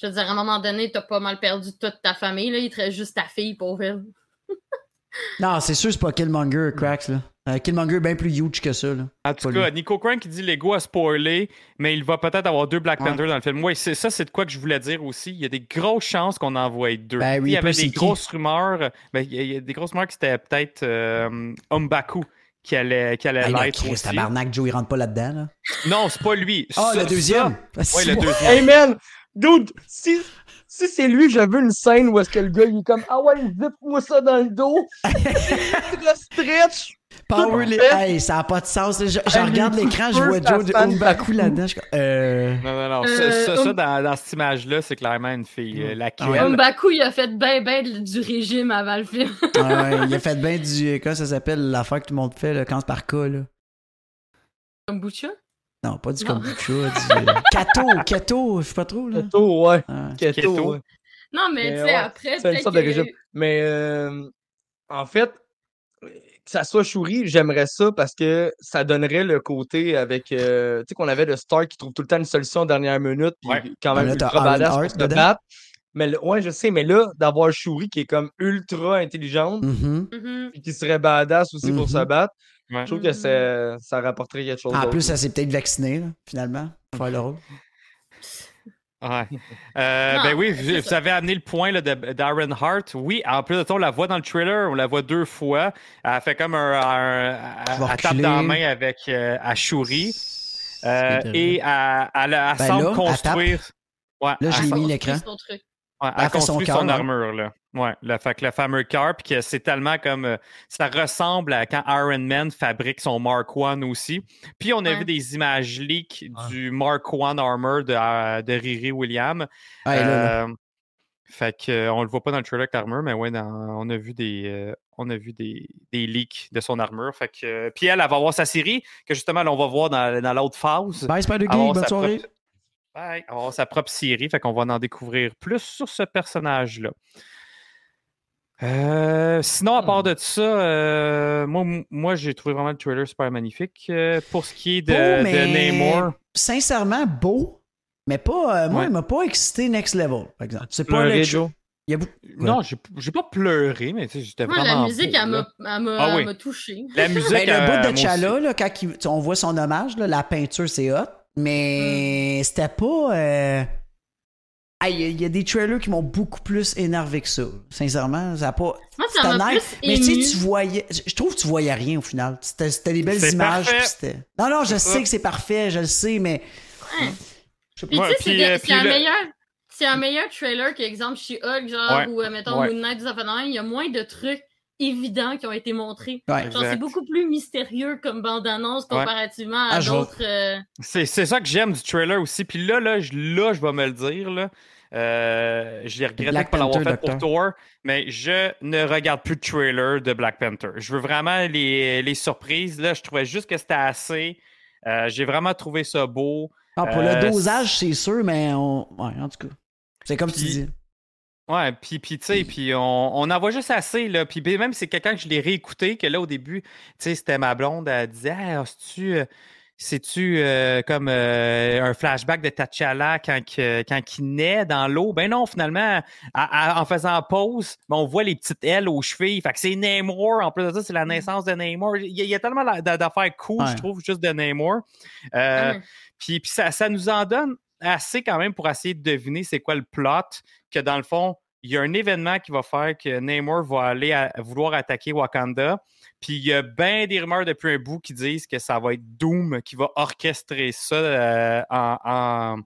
Speaker 8: Je veux dire, à un moment donné, t'as pas mal perdu toute ta famille, là. Il te reste juste ta fille, pauvre elle.
Speaker 1: Non, c'est sûr, c'est pas Killmonger, Cracks, là. Euh, Killmonger est bien plus huge que ça, là.
Speaker 6: En tout
Speaker 1: Pas
Speaker 6: cas, Nico Crank qui dit Lego a spoilé, mais il va peut-être avoir deux Black
Speaker 1: Ouais.
Speaker 6: Panther dans le film. Oui, c'est ça, c'est de quoi que je voulais dire aussi. Il y a des grosses chances qu'on en voie deux.
Speaker 1: Ben oui,
Speaker 6: il y avait
Speaker 1: peu, c'est
Speaker 6: des
Speaker 1: qui?
Speaker 6: grosses rumeurs. ben, il y a- il y a des grosses rumeurs que c'était peut-être euh, Umbaku qui allait, qui allait
Speaker 1: Hey, là,
Speaker 6: l'être
Speaker 1: Chris,
Speaker 6: aussi.
Speaker 1: tabarnak, Joe, il rentre pas là-dedans, là.
Speaker 6: Non, c'est pas lui.
Speaker 1: Ah,
Speaker 6: Ça-
Speaker 1: le deuxième!
Speaker 6: ça- Ouais, le deuxième.
Speaker 7: Hey man, dude, si, si c'est lui, je veux une scène où est-ce que le gars il est comme Ah ouais, zip-moi ça dans le dos, le stretch.
Speaker 1: Power
Speaker 7: Tout
Speaker 1: les-
Speaker 7: fait.
Speaker 1: Hey, ça a pas de sens. là. Je, je
Speaker 7: Hey,
Speaker 1: regarde
Speaker 7: les
Speaker 1: l'écran, je vois
Speaker 7: coupeurs,
Speaker 1: Joe de
Speaker 7: ça se
Speaker 1: Umbaku
Speaker 7: passe
Speaker 1: là-dedans. Je suis comme, euh...
Speaker 6: Non, non, non.
Speaker 8: Euh,
Speaker 6: ça, ça- ça,
Speaker 8: Um-
Speaker 6: dans, dans cette image-là, c'est clairement une fille.
Speaker 1: Mm.
Speaker 6: euh,
Speaker 1: Ah
Speaker 6: Laquelle.
Speaker 8: Mbaku, il a fait ben, ben de- du régime avant le film.
Speaker 1: ouais, il a fait bien du... Quoi, ça s'appelle l'affaire que tout le monde fait, le cancer par cas, là.
Speaker 8: Kombucha?
Speaker 1: Non, pas du
Speaker 8: Non.
Speaker 1: kombucha, du... euh, Kato, Kato, je sais pas trop, là.
Speaker 7: Keto, ouais.
Speaker 1: Ah.
Speaker 7: Keto,
Speaker 6: Keto.
Speaker 7: ouais.
Speaker 8: Non,
Speaker 7: Mais
Speaker 8: mais, tu sais,
Speaker 7: ouais,
Speaker 8: après,
Speaker 7: c'est une
Speaker 8: peut-être
Speaker 7: sorte de
Speaker 8: qu'il y a
Speaker 7: régime.
Speaker 8: eu-
Speaker 7: Mais euh, en fait, euh, que ça soit Shuri, j'aimerais ça parce que ça donnerait le côté avec. euh, tu sais, qu'on avait le Stark qui trouve tout le temps une solution en dernière minute, puis
Speaker 6: Ouais.
Speaker 7: quand
Speaker 1: Ben
Speaker 7: même
Speaker 1: là, t'as
Speaker 7: ultra
Speaker 1: Iron
Speaker 7: badass pour
Speaker 1: Heart
Speaker 7: se
Speaker 1: dedans.
Speaker 7: battre. Mais le- ouais, je sais, mais là, d'avoir Shuri qui est comme ultra intelligente,
Speaker 1: Mhm.
Speaker 8: Mhm.
Speaker 7: puis qui serait badass aussi pour se
Speaker 1: Mhm.
Speaker 7: battre,
Speaker 6: Ouais.
Speaker 7: je trouve que ça, ça rapporterait quelque chose.
Speaker 1: Ah, En
Speaker 7: d'autre.
Speaker 1: plus, ça s'est peut-être vacciné, là, finalement, pour faire le rôle.
Speaker 6: Ouais. Euh,
Speaker 8: Non,
Speaker 6: ben oui,
Speaker 8: c'est
Speaker 6: vous,
Speaker 8: ça.
Speaker 6: vous avez amené le point là, de d'Aaron Hart. Oui, en plus de ça, on la voit dans le trailer, on la voit deux fois. Elle fait comme un, un-
Speaker 1: Je vais
Speaker 6: elle tape
Speaker 1: reculer.
Speaker 6: dans la main avec euh, Ashuri Euh,
Speaker 1: C'est terrible.
Speaker 6: et elle, elle- elle
Speaker 1: Ben
Speaker 6: semble
Speaker 1: là, elle
Speaker 6: construire. Ouais,
Speaker 1: Là, je
Speaker 6: elle
Speaker 1: l'ai Ah, mis
Speaker 8: Son-
Speaker 1: l'écran.
Speaker 8: Ah, son truc.
Speaker 6: Ouais,
Speaker 1: Elle
Speaker 6: elle
Speaker 1: a fait son
Speaker 6: construit son,
Speaker 1: cœur, hein. ouais.
Speaker 6: armure, là. Ouais, le, fait que le fameux cœur, puis que c'est tellement comme. euh, ça ressemble à quand Iron Man fabrique son Mark One aussi. Puis on a
Speaker 8: Ouais.
Speaker 6: vu des images leak
Speaker 1: Ah.
Speaker 6: du Mark One armor de, euh, de Riri Williams.
Speaker 1: Ouais, Ah, là, là.
Speaker 6: Euh, fait que euh, on le voit pas dans le trailer avec l'armure, mais ouais, dans- on a vu des euh, on a vu des, des leaks de son armure. Fait que euh, puis elle, elle va voir sa série que justement là, on va voir dans, dans l'autre phase.
Speaker 1: Bye, Spider
Speaker 6: Elle va
Speaker 1: Geek,
Speaker 6: Euh, avoir
Speaker 1: bonne
Speaker 6: sa
Speaker 1: soirée.
Speaker 6: propre- Bye. Elle va avoir sa propre série, fait qu'on va en découvrir plus sur ce personnage-là. Euh, sinon, à
Speaker 1: Mmh.
Speaker 6: part de ça, euh, moi, moi j'ai trouvé vraiment le trailer super magnifique. Euh, pour ce qui est de,
Speaker 1: Beau,
Speaker 6: de
Speaker 1: mais-
Speaker 6: Namor,
Speaker 1: Sincèrement, beau, mais pas... euh, moi,
Speaker 6: Ouais.
Speaker 1: il m'a pas excité Next Level, par exemple. C'est pas
Speaker 7: Pleurer,
Speaker 1: le...
Speaker 7: Joe.
Speaker 1: Il y a beaucoup...
Speaker 6: non, j'ai j'ai pas pleuré, mais tu sais, j'étais
Speaker 8: Moi,
Speaker 6: vraiment.
Speaker 8: la musique,
Speaker 6: beau,
Speaker 8: elle
Speaker 6: là.
Speaker 8: m'a elle m'a-
Speaker 6: Ah
Speaker 8: elle
Speaker 6: oui.
Speaker 8: m'a touchée.
Speaker 6: La musique.
Speaker 1: Ben, le
Speaker 6: euh,
Speaker 1: bout
Speaker 6: moi
Speaker 1: de
Speaker 6: aussi.
Speaker 1: Chala, là, quand il- tu- on voit son hommage, là, la peinture, c'est hot, mais c'était pas. euh, ah, Il y, a- il y a des trailers qui m'ont beaucoup plus énervé que ça. Sincèrement, ça a pas.
Speaker 8: Moi,
Speaker 1: c'était
Speaker 8: ça m'a
Speaker 1: nice,
Speaker 8: plus
Speaker 1: Mais tu
Speaker 8: émue.
Speaker 1: sais, tu voyais. je- Je trouve que tu voyais rien au final. C'était c'était des belles
Speaker 6: C'est
Speaker 1: images.
Speaker 6: parfait.
Speaker 1: puis c'était- Non, non, je
Speaker 6: C'est
Speaker 1: sais
Speaker 6: ça.
Speaker 1: que c'est parfait, je le sais, mais.
Speaker 8: Puis
Speaker 6: Ouais,
Speaker 8: tu sais, c'est
Speaker 6: puis,
Speaker 8: des-
Speaker 6: euh,
Speaker 8: c'est
Speaker 6: puis
Speaker 8: un
Speaker 6: le-
Speaker 8: meilleur. C'est un meilleur trailer qu'exemple chez Hulk,
Speaker 6: Ouais,
Speaker 8: genre, ou euh, mettons
Speaker 6: ouais.
Speaker 8: Moon Knight, des affaires de même. Il y a moins de trucs évidents qui ont été montrés.
Speaker 1: Ouais.
Speaker 8: Genre, c'est
Speaker 6: Exact.
Speaker 8: beaucoup plus mystérieux comme bande-annonce
Speaker 6: Ouais.
Speaker 8: comparativement à
Speaker 1: Ah, je vais-
Speaker 8: d'autres. euh,
Speaker 6: C'est c'est ça que j'aime du trailer aussi. Puis là, là, je, là, je vais me le dire. Là. Euh, je l'ai regretté de
Speaker 1: Black
Speaker 6: pas l'avoir
Speaker 1: Panther,
Speaker 6: fait pour
Speaker 1: docteur.
Speaker 6: Thor, mais je ne regarde plus de trailer de Black Panther. Je veux vraiment les, les surprises. Là, je trouvais juste que c'était assez. Euh, J'ai vraiment trouvé ça beau.
Speaker 1: Ah, pour
Speaker 6: Euh,
Speaker 1: le dosage, c'est sûr, mais on. Ouais, en tout cas. C'est comme tu
Speaker 6: Puis-
Speaker 1: dis.
Speaker 6: Ouais, puis, puis tu sais, puis on, on en voit juste assez, là. Puis ben, même c'est quelqu'un que je l'ai réécouté, que là, au début, tu sais, c'était ma blonde, elle disait, ah, c'est-tu, euh, c'est-tu euh, comme euh, un flashback de T'Challa quand, que- quand il naît dans l'eau? Ben non, finalement, à- à- en faisant pause, ben, on voit les petites ailes aux chevilles. Fait que c'est Namor, en plus de ça, c'est la naissance de Namor. Il y a, il y a tellement d'a- d'affaires cool,
Speaker 1: Ouais.
Speaker 6: je trouve, juste de Namor. Euh,
Speaker 8: hein.
Speaker 6: puis, puis ça, ça nous en donne assez quand même pour essayer de deviner c'est quoi le plot, que dans le fond, il y a un événement qui va faire que Namor va aller à- vouloir attaquer Wakanda. Puis il y a bien des rumeurs depuis un bout qui disent que ça va être Doom qui va orchestrer ça euh, en- en-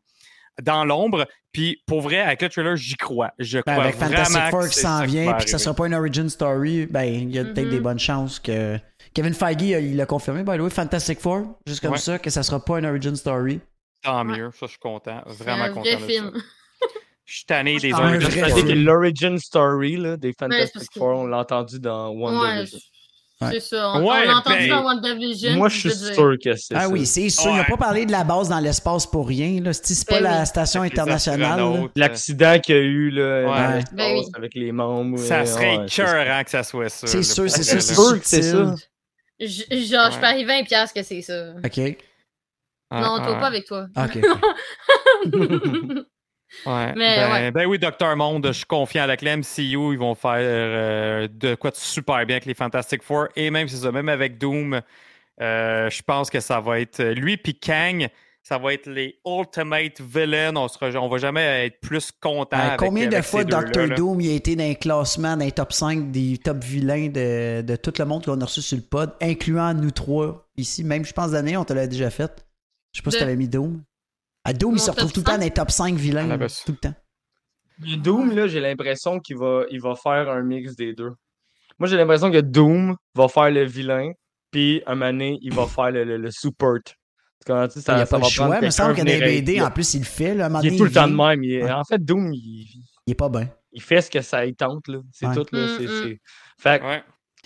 Speaker 6: dans l'ombre. Puis pour vrai, avec le trailer, j'y crois. Je
Speaker 1: Ben,
Speaker 6: crois
Speaker 1: avec
Speaker 6: vraiment
Speaker 1: Fantastic Four
Speaker 6: que
Speaker 1: qui
Speaker 6: c'est
Speaker 1: s'en
Speaker 6: ça
Speaker 1: vient,
Speaker 6: va
Speaker 1: puis que ça
Speaker 6: arriver.
Speaker 1: sera pas une origin story, ben, il y a peut-être
Speaker 8: Mhm.
Speaker 1: des bonnes chances que. Kevin Feige, euh, il l'a confirmé, by the way, Fantastic Four, juste comme
Speaker 6: Ouais.
Speaker 1: ça, que ça sera pas une origin story.
Speaker 6: Tant
Speaker 8: Ouais.
Speaker 6: mieux, ça je suis content.
Speaker 8: C'est
Speaker 6: Vraiment
Speaker 8: un
Speaker 6: content.
Speaker 8: vrai
Speaker 6: de ça.
Speaker 8: film.
Speaker 6: Je suis tanné des
Speaker 1: Ah, Un
Speaker 6: origin
Speaker 1: vrai
Speaker 6: story.
Speaker 7: C'est l'origin story là, des
Speaker 8: parce
Speaker 7: Fantastic
Speaker 8: que-
Speaker 7: Four, on l'a entendu dans
Speaker 8: Ouais,
Speaker 7: Wonder
Speaker 8: je- C'est ça. On, on
Speaker 6: Ouais,
Speaker 8: l'a entendu
Speaker 6: ben,
Speaker 8: dans WandaVision.
Speaker 7: Moi,
Speaker 8: puis
Speaker 7: je suis
Speaker 8: veux dire-
Speaker 7: sûr que c'est
Speaker 1: Ah
Speaker 7: ça.
Speaker 1: oui, c'est sûr. Ils n'ont
Speaker 6: Ouais.
Speaker 1: pas parlé de la base dans l'espace pour rien. là. C'est c'est pas
Speaker 8: Ben
Speaker 1: la
Speaker 8: oui.
Speaker 1: station
Speaker 6: Avec les
Speaker 1: internationale. là.
Speaker 6: astronautes, euh,
Speaker 7: L'accident qu'il y a eu là,
Speaker 6: Ouais.
Speaker 7: dans
Speaker 8: Ben
Speaker 7: l'espace
Speaker 8: oui.
Speaker 7: avec les membres.
Speaker 6: Ça
Speaker 7: ouais,
Speaker 6: serait
Speaker 7: ouais, c'est
Speaker 6: cœur hein, que ça soit sûr.
Speaker 1: C'est
Speaker 6: là,
Speaker 1: sûr,
Speaker 6: pour
Speaker 1: c'est sûr,
Speaker 6: vrai, là.
Speaker 1: c'est
Speaker 7: sûr que c'est
Speaker 1: subtil.
Speaker 7: ça.
Speaker 8: Je- Genre, je
Speaker 6: Ouais.
Speaker 8: parie 20 piastres que c'est ça.
Speaker 1: OK.
Speaker 6: Ouais,
Speaker 8: non, toi,
Speaker 6: ouais,
Speaker 8: pas avec toi.
Speaker 7: Ah.
Speaker 1: OK.
Speaker 6: ouais.
Speaker 8: Mais
Speaker 6: ben,
Speaker 8: ouais.
Speaker 6: ben oui, Docteur Monde, je suis confiant avec l'MCU. Ils vont faire euh, de quoi de super bien avec les Fantastic Four. Et même, c'est ça, même avec Doom, euh, je pense que ça va être euh, lui puis Kang. Ça va être les ultimate villains. On sera, on va jamais être plus content.
Speaker 1: Euh,
Speaker 6: avec-
Speaker 1: combien de
Speaker 6: avec ces
Speaker 1: fois
Speaker 6: deux-là,
Speaker 1: Doctor
Speaker 6: là.
Speaker 1: Doom il a été dans les classements, dans les top 5 des top vilains de, de tout le monde qu'on a reçu sur le pod, incluant nous trois ici. Même, je pense, d'année, on te l'a déjà fait. Je sais pas si
Speaker 8: De-
Speaker 1: t'avais mis Doom. À Doom, il
Speaker 8: Mon
Speaker 1: se retrouve
Speaker 8: top
Speaker 1: tout le temps
Speaker 8: 5?
Speaker 1: dans les top 5 vilains.
Speaker 6: Ah,
Speaker 1: là,
Speaker 6: ben,
Speaker 1: tout le temps.
Speaker 7: Mais Doom, là, j'ai l'impression qu'il va, il va faire un mix des deux. Moi, j'ai l'impression que Doom va faire le vilain, puis un mané, il va faire le, le, le support. Tu comprends-tu?
Speaker 1: il n'y a
Speaker 7: ça
Speaker 1: pas le
Speaker 7: va
Speaker 1: choix.
Speaker 7: prendre
Speaker 1: Il me semble que
Speaker 7: quelqu'un
Speaker 1: dans les
Speaker 7: venir
Speaker 1: BD,
Speaker 7: aider.
Speaker 1: en plus, il le fait. Là, à un moment
Speaker 7: Il est
Speaker 1: donné,
Speaker 7: tout le temps de
Speaker 1: vient,
Speaker 7: même. il est-
Speaker 1: Ouais.
Speaker 7: En fait, Doom, il,
Speaker 1: Il est pas bien.
Speaker 7: il fait ce que ça lui tente. là. C'est
Speaker 1: Ouais.
Speaker 7: tout. Là.
Speaker 8: Mm,
Speaker 7: c'est-
Speaker 8: mm.
Speaker 7: c'est- Fait que
Speaker 6: Ouais.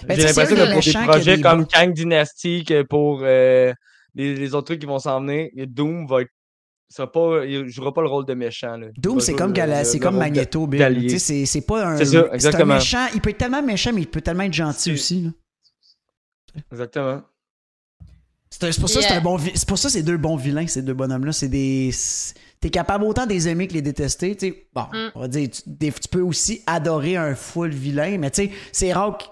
Speaker 1: Ben,
Speaker 7: j'ai
Speaker 1: c'est
Speaker 7: l'impression
Speaker 8: sûr
Speaker 7: que
Speaker 8: que
Speaker 7: pour
Speaker 1: le
Speaker 7: des
Speaker 1: champ, qu'il y a
Speaker 7: projets
Speaker 1: des
Speaker 7: comme
Speaker 1: bouts.
Speaker 7: Kang Dynasty, que pour euh, les, les autres trucs qui vont s'en venir, et Doom va être. sera pas, il jouera pas le rôle de méchant. là. Il
Speaker 1: Doom,
Speaker 7: va
Speaker 1: c'est
Speaker 7: jouer
Speaker 1: comme,
Speaker 7: le-
Speaker 1: Gala-
Speaker 7: le-
Speaker 1: c'est
Speaker 7: le
Speaker 1: comme
Speaker 7: rôle de-
Speaker 1: Magneto, Bill.
Speaker 7: d'allié.
Speaker 1: Tu sais, C'est c'est pas un.
Speaker 7: C'est ça,
Speaker 1: un
Speaker 7: exactement.
Speaker 1: méchant. Il peut être tellement méchant, mais il peut tellement être gentil
Speaker 7: C'est-
Speaker 1: aussi. là.
Speaker 7: Exactement.
Speaker 1: C'est un- c'est pour ça que c'est
Speaker 8: Yeah.
Speaker 1: un bon vi- c'est pour ça que c'est deux bons vilains ces deux bonhommes là, c'est des c'est- t'es capable autant de les aimer que les détester, tu sais. Bon,
Speaker 8: Mm.
Speaker 1: on va dire tu, des- tu peux aussi adorer un full vilain, mais tu sais, c'est rare que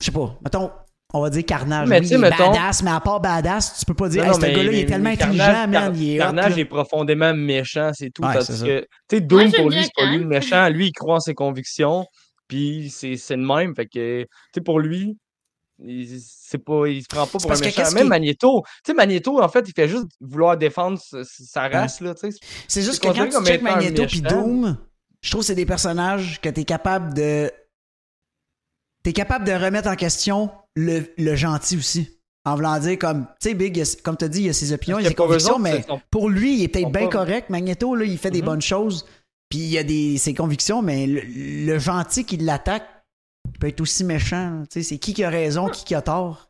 Speaker 1: je sais pas, mettons on va dire Carnage,
Speaker 7: Mais
Speaker 1: oui,
Speaker 7: tu sais,
Speaker 1: il est
Speaker 7: mettons-
Speaker 1: badass, mais à part badass, tu peux pas dire
Speaker 7: Non,
Speaker 1: hey,
Speaker 7: non,
Speaker 1: ce
Speaker 7: mais-
Speaker 1: gars-là, il
Speaker 7: mais-
Speaker 1: est tellement
Speaker 7: mais
Speaker 1: intelligent,
Speaker 7: Carnage-
Speaker 1: man,
Speaker 7: Car-
Speaker 1: il est hot,
Speaker 7: Carnage
Speaker 1: là.
Speaker 7: est profondément méchant, c'est tout.
Speaker 1: Ouais, c'est
Speaker 7: parce
Speaker 1: ça.
Speaker 7: que, tu sais, Doom,
Speaker 8: Moi, j'aime
Speaker 7: pour
Speaker 8: bien
Speaker 7: lui, c'est pas lui
Speaker 8: Kang.
Speaker 7: le méchant. Lui, il croit en ses convictions, puis c'est c'est le même. Fait que, tu sais, pour lui, il, c'est pas, il se prend pas pour un
Speaker 1: parce que
Speaker 7: méchant.
Speaker 1: qu'est-ce
Speaker 7: Même
Speaker 1: qui-
Speaker 7: Magneto, tu sais, Magneto, en fait, il fait juste vouloir défendre sa, sa race, là, tu sais.
Speaker 1: C'est juste
Speaker 7: C'est
Speaker 1: que quand
Speaker 7: considéré
Speaker 1: tu
Speaker 7: comme
Speaker 1: check
Speaker 7: étant un
Speaker 1: Magneto puis
Speaker 7: méchant.
Speaker 1: Doom, je trouve que c'est des personnages que t'es capable de. T'es capable de remettre en question le, le gentil aussi. En voulant dire comme, tu sais, Big, il y a- comme t'as dit, il a ses opinions, il
Speaker 7: Parce
Speaker 1: a ses
Speaker 7: que pour eux
Speaker 1: convictions,
Speaker 7: autres,
Speaker 1: mais
Speaker 7: c'est son-
Speaker 1: pour lui, il est peut-être
Speaker 7: sont
Speaker 1: bien
Speaker 7: pas-
Speaker 1: correct. Magneto, là, il fait des
Speaker 7: Mhm.
Speaker 1: bonnes choses, puis il a des, ses convictions, mais le, le gentil qui l'attaque peut être aussi méchant. là. Tu sais, c'est qui qui a
Speaker 7: Ah.
Speaker 1: raison, qui qui a tort.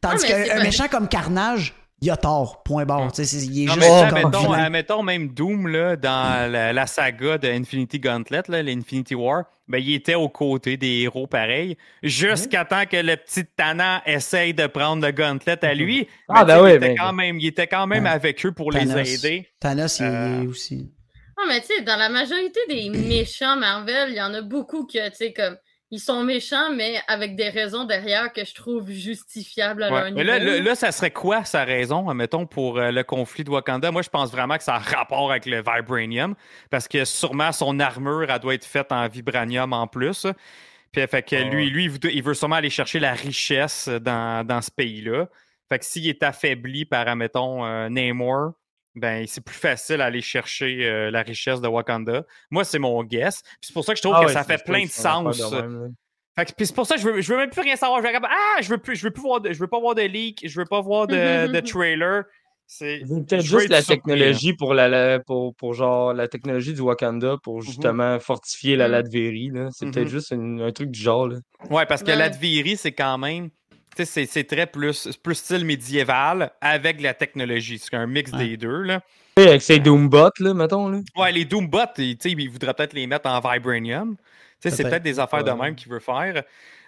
Speaker 1: Tandis
Speaker 8: Ah, mais c'est
Speaker 1: qu'un
Speaker 8: pas-
Speaker 1: méchant comme Carnage, il a tort, point
Speaker 7: Ah.
Speaker 1: barre. Tu sais, c'est- il est
Speaker 6: Non,
Speaker 1: juste
Speaker 6: mais euh,
Speaker 1: comme
Speaker 6: admettons,
Speaker 1: vilain.
Speaker 6: admettons même Doom là, dans la, la saga de Infinity Gauntlet, là, l'Infinity War, ben, il était aux côtés des héros pareils jusqu'à temps que le petit Tana essaye de prendre le Gauntlet à lui.
Speaker 7: Ah,
Speaker 6: Mais
Speaker 7: ben
Speaker 6: tu sais,
Speaker 7: oui,
Speaker 6: il, était
Speaker 7: mais-
Speaker 6: quand même, il était quand même
Speaker 1: Ouais.
Speaker 6: avec eux pour
Speaker 1: Thanos.
Speaker 6: les aider.
Speaker 1: Thanos, il est
Speaker 6: Euh,
Speaker 1: aussi.
Speaker 8: Non, Ah, mais tu sais, dans la majorité des méchants Marvel, il y en a beaucoup que, tu sais, comme, ils sont méchants, mais avec des raisons derrière que je trouve justifiables à
Speaker 6: Ouais.
Speaker 8: leur niveau.
Speaker 6: Mais là, là, là, ça serait quoi sa raison, admettons, pour euh, le conflit de Wakanda? Moi, je pense vraiment que ça a rapport avec le vibranium, parce que sûrement son armure, elle doit être faite en vibranium en plus. Puis, fait que
Speaker 7: Ah ouais.
Speaker 6: lui, lui, il veut- il veut sûrement aller chercher la richesse dans, dans ce pays-là. Fait que s'il est affaibli par, admettons, euh, Namor, ben, c'est plus facile d'aller chercher euh, la richesse de Wakanda. Moi, c'est mon guess. Puis c'est pour ça que je trouve
Speaker 7: Ah
Speaker 6: que
Speaker 7: ouais,
Speaker 6: ça
Speaker 7: c'est-
Speaker 6: fait
Speaker 7: c'est
Speaker 6: plein de
Speaker 7: pas une
Speaker 6: sens. euh,
Speaker 7: affaire de même, là.
Speaker 6: Fait que- puis c'est pour ça que je veux, je veux même plus rien savoir. Je veux, ah, je veux plus, je veux plus voir, de, je veux pas voir de leak, je veux pas voir
Speaker 1: Mhm,
Speaker 6: de, de trailer. C'est
Speaker 7: Ils ont Peut-être
Speaker 6: Je veux être
Speaker 7: juste la
Speaker 6: surpris,
Speaker 7: technologie pour la, la- pour, pour genre la technologie du Wakanda pour justement fortifier la
Speaker 8: Mhm.
Speaker 7: Latvérie. là. C'est peut-être
Speaker 6: Mhm.
Speaker 7: juste une- un truc du genre. Là.
Speaker 6: ouais, parce que
Speaker 8: Ouais.
Speaker 6: l'Adviri, c'est quand même, tu sais, c'est- c'est très plus, c'est plus style médiéval avec la technologie. C'est un mix
Speaker 1: Ouais.
Speaker 6: des deux là.
Speaker 7: Et avec ses Doombots, là, mettons. Là.
Speaker 6: Ouais, les Doombots, ils, tu sais, ils voudraient peut-être les mettre en vibranium. Tu sais, c'est
Speaker 1: Peut-être,
Speaker 6: peut-être des affaires de
Speaker 7: ouais.
Speaker 6: même qu'il veut faire.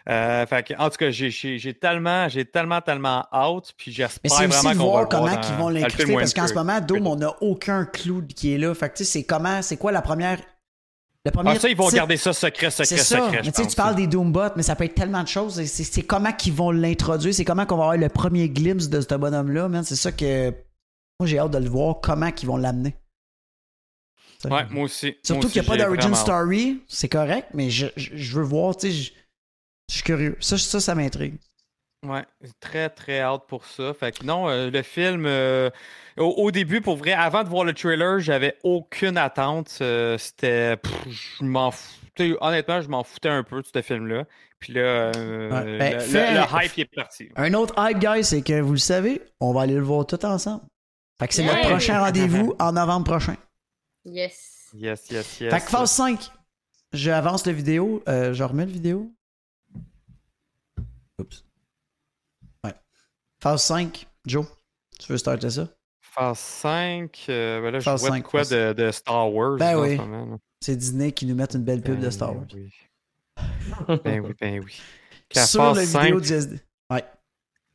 Speaker 6: Euh, fait que, en tout cas, j'ai- j'ai j'ai tellement, j'ai tellement, tellement hâte, puis
Speaker 1: Mais
Speaker 6: j'espère
Speaker 1: c'est aussi
Speaker 6: vraiment
Speaker 1: de
Speaker 6: qu'on va
Speaker 1: voir
Speaker 6: le voir
Speaker 1: comment
Speaker 6: dans-
Speaker 1: ils vont
Speaker 6: dans le film
Speaker 1: l'incruster parce
Speaker 6: Winter.
Speaker 1: qu'en ce moment, Doom, on n'a aucun clou qui est là. Fait que tu sais, c'est comment, c'est quoi la première. La première
Speaker 6: Ah, ça, ils vont
Speaker 1: tu sais,
Speaker 6: garder ça secret, secret,
Speaker 1: C'est ça.
Speaker 6: secret. je
Speaker 1: mais tu sais,
Speaker 6: pense.
Speaker 1: tu parles des Doombots, mais ça peut être tellement de choses. Et C'est c'est comment qu'ils vont l'introduire, c'est comment qu'on va avoir le premier glimpse de ce bonhomme-là, man. C'est ça que. Moi, j'ai hâte de le voir, comment qu'ils vont l'amener. Tu sais.
Speaker 6: Ouais, moi aussi.
Speaker 1: Surtout qu'il n'y a pas d'origin story, c'est correct, mais je, je- je veux voir, tu sais, je je suis curieux. Ça, ça, ça m'intrigue.
Speaker 6: Ouais, très, très hâte pour ça. Fait que non, euh, le film, euh, au, au début, pour vrai, avant de voir le trailer, j'avais aucune attente. euh, C'était. pff, Je m'en fous. tu sais, Honnêtement, je m'en foutais un peu de ce film-là. Puis là, euh,
Speaker 1: Ouais, ben,
Speaker 6: le,
Speaker 1: fais-
Speaker 6: le- le hype il est parti.
Speaker 1: Un autre hype, guys, c'est que vous le savez, on va aller le voir tout ensemble. Fait que c'est notre
Speaker 8: Yeah!
Speaker 1: prochain rendez-vous en novembre prochain.
Speaker 8: Yes.
Speaker 6: Yes, yes, yes.
Speaker 1: Fait que phase 5, j'avance le vidéo, euh, je remets le vidéo. Oups. Phase 5, Joe, tu veux starter ça?
Speaker 6: Phase 5, euh, ben là, je
Speaker 1: Phase
Speaker 6: vois de
Speaker 1: 5,
Speaker 6: quoi
Speaker 1: phase
Speaker 6: de, de Star Wars
Speaker 1: Ben
Speaker 6: là, en
Speaker 1: oui.
Speaker 6: ce moment. là.
Speaker 1: C'est Disney qui nous met une belle pub de
Speaker 6: Ben
Speaker 1: Star Wars.
Speaker 6: oui. Ben oui, ben oui. La
Speaker 1: Sur
Speaker 6: phase
Speaker 1: la
Speaker 6: 5,
Speaker 1: vidéo de Disney.
Speaker 6: comment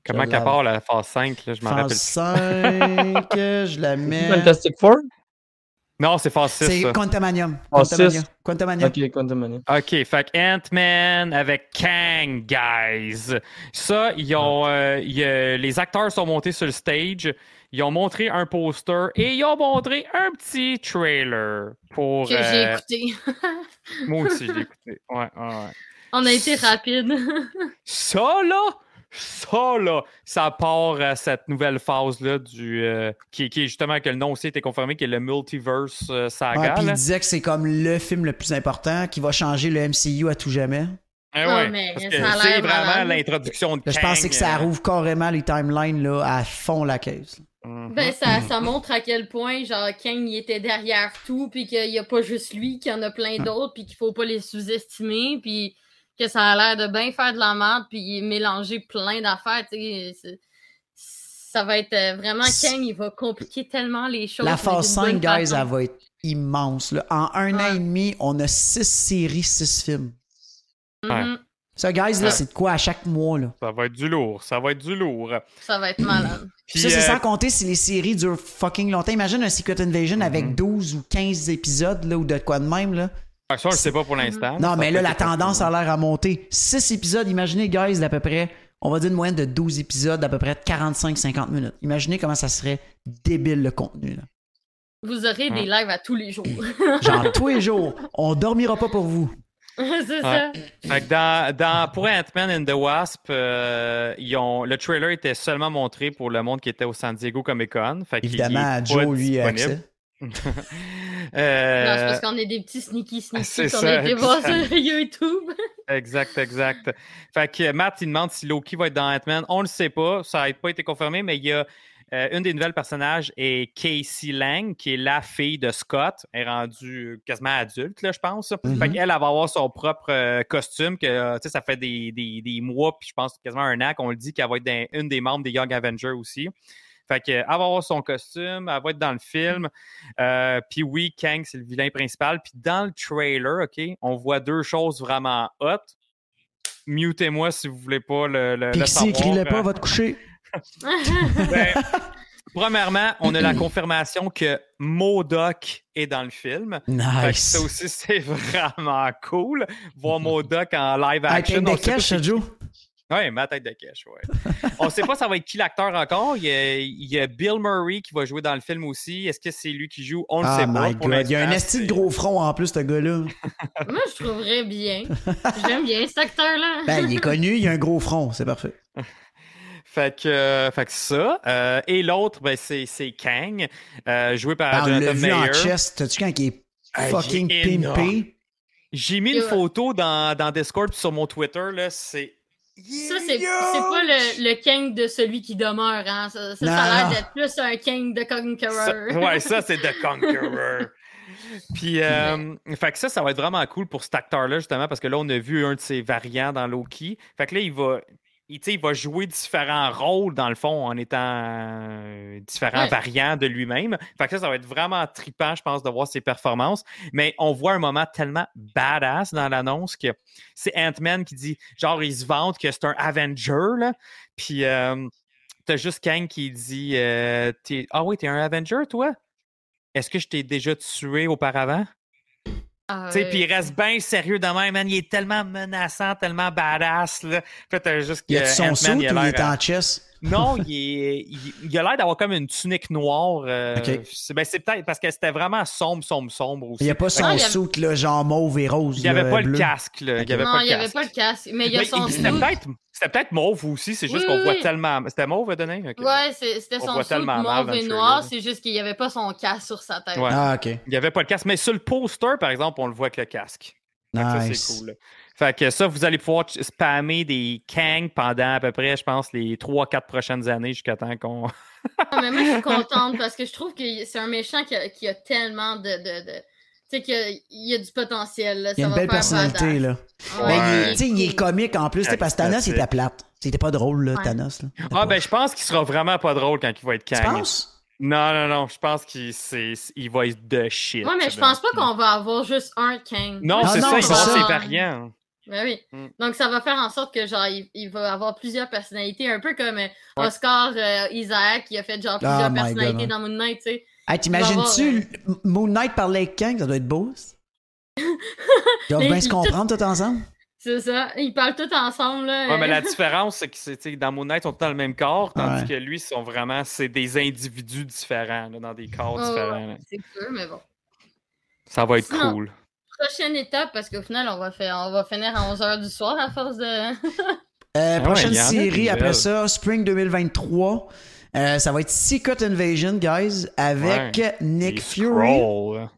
Speaker 1: Je
Speaker 6: qu'elle
Speaker 1: la-
Speaker 6: part la phase 5, là, je m'en rappelle
Speaker 1: Phase
Speaker 6: plus.
Speaker 1: 5, je la mets.
Speaker 7: Fantastic Four?
Speaker 1: euh,
Speaker 6: Non, c'est phase 6,
Speaker 1: C'est
Speaker 6: ça.
Speaker 1: Quantamanium.
Speaker 7: Ah,
Speaker 1: Quantamania.
Speaker 7: six.
Speaker 1: Quantamania.
Speaker 7: Ok, Quantum Mania.
Speaker 6: OK, fait que Ant-Man avec Kang, guys. Ça, ils
Speaker 1: Ah.
Speaker 6: ont, euh, il y a- les acteurs sont montés sur le stage, ils ont montré un poster et ils ont montré un petit trailer pour...
Speaker 8: que j'ai
Speaker 6: euh,
Speaker 8: écouté.
Speaker 6: moi aussi, j'ai écouté. Ouais, ouais, ouais.
Speaker 8: On a été rapide.
Speaker 6: Ça, là, ça, là, ça part à cette nouvelle phase-là du... euh, qui, qui est justement que le nom aussi était confirmé, qui est le Multiverse euh,
Speaker 1: Ouais,
Speaker 6: Saga.
Speaker 1: puis il
Speaker 6: là.
Speaker 1: disait que c'est comme le film le plus important qui va changer le MCU à tout jamais.
Speaker 6: Eh
Speaker 8: Non,
Speaker 6: ouais,
Speaker 8: Ah, mais
Speaker 6: parce
Speaker 8: ça
Speaker 6: que
Speaker 8: a l'air
Speaker 6: c'est vraiment
Speaker 8: malade.
Speaker 6: l'introduction de
Speaker 1: Là, je
Speaker 6: Kang,
Speaker 1: pense que ça
Speaker 6: euh,
Speaker 1: rouvre carrément les timelines là, à fond la caisse.
Speaker 6: mhm.
Speaker 8: ben, ça, ça montre à quel point, genre, Kang, il était derrière tout, puis qu'il n'y a pas juste lui, qu'il y en a
Speaker 1: Ah.
Speaker 8: plein d'autres, puis qu'il faut pas les sous-estimer, puis que ça a l'air de bien faire de la merde, puis mélanger plein d'affaires, tu sais. c'est- Ça va être euh, vraiment Kang, il va compliquer tellement les choses.
Speaker 1: La
Speaker 8: avec
Speaker 1: phase
Speaker 8: une
Speaker 1: 5,
Speaker 8: bonne
Speaker 1: guys,
Speaker 8: façon.
Speaker 1: elle va être immense. là. En un an
Speaker 8: Ouais.
Speaker 1: et demi, on a six séries, six films.
Speaker 8: Mhm.
Speaker 1: Ça, guys, là,
Speaker 6: Ouais.
Speaker 1: c'est de quoi à chaque mois. Là.
Speaker 6: Ça va être du lourd, ça va être du lourd.
Speaker 8: Ça va être malade.
Speaker 6: Puis,
Speaker 1: ça, c'est
Speaker 6: euh,
Speaker 1: sans compter si les séries durent fucking longtemps. Imagine un Secret Invasion
Speaker 6: Mhm.
Speaker 1: avec 12 ou 15 épisodes là, ou de quoi de même. Là.
Speaker 6: ben, ça, je sais pas pour
Speaker 8: Mhm.
Speaker 6: l'instant.
Speaker 1: Non,
Speaker 6: Ça
Speaker 1: mais
Speaker 6: peut
Speaker 1: là,
Speaker 6: être
Speaker 1: la
Speaker 6: possible.
Speaker 1: tendance a l'air à monter. 6 épisodes, imaginez, guys, d'à peu près, on va dire une moyenne de 12 épisodes d'à peu près 45-50 minutes. Imaginez comment ça serait débile le contenu. là.
Speaker 8: Vous aurez des lives à tous les jours.
Speaker 1: Genre, tous les jours, on dormira pas pour vous.
Speaker 8: c'est ça.
Speaker 6: Fait que dans, dans- pour Ant-Man and the Wasp, euh, ils ont, le trailer était seulement montré pour le monde qui était au San Diego Comic Con. Fait qu'il- il est
Speaker 1: Évidemment,
Speaker 6: pas
Speaker 1: Joe, lui, a
Speaker 6: disponible.
Speaker 1: accès.
Speaker 6: Euh,
Speaker 8: Non, c'est parce qu'on est des petits sneaky
Speaker 6: c'est
Speaker 8: sneaky qu'on
Speaker 6: ça,
Speaker 8: a été voir sur YouTube.
Speaker 6: Exact, exact. Fait que euh, Matt, il demande si Loki va être dans Ant-Man. On le sait pas, ça n'a pas été confirmé, mais il y a euh, une des nouvelles personnages est Casey Lang, qui est la fille de Scott. Elle est rendue euh, quasiment adulte, là, je pense.
Speaker 1: Mhm.
Speaker 6: Fait qu'elle, elle va avoir son propre euh, costume, que euh, tu sais, ça fait des, des- des mois, puis je pense quasiment un an qu'on le dit qu'elle va être dans- une des membres des Young Avengers aussi. Fait que, euh, elle va avoir son costume, elle va être dans le film. Euh, puis oui, Kang, c'est le vilain principal. Puis dans le trailer, OK, on voit deux choses vraiment hot. Mutez-moi si vous voulez pas hein. le, le, le
Speaker 1: Pixie,
Speaker 6: savoir. euh,
Speaker 1: écris-le pas, va te coucher.
Speaker 6: Ben, premièrement, on a la confirmation que Modoc est dans le film. Fait que
Speaker 1: Nice.
Speaker 6: ça aussi, c'est vraiment cool. Voir Modoc en live
Speaker 1: Ah,
Speaker 6: action.
Speaker 1: t'as
Speaker 6: on
Speaker 1: des
Speaker 6: sait pas
Speaker 1: caches,
Speaker 6: c'est-
Speaker 1: ça, Joe?
Speaker 6: Ouais, ma tête de cash, ouais. On sait pas ça va être qui l'acteur encore. Il y, a, il y a Bill Murray qui va jouer dans le film aussi. Est-ce que c'est lui qui joue? On le
Speaker 1: Ah,
Speaker 6: sait pas.
Speaker 1: my
Speaker 6: Pour
Speaker 1: God. Il y a un
Speaker 6: l'instant,
Speaker 1: esti de
Speaker 6: c'est-
Speaker 1: gros front en plus, ce gars-là.
Speaker 8: Moi, je trouverais bien. J'aime bien cet acteur-là.
Speaker 1: Ben, il est connu, il y a un gros front, c'est parfait.
Speaker 6: Fait que, euh, fait que ça. euh, et l'autre, ben, c'est, c'est Kang, euh, joué
Speaker 1: Ben,
Speaker 6: par
Speaker 1: on l'a
Speaker 6: Jonathan
Speaker 1: vu en
Speaker 6: Mayer.
Speaker 1: chest. T'as-tu quand il est
Speaker 6: Ah, il est
Speaker 1: fucking
Speaker 6: énorme.
Speaker 1: pimpé?
Speaker 6: J'ai mis une
Speaker 8: Ouais.
Speaker 6: photo dans, dans Discord puis sur mon Twitter. Là, c'est.
Speaker 8: Ça, c'est c'est pas le, le Kang de celui qui demeure. Hein. Ça, ça, ça a
Speaker 1: Non.
Speaker 8: l'air d'être plus un Kang de Conqueror.
Speaker 6: Ça- ouais, ça, c'est The Conqueror. Puis, euh, fait que ça, ça va être vraiment cool pour cet acteur-là, justement, parce que là, on a vu un de ses variants dans Loki. Fait que là, il va, il, tu sais, il va jouer différents rôles, dans le fond, en étant euh, différents
Speaker 8: Ouais.
Speaker 6: variants de lui-même. Fait que ça, ça va être vraiment trippant, je pense, de voir ses performances. Mais on voit un moment tellement badass dans l'annonce que c'est Ant-Man qui dit, genre, il se vante que c'est un Avenger, là. Puis, euh, t'as juste Kang qui dit euh, t'es- Ah oui, t'es un Avenger, toi Est-ce que je t'ai déjà tué auparavant
Speaker 8: Ah,
Speaker 6: Tu sais,
Speaker 8: ouais.
Speaker 6: Puis il reste bien sérieux de même, man. Il est tellement menaçant, tellement badass. Là. Puis t'as juste
Speaker 1: Il
Speaker 6: que
Speaker 1: a son
Speaker 6: Ant-Man,
Speaker 1: saut ou il
Speaker 6: a
Speaker 1: est
Speaker 6: l'air-
Speaker 1: en chest?
Speaker 6: Non, il, est- il- il a l'air d'avoir comme une tunique noire. euh,
Speaker 1: Ok.
Speaker 6: c'est- ben, c'est peut-être parce que c'était vraiment sombre, sombre, sombre aussi.
Speaker 1: Il n'y a pas
Speaker 8: Ah,
Speaker 1: son
Speaker 8: il y a-
Speaker 1: saut, là, genre mauve et rose.
Speaker 6: Il n'y avait
Speaker 1: là,
Speaker 6: pas le
Speaker 1: bleu.
Speaker 6: casque. là. Il y avait
Speaker 8: non,
Speaker 6: pas
Speaker 8: il
Speaker 6: le
Speaker 8: n'y avait
Speaker 6: casque.
Speaker 8: pas le casque. Mais il y a
Speaker 6: Mais
Speaker 8: son
Speaker 6: il- C'était
Speaker 8: suit.
Speaker 6: peut-être c'était peut-être mauve aussi, c'est juste
Speaker 8: Oui,
Speaker 6: qu'on
Speaker 8: oui,
Speaker 6: voit
Speaker 8: oui.
Speaker 6: tellement. C'était mauve, donné? Ok.
Speaker 8: Ouais, c'est- c'était
Speaker 6: On
Speaker 8: son
Speaker 6: voit
Speaker 8: suit
Speaker 6: tellement mal dans
Speaker 8: mauve
Speaker 6: le
Speaker 8: et
Speaker 6: trailer.
Speaker 8: noir. C'est juste qu'il n'y avait pas son casque sur sa tête.
Speaker 6: Ouais.
Speaker 1: Ah, ok.
Speaker 6: Il n'y avait pas le casque, mais sur le poster, par exemple, on le voit avec le casque. Fait que Ça,
Speaker 1: Nice.
Speaker 6: c'est cool. là. Fait que ça, vous allez pouvoir ch- spammer des Kang pendant à peu près, je pense, les 3-4 prochaines années jusqu'à temps qu'on.
Speaker 8: Ah, mais moi, je suis contente parce que je trouve que c'est un méchant qui a, qui a tellement de. de, de- Tu sais, qu'il y a- il y a du potentiel. là.
Speaker 1: Il a une
Speaker 8: Ça va
Speaker 1: belle
Speaker 8: faire
Speaker 1: personnalité,
Speaker 8: badass.
Speaker 1: là.
Speaker 8: Ouais,
Speaker 1: Ben, il,
Speaker 6: Ouais.
Speaker 1: est- tu sais, il est comique en plus, tu sais, parce que Thanos, il était plate. C'était pas drôle, là,
Speaker 8: Ouais.
Speaker 1: Thanos. là. C'était
Speaker 6: Ah,
Speaker 1: pas-
Speaker 6: ben, je pense qu'il sera vraiment pas drôle quand il va être
Speaker 1: Tu
Speaker 6: Kang.
Speaker 1: penses?
Speaker 6: Non, non, non, je pense qu'il c'est- il va être de shit.
Speaker 8: Ouais, mais je pense pas qu'on va avoir juste un Kang.
Speaker 6: Non,
Speaker 1: Ah
Speaker 6: c'est
Speaker 1: non,
Speaker 6: ça, ils
Speaker 1: c'est
Speaker 6: vont
Speaker 1: ça.
Speaker 6: avoir ses variants.
Speaker 8: Ben oui.
Speaker 6: Mm.
Speaker 8: Donc, ça va faire en sorte que, genre, il, il va avoir plusieurs personnalités, un peu comme euh, Oscar euh, Isaac, qui a fait, genre, plusieurs
Speaker 1: Oh my God,
Speaker 8: personnalités
Speaker 1: ouais.
Speaker 8: dans Moon Knight, tu sais.
Speaker 1: Hey,
Speaker 8: Il
Speaker 1: t'imagines-tu M- Moon Knight parler avec Kang? Ça doit être beau. ça. Ils doivent
Speaker 8: Mais
Speaker 1: bien se
Speaker 8: il-
Speaker 1: comprendre tout ensemble.
Speaker 8: C'est ça. Ils parlent tous ensemble, là.
Speaker 6: Ouais, mais la différence, c'est que c'est, tu sais, dans Moon Knight, on est dans le même corps, tandis
Speaker 1: Ouais.
Speaker 6: que lui, ils sont vraiment, c'est des individus différents, là, dans des corps
Speaker 8: Oh, Ouais, ouais,
Speaker 6: différents. là.
Speaker 8: C'est sûr, mais bon.
Speaker 6: Ça va être
Speaker 8: Sinon-
Speaker 6: cool.
Speaker 8: Prochaine étape, parce qu'au final, on va, faire, on va finir à 11h du soir à force de.
Speaker 1: Euh,
Speaker 6: Ah ouais,
Speaker 1: prochaine
Speaker 6: il y en a des
Speaker 1: série après
Speaker 6: nouvelles.
Speaker 1: ça, Spring 2023. Euh, ça va être Secret Invasion, guys, avec Nick
Speaker 6: Les
Speaker 1: Fury.
Speaker 6: Skrulls, là.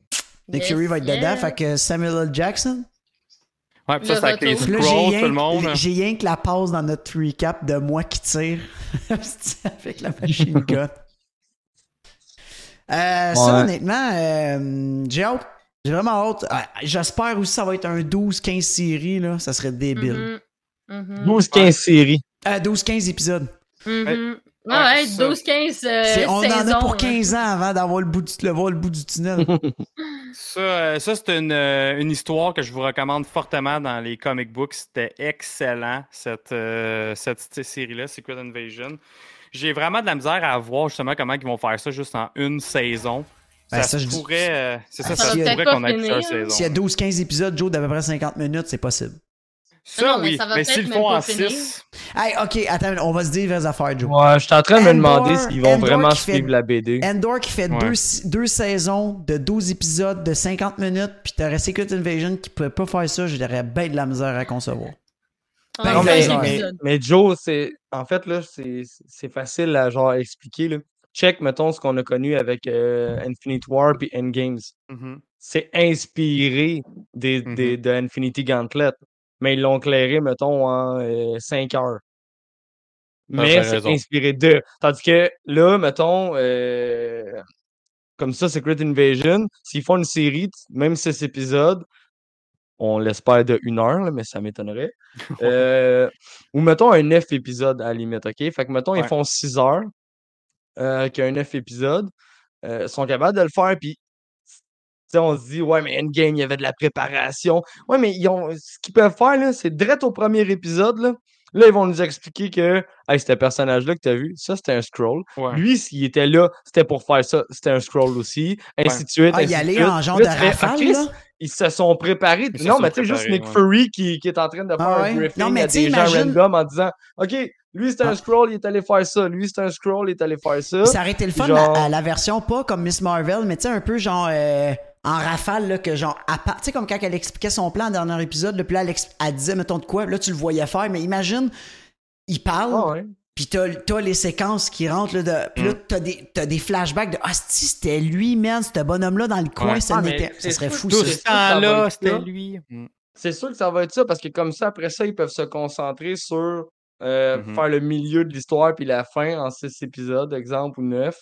Speaker 1: Nick
Speaker 8: Yes,
Speaker 1: Fury va être dedans,
Speaker 8: yes.
Speaker 1: fait que Samuel L. Jackson.
Speaker 6: Ouais, puis ça,
Speaker 8: Le
Speaker 6: c'est avec les
Speaker 8: retour.
Speaker 1: Puis Là, j'ai
Speaker 6: Skrulls,
Speaker 1: rien,
Speaker 6: tout le monde. hein.
Speaker 1: que- j'ai rien que la pause dans notre recap de moi qui tire avec la machine gun. Euh, Ça,
Speaker 7: Ouais.
Speaker 1: honnêtement, euh, j'ai hâte. J'ai vraiment hâte. Ah, J'espère aussi que ça va être un 12-15 séries, là. Ça serait débile.
Speaker 8: Mhm. Mhm.
Speaker 7: 12-15 séries.
Speaker 1: Euh, 12-15 épisodes.
Speaker 8: Mhm.
Speaker 6: Ouais,
Speaker 8: Ah ouais,
Speaker 6: c'est ça.
Speaker 8: 12-15 euh,
Speaker 1: C'est- on en a
Speaker 8: saisons,
Speaker 1: pour
Speaker 8: là.
Speaker 1: 15 ans avant d'avoir le bout du, le voir le bout du tunnel.
Speaker 6: Ça, euh, ça c'est une, euh, une histoire que je vous recommande fortement dans les comic books. C'était excellent, cette, euh, cette, cette série-là, Secret Invasion. J'ai vraiment de la misère à voir justement comment ils vont faire ça juste en une saison.
Speaker 1: Ben,
Speaker 6: ça,
Speaker 1: ça,
Speaker 6: se
Speaker 1: je dis-
Speaker 6: pourrait, euh, c'est ça,
Speaker 1: Ah,
Speaker 6: ça,
Speaker 1: ça
Speaker 6: se
Speaker 1: va
Speaker 6: pourrait
Speaker 8: peut-être
Speaker 6: qu'on
Speaker 8: pas
Speaker 6: ait plusieurs
Speaker 8: finir, là.
Speaker 1: S'il y a
Speaker 6: saisons.
Speaker 1: 12-15 épisodes, Joe, d'à peu près 50 minutes, c'est possible.
Speaker 6: Ça,
Speaker 8: Non, mais
Speaker 6: oui,
Speaker 8: ça va
Speaker 6: mais
Speaker 8: peut-être
Speaker 6: s'ils le
Speaker 8: même
Speaker 6: font
Speaker 8: pas
Speaker 6: en
Speaker 8: finir.
Speaker 6: 6,
Speaker 1: Hey, ok, attends, on va se dire les vraies affaires, Joe.
Speaker 7: Ouais, je suis en train de me
Speaker 1: Endor-
Speaker 7: demander s'ils vont
Speaker 1: Endor
Speaker 7: vraiment
Speaker 1: qui fait- Euh,
Speaker 7: suivre la BD.
Speaker 1: Endor qui fait
Speaker 6: Ouais.
Speaker 1: deux, deux saisons de 12 épisodes de 50 minutes, puis t'aurais Secret Invasion qui pouvait pas faire ça, j'aurais bien de la misère à concevoir.
Speaker 8: Ah,
Speaker 7: Non,
Speaker 1: Ben,
Speaker 7: mais,
Speaker 1: c'est un
Speaker 7: mais,
Speaker 8: épisode.
Speaker 7: mais Joe, c'est en fait là, c'est c'est facile à genre expliquer. Là. Check, mettons, ce qu'on a connu avec euh, Infinite War puis Endgames.
Speaker 6: mm-hmm,
Speaker 7: C'est inspiré des,
Speaker 6: Mmh
Speaker 7: des- de Infinity Gauntlet, mais ils l'ont clairé, mettons, en 5 heures. Mais
Speaker 6: t'as
Speaker 7: c'est
Speaker 6: raison.
Speaker 7: inspiré d'eux. Tandis que là, mettons, euh, comme ça, Secret Invasion, s'ils font une série, t- même 6 épisodes, on l'espère de une heure, là, mais ça m'étonnerait. Euh, ou mettons un 9 épisodes à la limite, OK? Fait que mettons, ils
Speaker 6: Ouais.
Speaker 7: font 6 heures, euh, qu'il y a un 9 épisodes, euh, sont capables de le faire, puis tu sais, on se dit, ouais, mais Endgame, il y avait de la préparation. Ouais, mais ils ont, ce qu'ils peuvent faire, là, c'est direct au premier épisode, là. Là, ils vont nous expliquer que, hey, ce personnage-là que tu as vu, ça, c'était un scroll.
Speaker 6: Ouais.
Speaker 7: Lui, s'il était là, c'était pour faire ça, c'était un scroll aussi, ainsi
Speaker 6: Ouais.
Speaker 7: de suite.
Speaker 1: Ah, y
Speaker 7: ainsi de
Speaker 1: aller
Speaker 7: suite.
Speaker 1: en genre de
Speaker 7: Là, tu fais, Ah,
Speaker 1: rafale,
Speaker 7: Chris,
Speaker 1: là?
Speaker 7: Ils se sont préparés.
Speaker 6: Ils se
Speaker 7: non,
Speaker 6: sont
Speaker 7: mais tu sais, juste
Speaker 6: préparés,
Speaker 7: Nick
Speaker 6: ouais.
Speaker 7: Fury qui, qui est en train de faire
Speaker 1: Ah ouais?
Speaker 7: un briefing
Speaker 1: Non, mais
Speaker 7: à
Speaker 1: tu sais,
Speaker 7: des gens
Speaker 1: imagine-
Speaker 7: random en disant, OK, lui, c'était
Speaker 1: Ah.
Speaker 7: un scroll, il est allé faire ça. Lui, c'était un scroll, il est allé faire ça.
Speaker 1: Ça aurait été le fun
Speaker 7: Genre-
Speaker 1: à, à la version pas comme Miss Marvel, mais tu sais, un peu genre euh, en rafale, là, que genre, à part- tu sais, comme quand elle expliquait son plan dans le dernier épisode, là, puis là, elle, expl- elle disait, mettons de quoi, là, tu le voyais faire, mais imagine, il parle,
Speaker 7: Ah, ouais.
Speaker 1: Puis t'as, t'as les séquences qui rentrent, là, de,
Speaker 7: Mm.
Speaker 1: pis là, t'as des, t'as des flashbacks de « Ah, si, c'était lui, man, ce bonhomme-là dans le coin,
Speaker 6: Ouais.
Speaker 1: ça
Speaker 7: Ah, mais
Speaker 1: n'était... » Ça
Speaker 7: c'est
Speaker 1: serait
Speaker 7: sûr
Speaker 1: fou,
Speaker 7: que
Speaker 6: tout
Speaker 1: ça.
Speaker 7: c'est-
Speaker 6: ce temps-là,
Speaker 7: Ça va
Speaker 6: c'était
Speaker 7: être ça.
Speaker 6: lui. Mm.
Speaker 7: C'est sûr que ça va être ça, parce que comme ça, après ça, ils peuvent se concentrer sur euh,
Speaker 1: Mmh
Speaker 6: Mhm.
Speaker 7: faire le milieu de l'histoire puis la fin en six épisodes, exemple, ou neuf.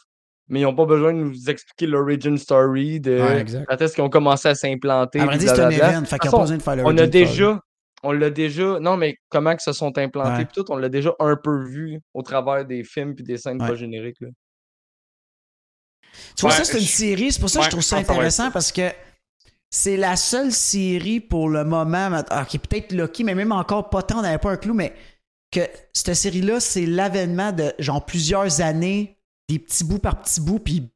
Speaker 7: Mais ils n'ont pas besoin de nous expliquer l'origin story de
Speaker 1: Ouais, exact.
Speaker 7: quand est-ce qu'ils ont commencé à s'implanter.
Speaker 1: À vrai
Speaker 7: puis
Speaker 1: dire, c'est un
Speaker 7: blablabla.
Speaker 1: event, fait qu'il n'y a
Speaker 7: façon,
Speaker 1: pas besoin de faire le
Speaker 7: Ah, On a
Speaker 1: origin story.
Speaker 7: déjà, on l'a déjà, non, mais comment que se sont implantés
Speaker 1: Ouais.
Speaker 7: puis tout, on l'a déjà un peu vu au travers des films puis des scènes
Speaker 1: Ouais.
Speaker 7: pas génériques. là.
Speaker 1: Tu vois,
Speaker 6: Ouais,
Speaker 1: ça, c'est une
Speaker 6: je-
Speaker 1: série. C'est pour ça que je
Speaker 6: Ouais, ah,
Speaker 1: trouve
Speaker 6: je
Speaker 1: ça
Speaker 6: pense que ça va
Speaker 1: intéressant parce que c'est la seule série pour le moment. mat- ah, Ok, peut-être Loki, mais même encore pas tant, on n'avait pas un clou, mais que cette série-là, c'est l'avènement de genre plusieurs années, des petits bouts par petits bouts, puis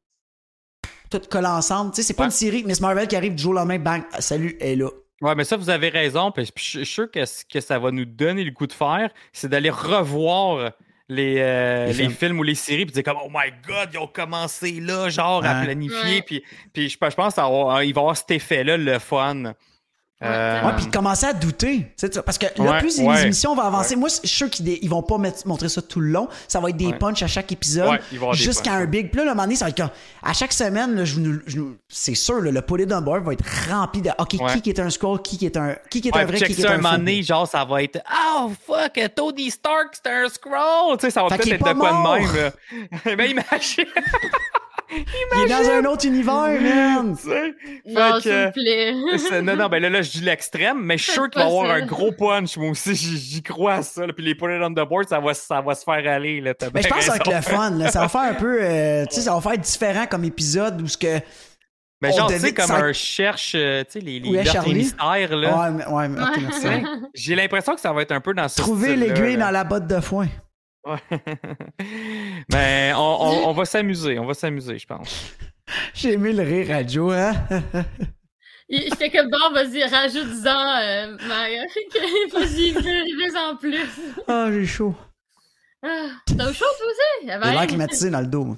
Speaker 1: tout colle ensemble. Tu sais, c'est pas
Speaker 6: Ouais.
Speaker 1: une série Miss Marvel qui arrive du jour au lendemain, bang, ah, salut, elle est là.
Speaker 6: Ouais, mais ça, vous avez raison. Puis je suis sûr que ce que ça va nous donner le coup de faire, c'est d'aller revoir les, euh,
Speaker 1: Les
Speaker 6: les,
Speaker 1: films.
Speaker 6: films. ou les séries, puis dire comme, oh my god, ils ont commencé là, genre, à
Speaker 1: Ouais.
Speaker 6: planifier.
Speaker 8: Ouais.
Speaker 6: Puis, puis je, je pense qu'il va y avoir cet effet-là, le fun. Euh,
Speaker 1: Ouais, puis de commencer à douter. tu sais, tu- Parce que là,
Speaker 6: Ouais,
Speaker 1: plus les
Speaker 6: ouais.
Speaker 1: émissions vont avancer, moi, je suis sûr qu'ils dé- ils vont pas mettre- montrer ça tout le long. Ça va être des
Speaker 6: Ouais.
Speaker 1: punchs à chaque épisode.
Speaker 6: Ouais, il va y avoir des
Speaker 1: Jusqu'à
Speaker 6: punchs,
Speaker 1: un big. Puis là, le moment donné, ça va être comme. À chaque semaine, là, je nous- je nous- c'est sûr, là, le poulet d'un bar va être rempli de. OK,
Speaker 6: Ouais.
Speaker 1: qui qui est un score, qui qui est un, qui qui est
Speaker 6: ouais,
Speaker 1: un vrai,
Speaker 6: check
Speaker 1: qui qui est
Speaker 6: ça
Speaker 1: un
Speaker 6: un moment
Speaker 1: faux.
Speaker 6: donné, genre, ça va être, oh fuck, Tony Stark, c'est un scroll. Tu sais, ça va
Speaker 1: Fait
Speaker 6: peut-être
Speaker 1: qu'il est
Speaker 6: être de
Speaker 1: pas
Speaker 6: quoi
Speaker 1: mort.
Speaker 6: de même. là. mais imagine.
Speaker 1: Il est dans un autre univers, man!
Speaker 6: Tu sais?
Speaker 8: Non,
Speaker 6: Fait
Speaker 8: s'il
Speaker 6: que-
Speaker 8: vous plaît.
Speaker 6: C'est- Non, non, ben là, là, je dis l'extrême, mais je suis sûr
Speaker 8: Faites
Speaker 6: qu'il va y
Speaker 8: pas
Speaker 6: avoir
Speaker 8: ça.
Speaker 6: un gros punch. Moi aussi, j'y j'y crois à ça. là. Puis les pull it on the board, ça va, ça va se faire aller. Là, T'as
Speaker 1: Mais je
Speaker 6: bien
Speaker 1: pense que ça va être
Speaker 6: Ben, raison.
Speaker 1: le fun. là. Ça va faire un peu. euh, tu sais, ça va faire différent comme épisode où ce que.
Speaker 6: Mais
Speaker 1: on
Speaker 6: genre, tu sais,
Speaker 1: devine-
Speaker 6: comme
Speaker 1: ça-
Speaker 6: un cherche, euh, tu sais, les, les
Speaker 1: Oui, à
Speaker 6: libertés
Speaker 1: Charlie.
Speaker 6: mystères, là.
Speaker 1: Ouais, mais- ouais, mais- ok,
Speaker 8: Ouais.
Speaker 1: merci.
Speaker 6: Ouais. J'ai l'impression que ça va être un peu dans ce
Speaker 1: Trouver
Speaker 6: style-là,
Speaker 1: l'aiguille
Speaker 6: là.
Speaker 1: dans la botte de foin.
Speaker 6: Ouais. Mais on, on- on va s'amuser, on va s'amuser, je pense.
Speaker 1: J'ai aimé le rire à Joe, hein?
Speaker 8: Il- J'étais comme bon, vas-y, rajoute-en, euh, Mario. vas-y, fais-en plus.
Speaker 1: Ah, j'ai chaud.
Speaker 8: Ah, T'as au chaud, toi aussi? Eh ben,
Speaker 1: J'ai l'air climatisé dans le dos. moi.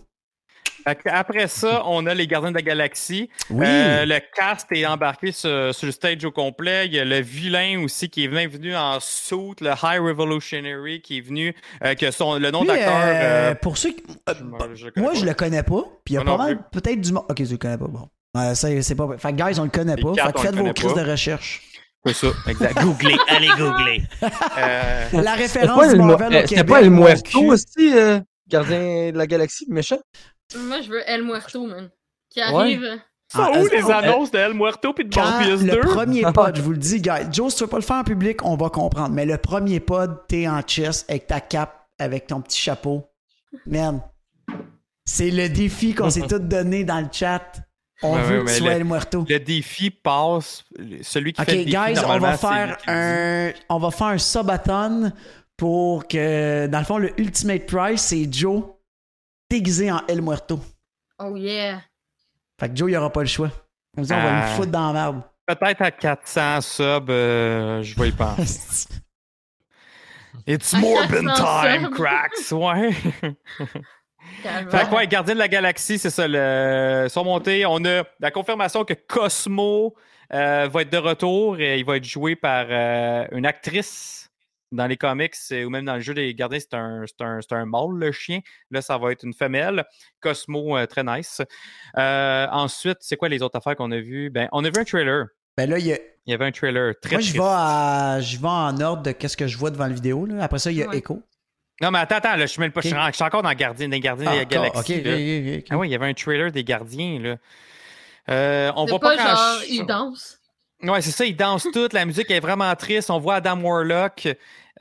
Speaker 6: Fait que Après ça, on a les Gardiens de la Galaxie.
Speaker 1: Oui!
Speaker 6: Euh, le cast est embarqué sur, sur le stage au complet. Il y a le vilain aussi qui est venu, venu en soute, le High Revolutionary qui est venu, euh, que son, le nom
Speaker 1: Lui,
Speaker 6: d'acteur.
Speaker 1: euh,
Speaker 6: euh,
Speaker 1: pour ceux qui- euh,
Speaker 6: je me- je connais
Speaker 1: Moi,
Speaker 6: pas.
Speaker 1: je le connais pas. Puis il y a
Speaker 6: Moi non
Speaker 1: pas mal, peut-être du monde. Ok, tu le connais pas. Bon. Euh, ça, c'est pas. Fait que, guys, on le connaît
Speaker 6: Les
Speaker 1: pas.
Speaker 6: quatre,
Speaker 1: fait que faites
Speaker 6: on le
Speaker 1: vos
Speaker 6: connaît
Speaker 1: crises
Speaker 6: pas.
Speaker 1: de recherche.
Speaker 6: C'est ça, exact. Googlez, allez googler. Euh,
Speaker 1: La
Speaker 7: C'était
Speaker 1: référence
Speaker 7: pas,
Speaker 1: du
Speaker 7: le,
Speaker 1: Marvel au
Speaker 7: euh, c'était
Speaker 1: Québec,
Speaker 7: pas El
Speaker 1: mon
Speaker 7: Muerto
Speaker 1: cul.
Speaker 7: aussi, euh, gardien de la galaxie, le méchant?
Speaker 8: Moi, je veux El Muerto, man. Qui arrive. euh,
Speaker 1: Ah,
Speaker 6: sont où
Speaker 1: euh,
Speaker 6: les annonces de El Muerto puis de Bon
Speaker 1: Quand le
Speaker 6: 2?
Speaker 1: premier
Speaker 7: Ah.
Speaker 1: pod, je vous le dis, guys, Joe, si tu veux pas le faire en public, on va comprendre. Mais le premier pod, t'es en chess avec ta cape, avec ton petit chapeau. Man, c'est le défi qu'on s'est tous donné dans le chat. On
Speaker 6: Ouais,
Speaker 1: veut
Speaker 6: ouais,
Speaker 1: que
Speaker 6: mais
Speaker 1: tu sois
Speaker 6: le-
Speaker 1: El Muerto.
Speaker 6: Le défi passe. Celui qui
Speaker 1: Ok,
Speaker 6: fait le défi,
Speaker 1: guys, on
Speaker 6: normalement,
Speaker 1: va
Speaker 6: c'est
Speaker 1: faire
Speaker 6: lui qui le dit.
Speaker 1: un, on va faire un subathon pour que, dans le fond, le ultimate prize, c'est Joe déguisé en El Muerto.
Speaker 8: Oh yeah.
Speaker 1: Fait que Joe, il aura pas le choix. Comme ça, on va
Speaker 6: Ah.
Speaker 1: le foutre dans la merde.
Speaker 6: Peut-être à 400 subs, euh, je vais y penser. It's
Speaker 8: À
Speaker 6: Morbin
Speaker 8: 400
Speaker 6: time,
Speaker 8: subs.
Speaker 6: cracks! Ouais!
Speaker 8: Calme.
Speaker 6: fait que ouais, Gardien de la Galaxie, c'est ça. Le... Ils sont montés. On a la confirmation que Cosmo euh, va être de retour et il va être joué par euh, une actrice dans les comics euh, ou même dans le jeu des Gardiens. C'est un, c'est un, c'est un mâle, le chien. Là, ça va être une femelle. Cosmo, euh, très nice. Euh, ensuite, c'est quoi les autres affaires qu'on a vues? Ben, on a vu un trailer.
Speaker 1: Ben là, il y a-
Speaker 6: Il y avait un trailer très
Speaker 1: moi, je vais,
Speaker 6: triste.
Speaker 1: à- je vais en ordre de qu'est-ce que je vois devant la vidéo. là. Après ça, il y a
Speaker 8: Ouais.
Speaker 1: Echo.
Speaker 6: Non, mais attends, attends, là, je suis même pas. je suis
Speaker 1: Ok.
Speaker 6: en- Je suis encore dans Gardien, des Gardiens de
Speaker 1: Ah,
Speaker 6: la
Speaker 1: encore.
Speaker 6: Galaxie.
Speaker 1: Ok,
Speaker 6: là.
Speaker 1: ok, ok, ok.
Speaker 6: Ah oui, il y avait un trailer des gardiens, là. Euh, on
Speaker 8: C'est
Speaker 6: voit
Speaker 8: pas
Speaker 6: pas,
Speaker 8: genre,
Speaker 6: quand.
Speaker 8: il danse.
Speaker 6: Ouais, c'est ça, ils dansent toutes. La musique est vraiment triste. On voit Adam Warlock.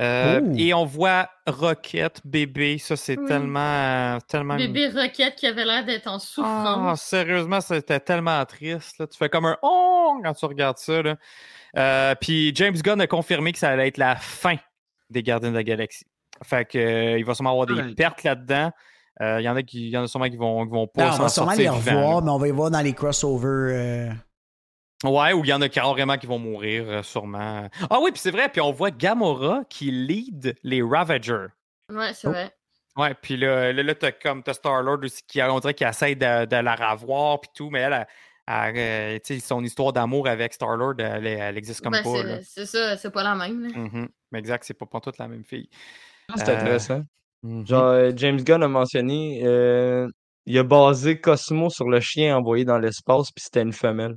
Speaker 6: euh,
Speaker 1: Ouh.
Speaker 6: et on voit Rocket, bébé. Ça, c'est
Speaker 8: Oui.
Speaker 6: tellement. tellement...
Speaker 8: Bébé Roquette qui avait l'air d'être en
Speaker 6: Ah,
Speaker 8: souffrance.
Speaker 6: sérieusement, c'était tellement triste. là. Tu fais comme un oh quand tu regardes ça. là. Euh, Puis James Gunn a confirmé que ça allait être la fin des Gardiens de la Galaxie. Fait que, euh, il va sûrement avoir des
Speaker 7: Ouais.
Speaker 6: pertes là-dedans. Euh, Il y en a qui, il y en a sûrement qui vont, qui vont pas
Speaker 1: Non, Ah, Ben, on
Speaker 6: s'en
Speaker 1: va sûrement les
Speaker 6: sortir vivants,
Speaker 1: revoir, mais on va les voir dans les crossovers. euh.
Speaker 6: là. Ouais, ou il y en a carrément qui vont mourir, euh, sûrement. Ah oui, puis c'est vrai. Puis on voit Gamora qui lead les Ravagers.
Speaker 8: Ouais, c'est
Speaker 1: Oh.
Speaker 8: vrai.
Speaker 6: Ouais, puis là, là, là, t'as comme t'as Star-Lord aussi qui, on dirait qu'il essaie de, de la revoir, puis tout, mais elle, elle, elle, euh, tu sais, son histoire d'amour avec Star-Lord, elle, elle existe comme
Speaker 8: Ben,
Speaker 6: pas, là.
Speaker 8: c'est- c'est ça, c'est pas la même. là.
Speaker 6: Mhm. Mais exact, c'est pas pour toute la même fille.
Speaker 7: C'était
Speaker 6: Euh,
Speaker 7: Ah, intéressant.
Speaker 6: Mhm.
Speaker 7: Genre, euh, James Gunn a mentionné, euh, il a basé Cosmo sur le chien envoyé dans l'espace, puis c'était une femelle.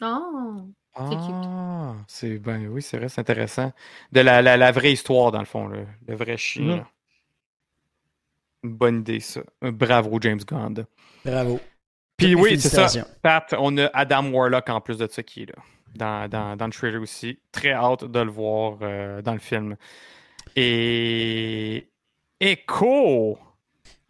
Speaker 8: Non. c'est cute.
Speaker 6: Ah, c'est ben oui, c'est vrai, c'est intéressant. De la, la, la vraie histoire, dans le fond, le, le vrai chien.
Speaker 7: Mhm.
Speaker 6: là. Une bonne idée, ça. Un Bravo, James Gunn.
Speaker 1: Bravo.
Speaker 6: Puis
Speaker 1: Toutes mes
Speaker 6: oui, c'est ça.
Speaker 1: félicitations.
Speaker 6: Pat, on a Adam Warlock en plus de ça qui est là, dans, dans, dans le trailer aussi. Très hâte de le voir euh, dans le film. Et. Echo!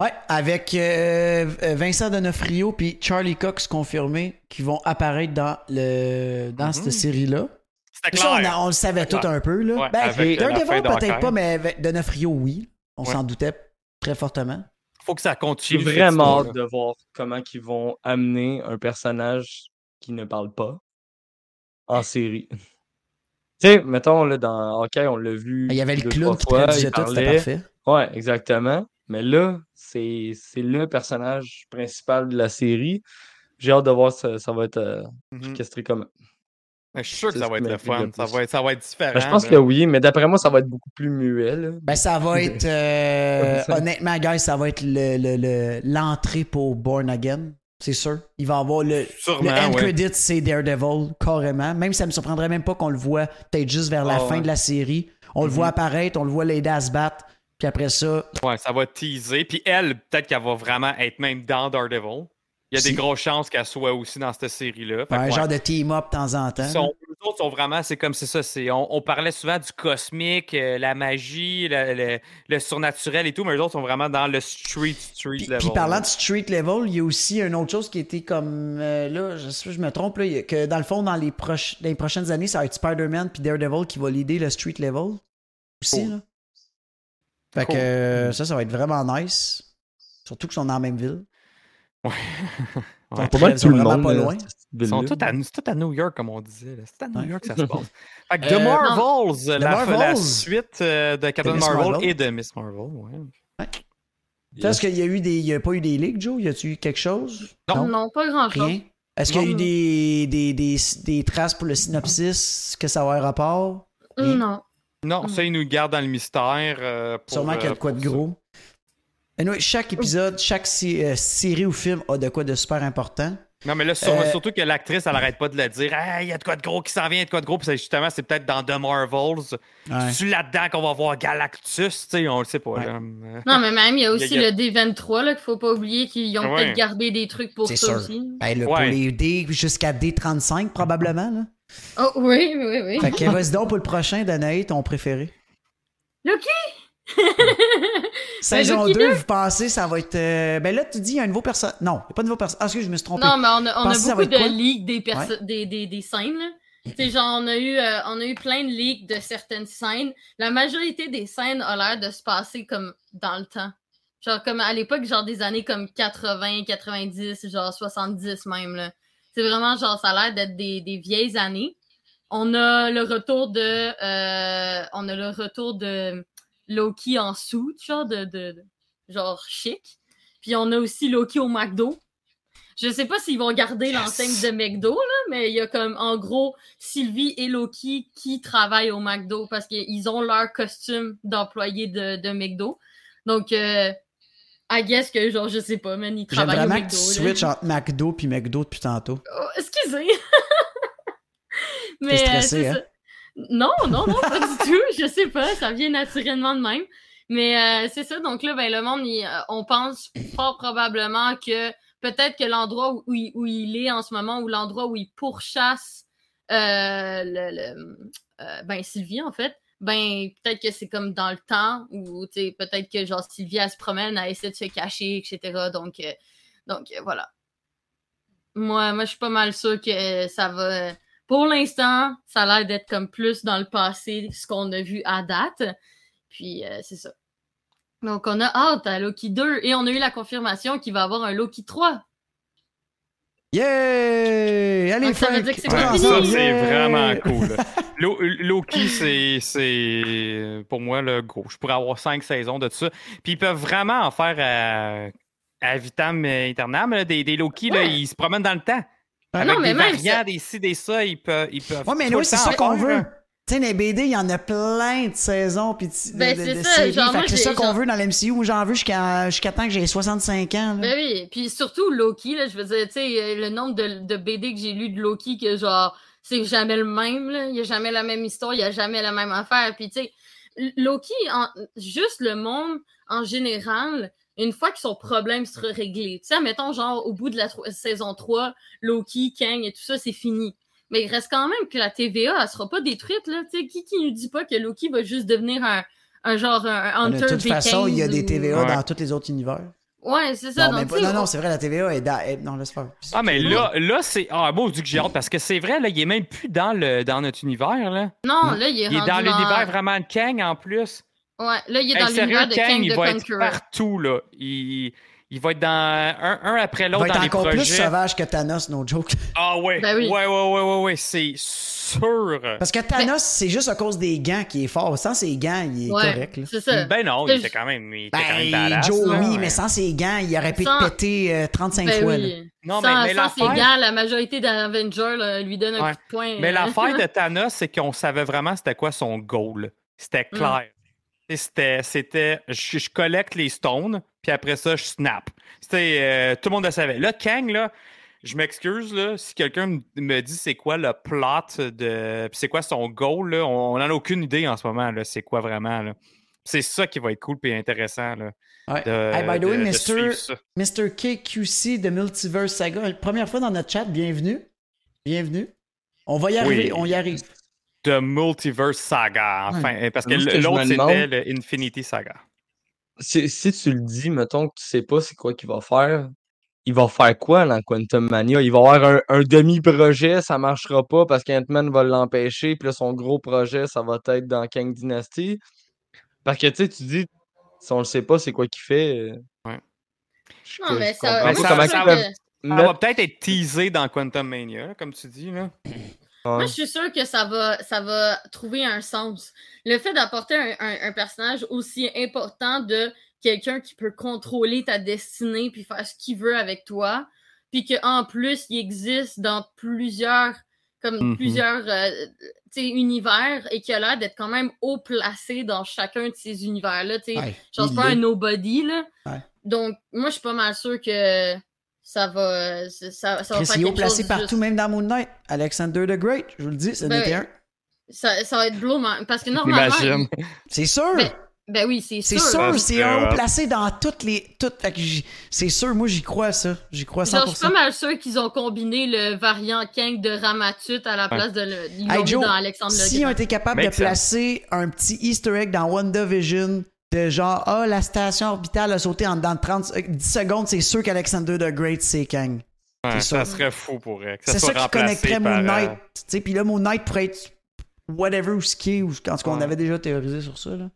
Speaker 1: Ouais, avec euh, Vincent Donofrio puis Charlie Cox confirmés qui vont apparaître dans le dans cette
Speaker 6: Mhm.
Speaker 1: série-là.
Speaker 6: C'était
Speaker 1: Ça, on,
Speaker 6: clair!
Speaker 1: a- on le savait tout
Speaker 6: clair.
Speaker 1: un peu. Là.
Speaker 6: Ouais,
Speaker 1: ben,
Speaker 6: avec, euh, la
Speaker 1: Daredevil,
Speaker 6: fin
Speaker 1: peut-être
Speaker 6: d'Hawkeye.
Speaker 1: pas, mais avec Donofrio, oui. On
Speaker 6: Ouais.
Speaker 1: s'en doutait très fortement.
Speaker 6: Faut que ça
Speaker 7: J'ai
Speaker 6: continue. cette
Speaker 7: vraiment hâte
Speaker 6: histoire-là.
Speaker 7: de voir comment ils vont amener un personnage qui ne parle pas en série. tu sais, mettons, là, dans Hockey, on l'a vu.
Speaker 1: Ah, Il y avait le
Speaker 7: deux,
Speaker 1: clown
Speaker 7: trois
Speaker 1: qui
Speaker 7: fois,
Speaker 1: traduisait
Speaker 7: il
Speaker 1: tout, c'était
Speaker 7: parlait.
Speaker 1: parfait.
Speaker 7: Ouais, exactement. Mais là, c'est c'est le personnage principal de la série. J'ai hâte de voir ça, ça va être euh,
Speaker 6: Mhm.
Speaker 7: orchestré comment.
Speaker 6: Je suis sûr que
Speaker 7: C'est
Speaker 6: ça
Speaker 7: ce
Speaker 6: va
Speaker 7: qui
Speaker 6: être le
Speaker 7: m'intrigue
Speaker 6: fun.
Speaker 7: le
Speaker 6: Ça
Speaker 7: plus.
Speaker 6: va être, ça va être différent.
Speaker 7: Ben, je pense
Speaker 6: là.
Speaker 7: que oui, mais d'après moi, ça va être beaucoup plus muet. là.
Speaker 1: Ben, ça va être. euh,
Speaker 7: Ça.
Speaker 1: honnêtement, guys, ça va être le- le- le- l'entrée pour Born Again. C'est sûr. Il va avoir le. Le
Speaker 6: Sûrement,
Speaker 1: end
Speaker 6: ouais.
Speaker 1: credit, c'est Daredevil, carrément. Même ça me surprendrait même pas qu'on le voit peut-être juste vers la
Speaker 7: Ah,
Speaker 1: fin
Speaker 7: ouais.
Speaker 1: de la série. On le
Speaker 6: Mm-hmm.
Speaker 1: voit apparaître, on le voit l'aider à se battre. Puis après ça,
Speaker 6: Ouais, ça va teaser. Puis elle, peut-être qu'elle va vraiment être même dans Daredevil. Il y a des
Speaker 1: Si.
Speaker 6: grosses chances qu'elle soit aussi dans cette série-là. Fait que
Speaker 1: Un
Speaker 6: ouais.
Speaker 1: genre de team-up de temps en temps.
Speaker 6: Ils sont, eux autres sont vraiment, c'est comme c'est ça. C'est, on, on parlait souvent du cosmique, euh, la magie, le, le- le surnaturel et tout, mais eux autres sont vraiment dans le street, street
Speaker 1: Puis,
Speaker 6: level.
Speaker 1: puis parlant de street level, il y a aussi une autre chose qui était comme euh, là, je sais pas si je me trompe là, il y a- que dans le fond dans les, proches, dans les prochaines années, ça va être Spider-Man puis Daredevil qui va l'aider le street level aussi
Speaker 6: Cool.
Speaker 1: là. Fait
Speaker 6: Cool.
Speaker 1: que euh, ça ça va être vraiment nice. Surtout qu'ils sont dans la même ville.
Speaker 6: Ouais.
Speaker 1: Ils sont
Speaker 6: Ouais.
Speaker 1: très- ils sont vraiment pas loin.
Speaker 6: Ils sont tous à, c'est tout à New York, comme on disait. là. C'est à New
Speaker 1: Ouais.
Speaker 6: York que ça se passe. Fait que
Speaker 1: Euh,
Speaker 6: The Marvels, la,
Speaker 1: Marvels.
Speaker 6: la suite euh, de Captain
Speaker 1: Miss
Speaker 6: Marvel,
Speaker 1: Marvel.
Speaker 6: et de Miss Marvel. ouais.
Speaker 1: Tu sais, Est-ce qu'il y a eu des il y a pas eu des ligues, Joe, y a-tu eu quelque chose
Speaker 8: Non, pas grand-chose.
Speaker 1: rien. Est-ce qu'il y a eu
Speaker 8: Non.
Speaker 1: des, des, des, des traces pour le synopsis que ça va avoir rapport Rien.
Speaker 8: Mm, Non.
Speaker 6: Non,
Speaker 8: Mm.
Speaker 6: ça, ils nous gardent dans le mystère. euh, pour,
Speaker 1: Ah. Sûrement qu'il y a
Speaker 6: euh,
Speaker 1: de quoi de
Speaker 6: pour ça.
Speaker 1: gros. Anyway, chaque
Speaker 8: Oh.
Speaker 1: épisode, chaque sé- euh, série ou film a de quoi de super important.
Speaker 6: Non, mais là, sur-
Speaker 1: Euh,
Speaker 6: surtout que l'actrice, elle n'arrête pas de le dire. Ah, Il y a de quoi de gros qui s'en vient, il y a de quoi de gros. Puis c'est justement, c'est peut-être dans The Marvels. C'est là-dedans qu'on va voir Galactus. Tu sais, on le sait pas.
Speaker 1: Ouais.
Speaker 6: là. Euh,
Speaker 8: Non, mais même, il y a aussi
Speaker 6: Il y a-
Speaker 8: le D23 là, qu'il faut pas oublier qu'ils ont
Speaker 6: Ouais.
Speaker 8: peut-être gardé des trucs pour
Speaker 1: C'est
Speaker 8: ça
Speaker 1: sûr.
Speaker 8: aussi.
Speaker 1: Ben, le-
Speaker 6: Ouais.
Speaker 1: Pour les D jusqu'à D35, probablement. Là.
Speaker 8: Oh, oui, oui, oui.
Speaker 1: Fait que euh, vas-y donc pour le prochain, Danaï, ton préféré.
Speaker 8: Ben, Loki!
Speaker 1: Saison
Speaker 8: Loki
Speaker 1: 2, vous pensez, ça va être. euh, Ben là, tu dis, il y a un nouveau personnage. Non, il n'y a pas de nouveau personnage. Ah, excuse, je me suis trompé.
Speaker 8: non, mais on a, on a
Speaker 1: Pensez que ça va
Speaker 8: beaucoup
Speaker 1: être quoi?
Speaker 8: de leaks des, perso- des, des, des scènes. Là. T'sais, genre, on a, eu, euh, on a eu plein de leaks de certaines scènes. La majorité des scènes a l'air de se passer comme dans le temps. Genre, comme à l'époque, genre des années comme 80, 90, genre 70 même. Là. C'est vraiment genre, ça a l'air d'être des, des vieilles années. On a le retour de. euh, on a le retour de Loki en soute, genre de, de- de- genre chic. Puis on a aussi Loki au McDo. Je sais pas s'ils vont garder l'enseigne de McDo, là, mais il y a comme en gros Sylvie et Loki qui travaillent au McDo parce qu'ils ont leur costume d'employé de, de McDo. Donc euh, I guess que genre je sais pas, mais ils
Speaker 1: J'aime
Speaker 8: travaillent au
Speaker 1: vraiment que
Speaker 8: McDo.
Speaker 1: tu
Speaker 8: là.
Speaker 1: switches entre McDo puis McDo depuis tantôt.
Speaker 8: Oh, excusez.
Speaker 1: T'es
Speaker 8: Mais euh,
Speaker 1: stressé,
Speaker 8: c'est
Speaker 1: hein?
Speaker 8: ça. Non, non, non, pas du tout. Je sais pas, ça vient naturellement de même. Mais euh, c'est ça, donc là, ben, le monde, il, euh, on pense fort probablement que peut-être que l'endroit où, où il- où il est en ce moment, ou l'endroit où il pourchasse euh, le, le- euh, ben, Sylvie, en fait, ben peut-être que c'est comme dans le temps, ou tu sais, peut-être que genre Sylvie, elle se promène, elle essaie de se cacher, etc. Donc, euh, donc euh, voilà. Moi, moi, je suis pas mal sûre que euh, ça va. Pour l'instant, ça a l'air d'être comme plus dans le passé, ce qu'on a vu à date. Puis, euh, c'est ça. Donc, on a hâte à Loki 2 et on a eu la confirmation qu'il va avoir un Loki 3.
Speaker 1: Yay! Allez,
Speaker 8: Donc, Ah, ça veut
Speaker 1: Frank,
Speaker 8: dire que c'est
Speaker 1: on
Speaker 8: pas
Speaker 1: est
Speaker 6: ouais,
Speaker 8: fini.
Speaker 6: ça,
Speaker 1: ensemble.
Speaker 6: c'est
Speaker 1: Yay!
Speaker 6: vraiment cool. Lo- Loki, c'est- c'est pour moi le gros. Je pourrais avoir cinq saisons de ça. Puis ils peuvent vraiment en faire euh, à vitam aeternam. là. Des, des Loki, là,
Speaker 8: Ouais.
Speaker 6: ils se promènent dans le temps.
Speaker 1: Ah
Speaker 6: Avec
Speaker 8: non, mais
Speaker 6: des
Speaker 8: même
Speaker 6: variants,
Speaker 8: ça-
Speaker 6: des ci, des ça, ils peuvent. Ils peuvent
Speaker 1: Ouais, mais
Speaker 6: tout
Speaker 1: oui,
Speaker 6: le
Speaker 1: c'est
Speaker 6: temps
Speaker 1: ça
Speaker 6: en
Speaker 1: qu'on
Speaker 6: faire,
Speaker 1: veut.
Speaker 6: là.
Speaker 1: Tu sais, les BD, il y en a plein de saisons puis de,
Speaker 8: Ben,
Speaker 1: de-
Speaker 8: c'est
Speaker 1: de
Speaker 8: ça,
Speaker 1: séries.
Speaker 8: genre,
Speaker 1: Fait
Speaker 8: moi,
Speaker 1: que c'est
Speaker 8: j'ai-
Speaker 1: ça qu'on
Speaker 8: genre-
Speaker 1: veut dans l'MCU où j'en veux jusqu'à jusqu'à temps que j'ai 65 ans. là.
Speaker 8: Ben oui, puis surtout Loki, là, je veux dire, tu sais, euh, le nombre de, de BD que j'ai lu de Loki, que genre, c'est jamais le même, là. Il n'y a jamais la même histoire, il n'y a jamais la même affaire. Puis, tu sais, L- Loki, en- juste le monde, en général, une fois que son problème sera réglé, tu sais, mettons, genre, au bout de la tro- saison 3, Loki, Kang et tout ça, c'est fini. Mais il reste quand même que la TVA, elle sera pas détruite, là. Tu sais, qui, qui nous dit pas que Loki va juste devenir un, un genre, un, un
Speaker 1: de
Speaker 8: Hunter
Speaker 1: toute
Speaker 8: B.
Speaker 1: façon, il y a
Speaker 8: 15
Speaker 1: des
Speaker 8: ou-
Speaker 1: TVA
Speaker 6: Ouais.
Speaker 1: dans tous les autres univers.
Speaker 8: Ouais, c'est ça.
Speaker 1: Non, mais
Speaker 8: donc,
Speaker 1: pas-
Speaker 8: tu sais,
Speaker 1: non,
Speaker 8: on-
Speaker 1: non, c'est vrai, la TVA est dans. eh, Non, laisse faire.
Speaker 6: Ah, mais là, là c'est. Ah, moi, je dis que j'ai hâte parce que c'est vrai, là, il est même plus dans, le, dans notre univers. Là.
Speaker 8: Non, là, il est,
Speaker 6: Il est
Speaker 8: rendu
Speaker 6: dans l'univers vraiment de Kang en plus.
Speaker 8: Ouais, là, il est
Speaker 6: Hey,
Speaker 8: dans l'univers
Speaker 6: sérieux,
Speaker 8: de
Speaker 6: Kang,
Speaker 8: Kang
Speaker 6: il
Speaker 8: the
Speaker 6: va être
Speaker 8: Conqueror.
Speaker 6: partout, là. Il, il va être dans un, un après
Speaker 1: Il va
Speaker 6: l'autre
Speaker 1: être
Speaker 6: dans les
Speaker 1: encore plus
Speaker 6: projets.
Speaker 1: sauvage que Thanos, no joke.
Speaker 6: ah ouais.
Speaker 8: Ben oui. Euh,
Speaker 6: ouais, ouais, ouais, ouais, ouais, c'est sûr.
Speaker 1: Parce que Thanos, c'est juste à cause des gants qu'il est fort. Sans ses gants, il est
Speaker 8: Ben- Ouais,
Speaker 1: correct. Là.
Speaker 8: C'est ça.
Speaker 6: Ben non,
Speaker 8: C'est
Speaker 6: il était
Speaker 8: ju-
Speaker 6: quand même, il était quand même
Speaker 1: Ben,
Speaker 6: badass,
Speaker 1: Joe,
Speaker 6: là,
Speaker 1: oui,
Speaker 6: ouais.
Speaker 1: mais sans ses gants, il aurait pu te
Speaker 8: Sans-
Speaker 1: péter euh, 35
Speaker 8: Ben
Speaker 1: fois. là.
Speaker 8: oui.
Speaker 6: Non, mais-
Speaker 8: sans,
Speaker 6: mais
Speaker 8: sans ses
Speaker 6: l'affaire-
Speaker 8: gants, la majorité d'Avengers là, lui donne un
Speaker 6: Ouais.
Speaker 8: coup de poing.
Speaker 6: Mais
Speaker 8: euh.
Speaker 6: l'affaire de Thanos, c'est qu'on savait vraiment c'était quoi son goal. C'était clair. Et C'était, c'était je, je collecte les stones, puis après ça, je snap. C'était, euh, tout le monde le savait. Là, Kang, là, je m'excuse, là, si quelqu'un m- me dit c'est quoi le plot de. puis c'est quoi son goal, là, on n'en a aucune idée en ce moment, là, c'est quoi vraiment. Là. C'est ça qui va être cool et intéressant. Là,
Speaker 1: Ouais.
Speaker 6: de-
Speaker 1: Hey, by the way,
Speaker 6: de- de
Speaker 1: Mr.
Speaker 6: suivre ça.
Speaker 1: Mr. KQC de Multiverse Saga, première fois dans notre chat, bienvenue. Bienvenue. On va y arriver,
Speaker 6: Oui.
Speaker 1: on y arrive.
Speaker 6: The Multiverse Saga, enfin. Parce que
Speaker 7: Moi, ce que je
Speaker 6: l'autre,
Speaker 7: me
Speaker 6: c'était
Speaker 7: demande-
Speaker 6: le Infinity Saga.
Speaker 7: Si, si tu le dis, mettons que tu sais pas c'est quoi qu'il va faire, il va faire quoi dans Quantum Mania? Il va avoir un, un demi-projet, ça marchera pas parce qu'Ant-Man va l'empêcher, puis là, son gros projet, ça va être dans Kang Dynasty. Parce que tu sais, tu dis, si on le sait pas, c'est quoi qu'il fait. euh,
Speaker 6: Ouais.
Speaker 7: je-
Speaker 8: Non,
Speaker 7: je
Speaker 8: mais
Speaker 7: comprends
Speaker 8: ça.
Speaker 7: pas
Speaker 6: Mais ça-
Speaker 7: comment ils
Speaker 6: ça-
Speaker 7: peuvent
Speaker 8: que-
Speaker 6: Ça
Speaker 7: mettre-
Speaker 6: Ah, va peut-être être teasé dans Quantum Mania, là, comme tu dis. Là. Ah,
Speaker 8: Moi, je suis sûre que ça va, ça va trouver un sens. Le fait d'apporter un, un- un personnage aussi important de quelqu'un qui peut contrôler ta destinée puis faire ce qu'il veut avec toi, puis qu'en plus, il existe dans plusieurs, comme
Speaker 1: Mm-hmm.
Speaker 6: Mhm.
Speaker 8: plusieurs euh, tu sais, univers et qu'il a l'air d'être quand même haut placé dans chacun de ces univers-là. tu sais.
Speaker 1: Ouais,
Speaker 8: Genre, c'est
Speaker 1: il
Speaker 8: pas un
Speaker 1: l'est.
Speaker 8: nobody, là.
Speaker 1: Ouais.
Speaker 8: Donc, moi, je suis pas mal sûre que ça va, ça, ça va
Speaker 1: Chris,
Speaker 8: faire
Speaker 1: il est haut
Speaker 8: quelque chose
Speaker 1: placé
Speaker 8: de
Speaker 1: partout,
Speaker 8: juste.
Speaker 1: même dans Moon Knight. Alexander the Great, je vous le dis, c'est
Speaker 8: Ben,
Speaker 1: un.
Speaker 8: Ça, ça va être blow, man. parce que normalement,
Speaker 6: Imagine.
Speaker 1: C'est sûr!
Speaker 8: Ben, Ben oui, c'est sûr.
Speaker 1: c'est sûr,
Speaker 6: Parce
Speaker 1: c'est
Speaker 6: que- euh,
Speaker 1: un haut placé dans toutes les. Toutes, fait que j'y- c'est sûr, moi j'y crois à ça. J'y crois à
Speaker 8: Genre, je suis
Speaker 1: 100%.
Speaker 8: pas mal sûr qu'ils ont combiné le variant Kang de Ramatut à la place de le, ils l'ont
Speaker 1: Hey,
Speaker 8: mis
Speaker 1: Joe,
Speaker 8: dans Alexandre
Speaker 1: si
Speaker 8: le
Speaker 1: on
Speaker 8: Grand.
Speaker 1: était capable
Speaker 6: Make
Speaker 1: de
Speaker 6: sense.
Speaker 1: placer un petit easter egg dans WandaVision de genre Ah, la station orbitale a sauté en dedans de 30, euh, 10 secondes, c'est sûr qu'Alexander the Great, c'est Kang.
Speaker 6: Ouais,
Speaker 1: C'est ça.
Speaker 6: ça serait fou pour elle. que
Speaker 1: C'est
Speaker 6: soit
Speaker 1: ça qui
Speaker 6: remplacé
Speaker 1: connecterait
Speaker 6: par,
Speaker 1: Moon
Speaker 6: euh,
Speaker 1: Knight. tu sais. Puis là, Moon Knight pourrait être whatever ou ce qui est, ou en tout cas, on
Speaker 6: Ouais.
Speaker 1: avait déjà théorisé sur ça. Là.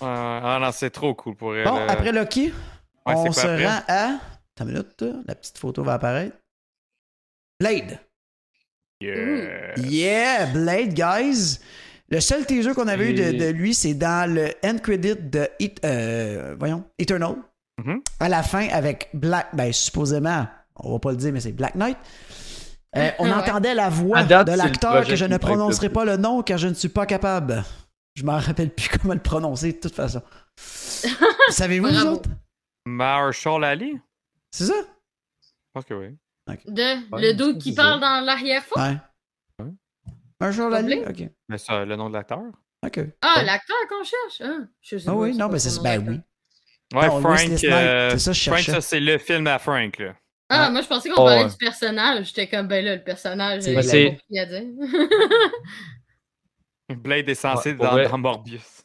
Speaker 6: Ouais, ouais. ah non, c'est trop cool pour elle.
Speaker 1: Bon,
Speaker 6: là.
Speaker 1: après Loki,
Speaker 6: Ouais, c'est
Speaker 1: on
Speaker 6: quoi
Speaker 1: se
Speaker 6: après?
Speaker 1: rend à. Attends une minute, là, la petite photo va apparaître. Blade.
Speaker 7: Euh,
Speaker 6: Yeah.
Speaker 1: Yeah, Blade, guys. Le seul teaser qu'on avait eu de, de lui, c'est dans le end credit de It- euh, voyons, Eternal.
Speaker 6: Mhm.
Speaker 1: À la fin, avec Black, ben supposément, on va pas le dire, mais c'est Black Knight. Euh, on
Speaker 8: Mm-hmm. Ouais.
Speaker 1: entendait la voix
Speaker 7: À date,
Speaker 1: de
Speaker 7: c'est le
Speaker 1: l'acteur
Speaker 7: projet
Speaker 1: que je
Speaker 7: qui
Speaker 1: ne
Speaker 7: me préoccupe
Speaker 1: prononcerai
Speaker 7: le
Speaker 1: pas le nom car je ne suis pas capable. Je m'en rappelle plus comment le prononcer de toute façon. Savez-vous vous
Speaker 8: Bravo.
Speaker 1: autres?
Speaker 6: Marshall Ali? Je
Speaker 1: C'est ça?
Speaker 6: pense que oui.
Speaker 8: De,
Speaker 7: Ouais,
Speaker 8: le
Speaker 7: c'est
Speaker 8: doute qui
Speaker 7: bizarre.
Speaker 8: parle dans l'arrière-fond.
Speaker 1: Ouais.
Speaker 6: Ouais.
Speaker 1: Un jour la nuit?
Speaker 8: Blade?
Speaker 1: Ok.
Speaker 6: Mais ça, le nom de l'acteur?
Speaker 1: Ok.
Speaker 8: Ah, l'acteur qu'on cherche. Ah, je sais
Speaker 1: Ah
Speaker 8: pas,
Speaker 1: oui, non,
Speaker 8: pas
Speaker 1: ben
Speaker 8: son
Speaker 1: c'est.
Speaker 8: nom
Speaker 1: Ben
Speaker 8: d'acteur.
Speaker 1: oui.
Speaker 6: Ouais,
Speaker 1: Non, Wesley
Speaker 6: Frank.
Speaker 1: Snipes,
Speaker 6: euh,
Speaker 1: c'est ça, je
Speaker 6: Frank,
Speaker 1: cherchais.
Speaker 6: ça, c'est le film à Frank. Là.
Speaker 8: Ah,
Speaker 1: Ouais.
Speaker 8: moi, je pensais qu'on
Speaker 7: Oh,
Speaker 8: parlait
Speaker 7: ouais.
Speaker 8: du personnage. J'étais comme, ben là, le personnage,
Speaker 1: C'est
Speaker 8: euh,
Speaker 1: la-
Speaker 8: c'est pas ce qu'il y a à dire.
Speaker 6: Blade est censé
Speaker 7: Ouais, pour
Speaker 6: dans,
Speaker 7: vrai.
Speaker 6: dans Morbius.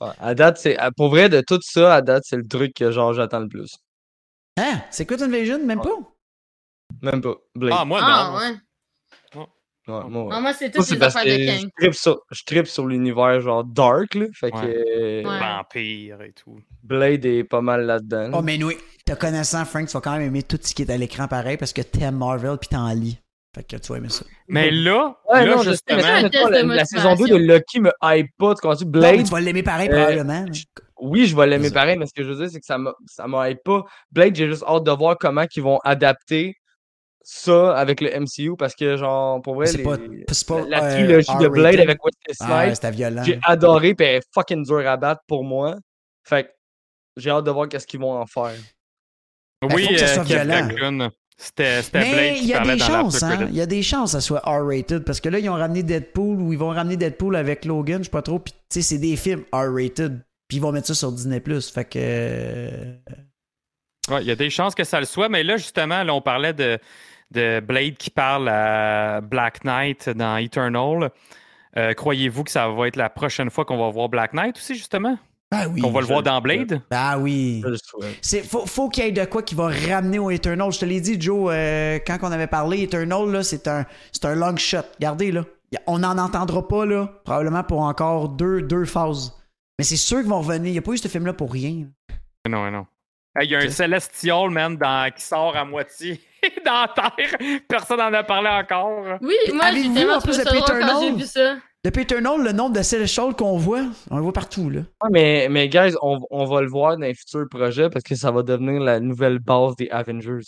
Speaker 7: Ouais, À date, c'est. à- Pour vrai, de tout ça, à date, c'est le truc que genre j'attends le plus.
Speaker 1: Hein? C'est quoi Invasion? Même pas?
Speaker 7: Même pas. Blade.
Speaker 6: Ah, moi,
Speaker 8: ah,
Speaker 6: non.
Speaker 8: ouais.
Speaker 7: Ouais, moi, ouais.
Speaker 8: Ah, moi, c'est
Speaker 7: Moi,
Speaker 8: toutes
Speaker 7: c'est
Speaker 8: les
Speaker 7: parce que
Speaker 8: affaires de
Speaker 7: je
Speaker 8: Kang.
Speaker 7: trippe sur, je trippe sur l'univers genre dark, là. Fait que euh,
Speaker 8: Ouais.
Speaker 6: Vampire et tout.
Speaker 7: Blade est pas mal là-dedans.
Speaker 1: Oh, mais oui, te connaissant, Frank, tu vas quand même aimer tout ce qui est à l'écran pareil parce que t'aimes Marvel puis t'en lis. Fait que tu vas aimer ça.
Speaker 6: Mais là,
Speaker 7: Ouais,
Speaker 6: là
Speaker 7: non, je sais, mais
Speaker 6: justement,
Speaker 8: Un
Speaker 7: mettons,
Speaker 8: test
Speaker 7: la,
Speaker 8: de
Speaker 7: la saison 2 de
Speaker 8: motivation.
Speaker 7: Lucky me hype pas. Tu comprends-tu?
Speaker 1: Non, mais
Speaker 7: Blade,
Speaker 1: tu vas l'aimer pareil,
Speaker 7: euh,
Speaker 1: probablement. là.
Speaker 7: oui, je vais l'aimer
Speaker 1: ça.
Speaker 7: pareil, mais ce que je veux dire, c'est que ça me, ça me hype pas. Blade, j'ai juste hâte de voir comment ils vont adapter ça avec le MCU parce que, genre, pour vrai,
Speaker 1: C'est
Speaker 7: les-
Speaker 1: pas. c'est pas,
Speaker 7: la
Speaker 1: euh,
Speaker 7: trilogie de Blade
Speaker 1: R-rated.
Speaker 7: avec Wesley
Speaker 1: Ah,
Speaker 7: Snipes,
Speaker 1: c'était violent.
Speaker 7: j'ai
Speaker 6: Ah.
Speaker 7: adoré, puis elle est fucking dure à battre pour moi. Fait que j'ai hâte de voir qu'est-ce qu'ils vont en faire.
Speaker 1: Ben,
Speaker 6: oui,
Speaker 1: faut que ça
Speaker 6: euh,
Speaker 1: soit
Speaker 6: Kev
Speaker 1: violent.
Speaker 6: Lacune, c'était c'était Blade
Speaker 1: Mais il
Speaker 6: qui
Speaker 1: y a
Speaker 6: parlait
Speaker 1: des
Speaker 6: dans
Speaker 1: chances,
Speaker 6: l'after
Speaker 1: hein.
Speaker 6: credit.
Speaker 1: Il y a des chances que ça soit R-rated parce que là, ils ont ramené Deadpool ou ils vont ramener Deadpool avec Logan, je sais pas trop. Puis, tu sais, c'est des films R-rated. Puis ils vont mettre ça sur Disney. Fait que. euh,
Speaker 6: Ouais, il y a des chances que ça le soit, mais là, justement, là, on parlait de, de Blade qui parle à Black Knight dans Eternal. Euh, Croyez-vous que ça va être la prochaine fois qu'on va voir Black Knight aussi, justement?
Speaker 1: Ah oui.
Speaker 6: qu'on va le
Speaker 7: je-
Speaker 6: voir dans Blade?
Speaker 1: Ah oui.
Speaker 7: Je le souhaite.
Speaker 1: C'est, faut faut qu'il y ait de quoi qui va ramener au Eternal. Je te l'ai dit, Joe, euh, quand on avait parlé, Eternal, là, c'est, un, c'est un long shot. Regardez, là. Y a- On n'en entendra pas, là, probablement pour encore deux, deux phases. Mais c'est sûr qu'ils vont revenir. Il n'y a pas eu ce film-là pour rien.
Speaker 6: Non, non. Hey, Il y a un
Speaker 1: Ok.
Speaker 6: Celestial, man, dans- qui sort à moitié dans la Terre. Personne n'en a parlé encore.
Speaker 8: Oui,
Speaker 1: Puis
Speaker 8: moi, j'ai
Speaker 1: avez-vous, en
Speaker 8: tellement
Speaker 1: plus,
Speaker 8: trouvé ça
Speaker 1: appelé
Speaker 8: drôle quand j'ai
Speaker 1: Eternal?
Speaker 8: vu ça.
Speaker 1: Depuis Eternal, le nombre de Celestials qu'on voit, on le voit partout, là.
Speaker 7: Ouais, mais, mais guys, on, on va le voir dans les futurs projets parce que ça va devenir la nouvelle base des Avengers.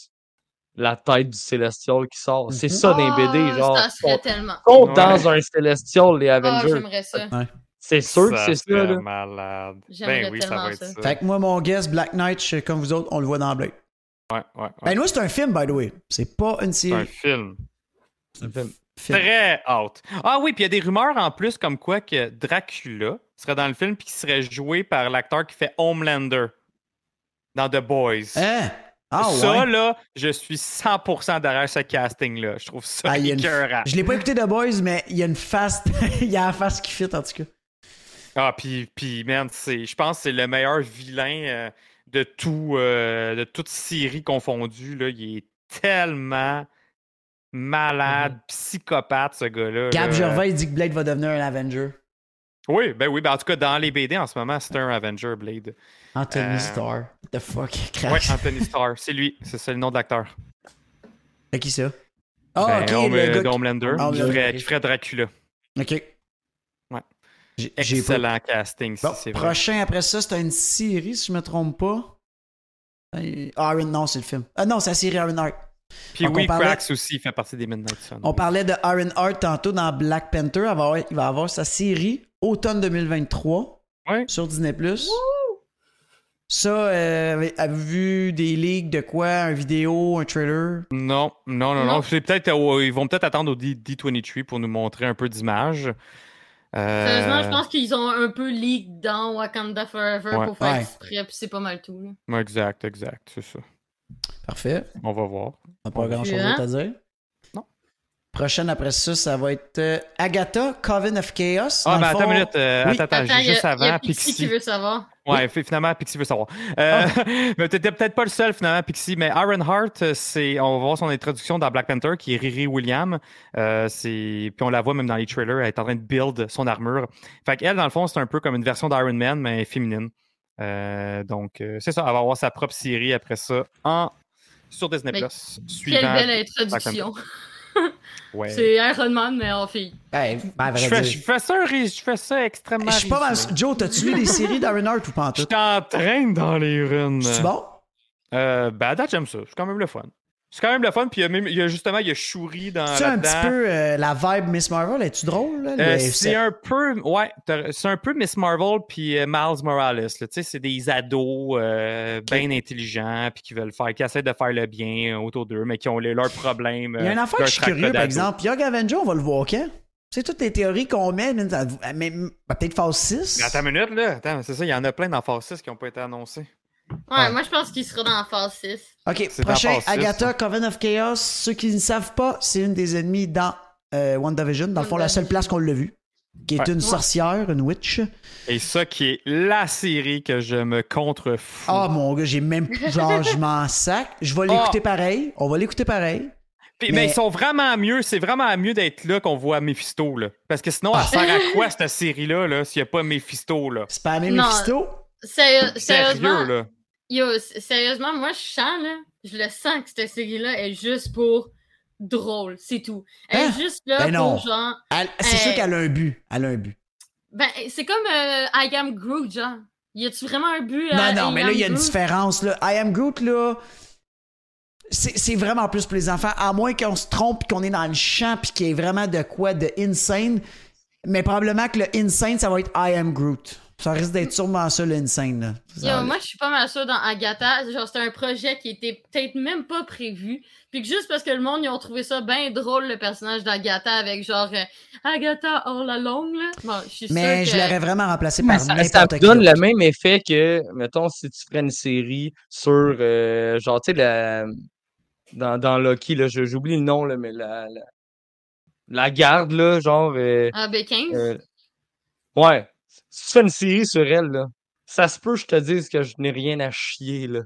Speaker 7: La tête du Célestial qui sort. C'est ça dans les BD,
Speaker 8: Ah,
Speaker 7: genre.
Speaker 8: Ça
Speaker 7: sont-
Speaker 8: serait tellement.
Speaker 7: sont
Speaker 6: Mm-hmm. Ouais.
Speaker 7: dans un Celestial, les
Speaker 8: Ah,
Speaker 7: Avengers.
Speaker 8: j'aimerais ça.
Speaker 7: c'est sûr que c'est ça,
Speaker 6: serait
Speaker 7: là.
Speaker 6: malade.
Speaker 8: J'aimerais
Speaker 6: Ben oui, ça
Speaker 8: tellement
Speaker 6: va être
Speaker 8: ça.
Speaker 6: ça.
Speaker 1: Fait que moi, mon guess, Black Knight, je suis comme vous autres, on le voit dans Blade.
Speaker 6: Ouais, ouais, ouais.
Speaker 1: Ben, nous, c'est un film, by the way. C'est pas une
Speaker 6: c'est un
Speaker 1: série.
Speaker 6: film.
Speaker 1: film.
Speaker 6: Très haute. Ah oui, puis il y a des rumeurs en plus comme quoi que Dracula serait dans le film puis qu'il serait joué par l'acteur qui fait Homelander dans The Boys.
Speaker 1: Hein? Ah ouais.
Speaker 6: ça, là, je suis 100% derrière ce casting-là. Je trouve ça
Speaker 1: Ah, il y a une-
Speaker 6: écœurant.
Speaker 1: Je l'ai pas écouté The Boys, mais il y a une face. il y a la face qui fit en tout cas.
Speaker 6: Ah, puis, puis man, c'est, je pense que c'est le meilleur vilain euh, de, tout, euh, de toute série confondue. Là. Il est tellement malade, psychopathe, ce gars-là.
Speaker 1: Mm-hmm. Gab
Speaker 6: là.
Speaker 1: Gervais, il dit que Blade va devenir un Avenger.
Speaker 6: Oui, ben oui, ben en tout cas, dans les BD en ce moment, c'est un Avenger Blade.
Speaker 1: Anthony
Speaker 6: Euh,
Speaker 1: Starr. What the fuck? Crack.
Speaker 6: Oui, Anthony Starr, c'est lui, c'est ça le nom de l'acteur.
Speaker 1: C'est qui ça? Ah,
Speaker 6: Ben,
Speaker 1: ok.
Speaker 6: Home-
Speaker 1: le gars qui-
Speaker 6: Homelander,
Speaker 1: Ah,
Speaker 6: qui
Speaker 1: Homelander,
Speaker 6: ferait-
Speaker 1: ok.
Speaker 6: qui ferait Dracula.
Speaker 1: Ok.
Speaker 6: Ouais.
Speaker 1: J'ai- j'ai pas-
Speaker 6: Excellent casting, si
Speaker 1: Bon,
Speaker 6: c'est vrai.
Speaker 1: prochain après ça, c'est une série, si je me trompe pas. Euh, Iron, non, c'est le film. Ah non, c'est la série Iron Heart.
Speaker 6: Puis
Speaker 1: Donc, on
Speaker 6: oui,
Speaker 1: parlait-
Speaker 6: Cracks aussi fait partie des Midnight Sun.
Speaker 1: On parlait de Iron Heart tantôt dans Black Panther. Il va avoir, il va avoir sa série automne 2023
Speaker 6: Ouais.
Speaker 1: sur Disney. Ça, euh, avez- avez-vous vu des leaks de quoi Un vidéo, un trailer
Speaker 6: Non, non, non,
Speaker 8: Non.
Speaker 6: non. C'est peut-être, euh, ils vont peut-être attendre au D- D23 pour nous montrer un peu d'images. Euh,
Speaker 8: Sérieusement, je pense qu'ils ont un peu leak dans Wakanda Forever
Speaker 6: Ouais.
Speaker 8: pour faire
Speaker 1: Ouais.
Speaker 8: exprès, puis c'est pas mal tout. là.
Speaker 6: ouais, Exact, exact, c'est ça.
Speaker 1: Parfait.
Speaker 6: On va voir.
Speaker 1: On n'a pas grand chose
Speaker 8: Hein?
Speaker 1: d'autre à dire.
Speaker 6: Non.
Speaker 1: Prochaine après ça, ça va être euh, Agatha, Coven of Chaos.
Speaker 6: Ah,
Speaker 1: Dans
Speaker 6: ben
Speaker 1: le
Speaker 6: attends
Speaker 1: fond-
Speaker 6: une minute. euh,
Speaker 1: Oui.
Speaker 6: Attends, attends,
Speaker 8: Attends, il y a,
Speaker 6: juste
Speaker 8: il y
Speaker 6: avant,
Speaker 8: a Pixie qui veut savoir.
Speaker 6: Ouais, fi- finalement, Pixie veut savoir. Euh,
Speaker 8: Ah.
Speaker 6: mais t'étais peut-être pas le seul, finalement, Pixie. Mais Iron Heart, euh, c'est, on va voir son introduction dans Black Panther, qui est Riri Williams. Euh, c'est, puis on la voit même dans les trailers, elle est en train de build son armure. Fait qu'elle, dans le fond, c'est un peu comme une version d'Iron Man, mais féminine. Euh, donc, euh, c'est ça. Elle va avoir sa propre série après ça en, sur Disney+.
Speaker 8: Mais
Speaker 6: Plus,
Speaker 8: Quelle
Speaker 6: suivant...
Speaker 8: belle introduction.
Speaker 6: Ouais.
Speaker 8: C'est Iron Man, mais en fille.
Speaker 1: Hey, ben, à vrai
Speaker 6: Je fais,
Speaker 1: dire.
Speaker 6: je fais ça, ri- je fais ça extrêmement.
Speaker 1: Je suis pas mal.
Speaker 6: risqué.
Speaker 1: Joe, t'as-tu lu les séries d'Iron Heart ou pas en
Speaker 6: Je
Speaker 1: tout?
Speaker 6: t'entraîne dans les runes.
Speaker 1: C'est bon?
Speaker 6: Euh, ben, à date, j'aime ça. C'est quand même le fun. C'est quand même le fun. Puis il y a, même- il y a justement, il y a Shuri dans.
Speaker 1: C'est un
Speaker 6: là-dedans.
Speaker 1: petit peu euh, la vibe Miss Marvel, es-tu drôle? Là?
Speaker 6: Euh,
Speaker 1: Le-
Speaker 6: c'est un peu, ouais, t'as- c'est un peu Miss Marvel puis euh, Miles Morales. là. Tu sais, c'est des ados euh, bien intelligents puis qui veulent faire, qui essaient de faire le bien euh, autour d'eux, mais qui ont les- leurs problèmes.
Speaker 1: Il y a une
Speaker 6: euh,
Speaker 1: affaire que
Speaker 6: leur
Speaker 1: je suis
Speaker 6: tracas
Speaker 1: curieux, par
Speaker 6: d'ado.
Speaker 1: exemple. Young Avenger, on va le voir quand? C'est toutes les théories qu'on met, mais, ça- mais- bah, peut-être phase 6.
Speaker 6: Mais Attends une minute, là. Attends, c'est ça, il y en a plein dans Phase 6 qui n'ont pas été annoncés.
Speaker 8: Ouais,
Speaker 1: Ouais.
Speaker 8: moi je pense qu'il sera dans la phase 6.
Speaker 1: ok,
Speaker 6: c'est dans
Speaker 1: prochain,
Speaker 6: phase six,
Speaker 1: Agatha,
Speaker 6: ça.
Speaker 1: Coven of Chaos. Ceux qui ne savent pas, c'est une des ennemies dans euh, WandaVision. Dans le fond, la seule place qu'on l'a vue. Qui est
Speaker 6: Ouais.
Speaker 1: une sorcière, une witch.
Speaker 6: Et ça, qui est la série que je me contrefous.
Speaker 1: Ah mon gars, j'ai même. Genre, je m'en sac. Je vais l'écouter pareil. On va l'écouter pareil.
Speaker 6: Puis-
Speaker 1: Mais-
Speaker 6: Mais ils sont vraiment mieux, c'est vraiment mieux d'être là qu'on voit Mephisto, là. Parce que
Speaker 8: Ah.
Speaker 6: sinon, elle sert à quoi cette série-là, là, s'il n'y a pas Mephisto, là?
Speaker 1: Spammer
Speaker 8: Non.
Speaker 1: Mephisto.
Speaker 8: Sérieux-
Speaker 6: Sérieux,
Speaker 8: sérieusement,
Speaker 6: là.
Speaker 8: yo, s- sérieusement, moi je sens, là, je le sens que cette série-là est juste pour drôle, c'est tout. Elle
Speaker 1: Hein?
Speaker 8: est juste là
Speaker 1: Ben non.
Speaker 8: pour genre.
Speaker 1: Elle- C'est
Speaker 8: Euh,
Speaker 1: sûr qu'elle a un but. Elle a un but.
Speaker 8: Ben, c'est comme euh, I am Groot, genre. Y a-tu vraiment un but à
Speaker 1: Non, non,
Speaker 8: I
Speaker 1: mais là,
Speaker 8: Am
Speaker 1: il y a une
Speaker 8: Groot?
Speaker 1: différence. Là. I am Groot, là, c'est c'est vraiment plus pour les enfants, à moins qu'on se trompe et qu'on est dans le champ puis qu'il y ait vraiment de quoi de insane. Mais probablement que le insane, ça va être I am Groot. Ça risque d'être sûrement ça, le insane. là.
Speaker 8: Yo,
Speaker 1: Ça-
Speaker 8: moi, je suis pas mal sûre dans Agatha. Genre, c'était un projet qui était peut-être même pas prévu. Puis que juste parce que le monde, ils ont trouvé ça bien drôle, le personnage d'Agatha, avec genre euh, Agatha all along, là. Bon, je suis sûre
Speaker 1: mais
Speaker 8: que...
Speaker 1: je l'aurais vraiment remplacé
Speaker 7: Mais
Speaker 1: par
Speaker 7: ça, ça
Speaker 1: n'importe qui.
Speaker 7: donne
Speaker 1: d'autre.
Speaker 7: le même effet que, mettons, si tu ferais une série sur, euh, genre, tu sais, la- dans, dans Loki, là, je- j'oublie le nom, là, mais la, la, la garde, là, genre, euh,
Speaker 8: Ah, ben 15?
Speaker 7: euh, ouais, si tu fais une série sur elle, là, ça se peut, je te dise que je n'ai rien à chier, là.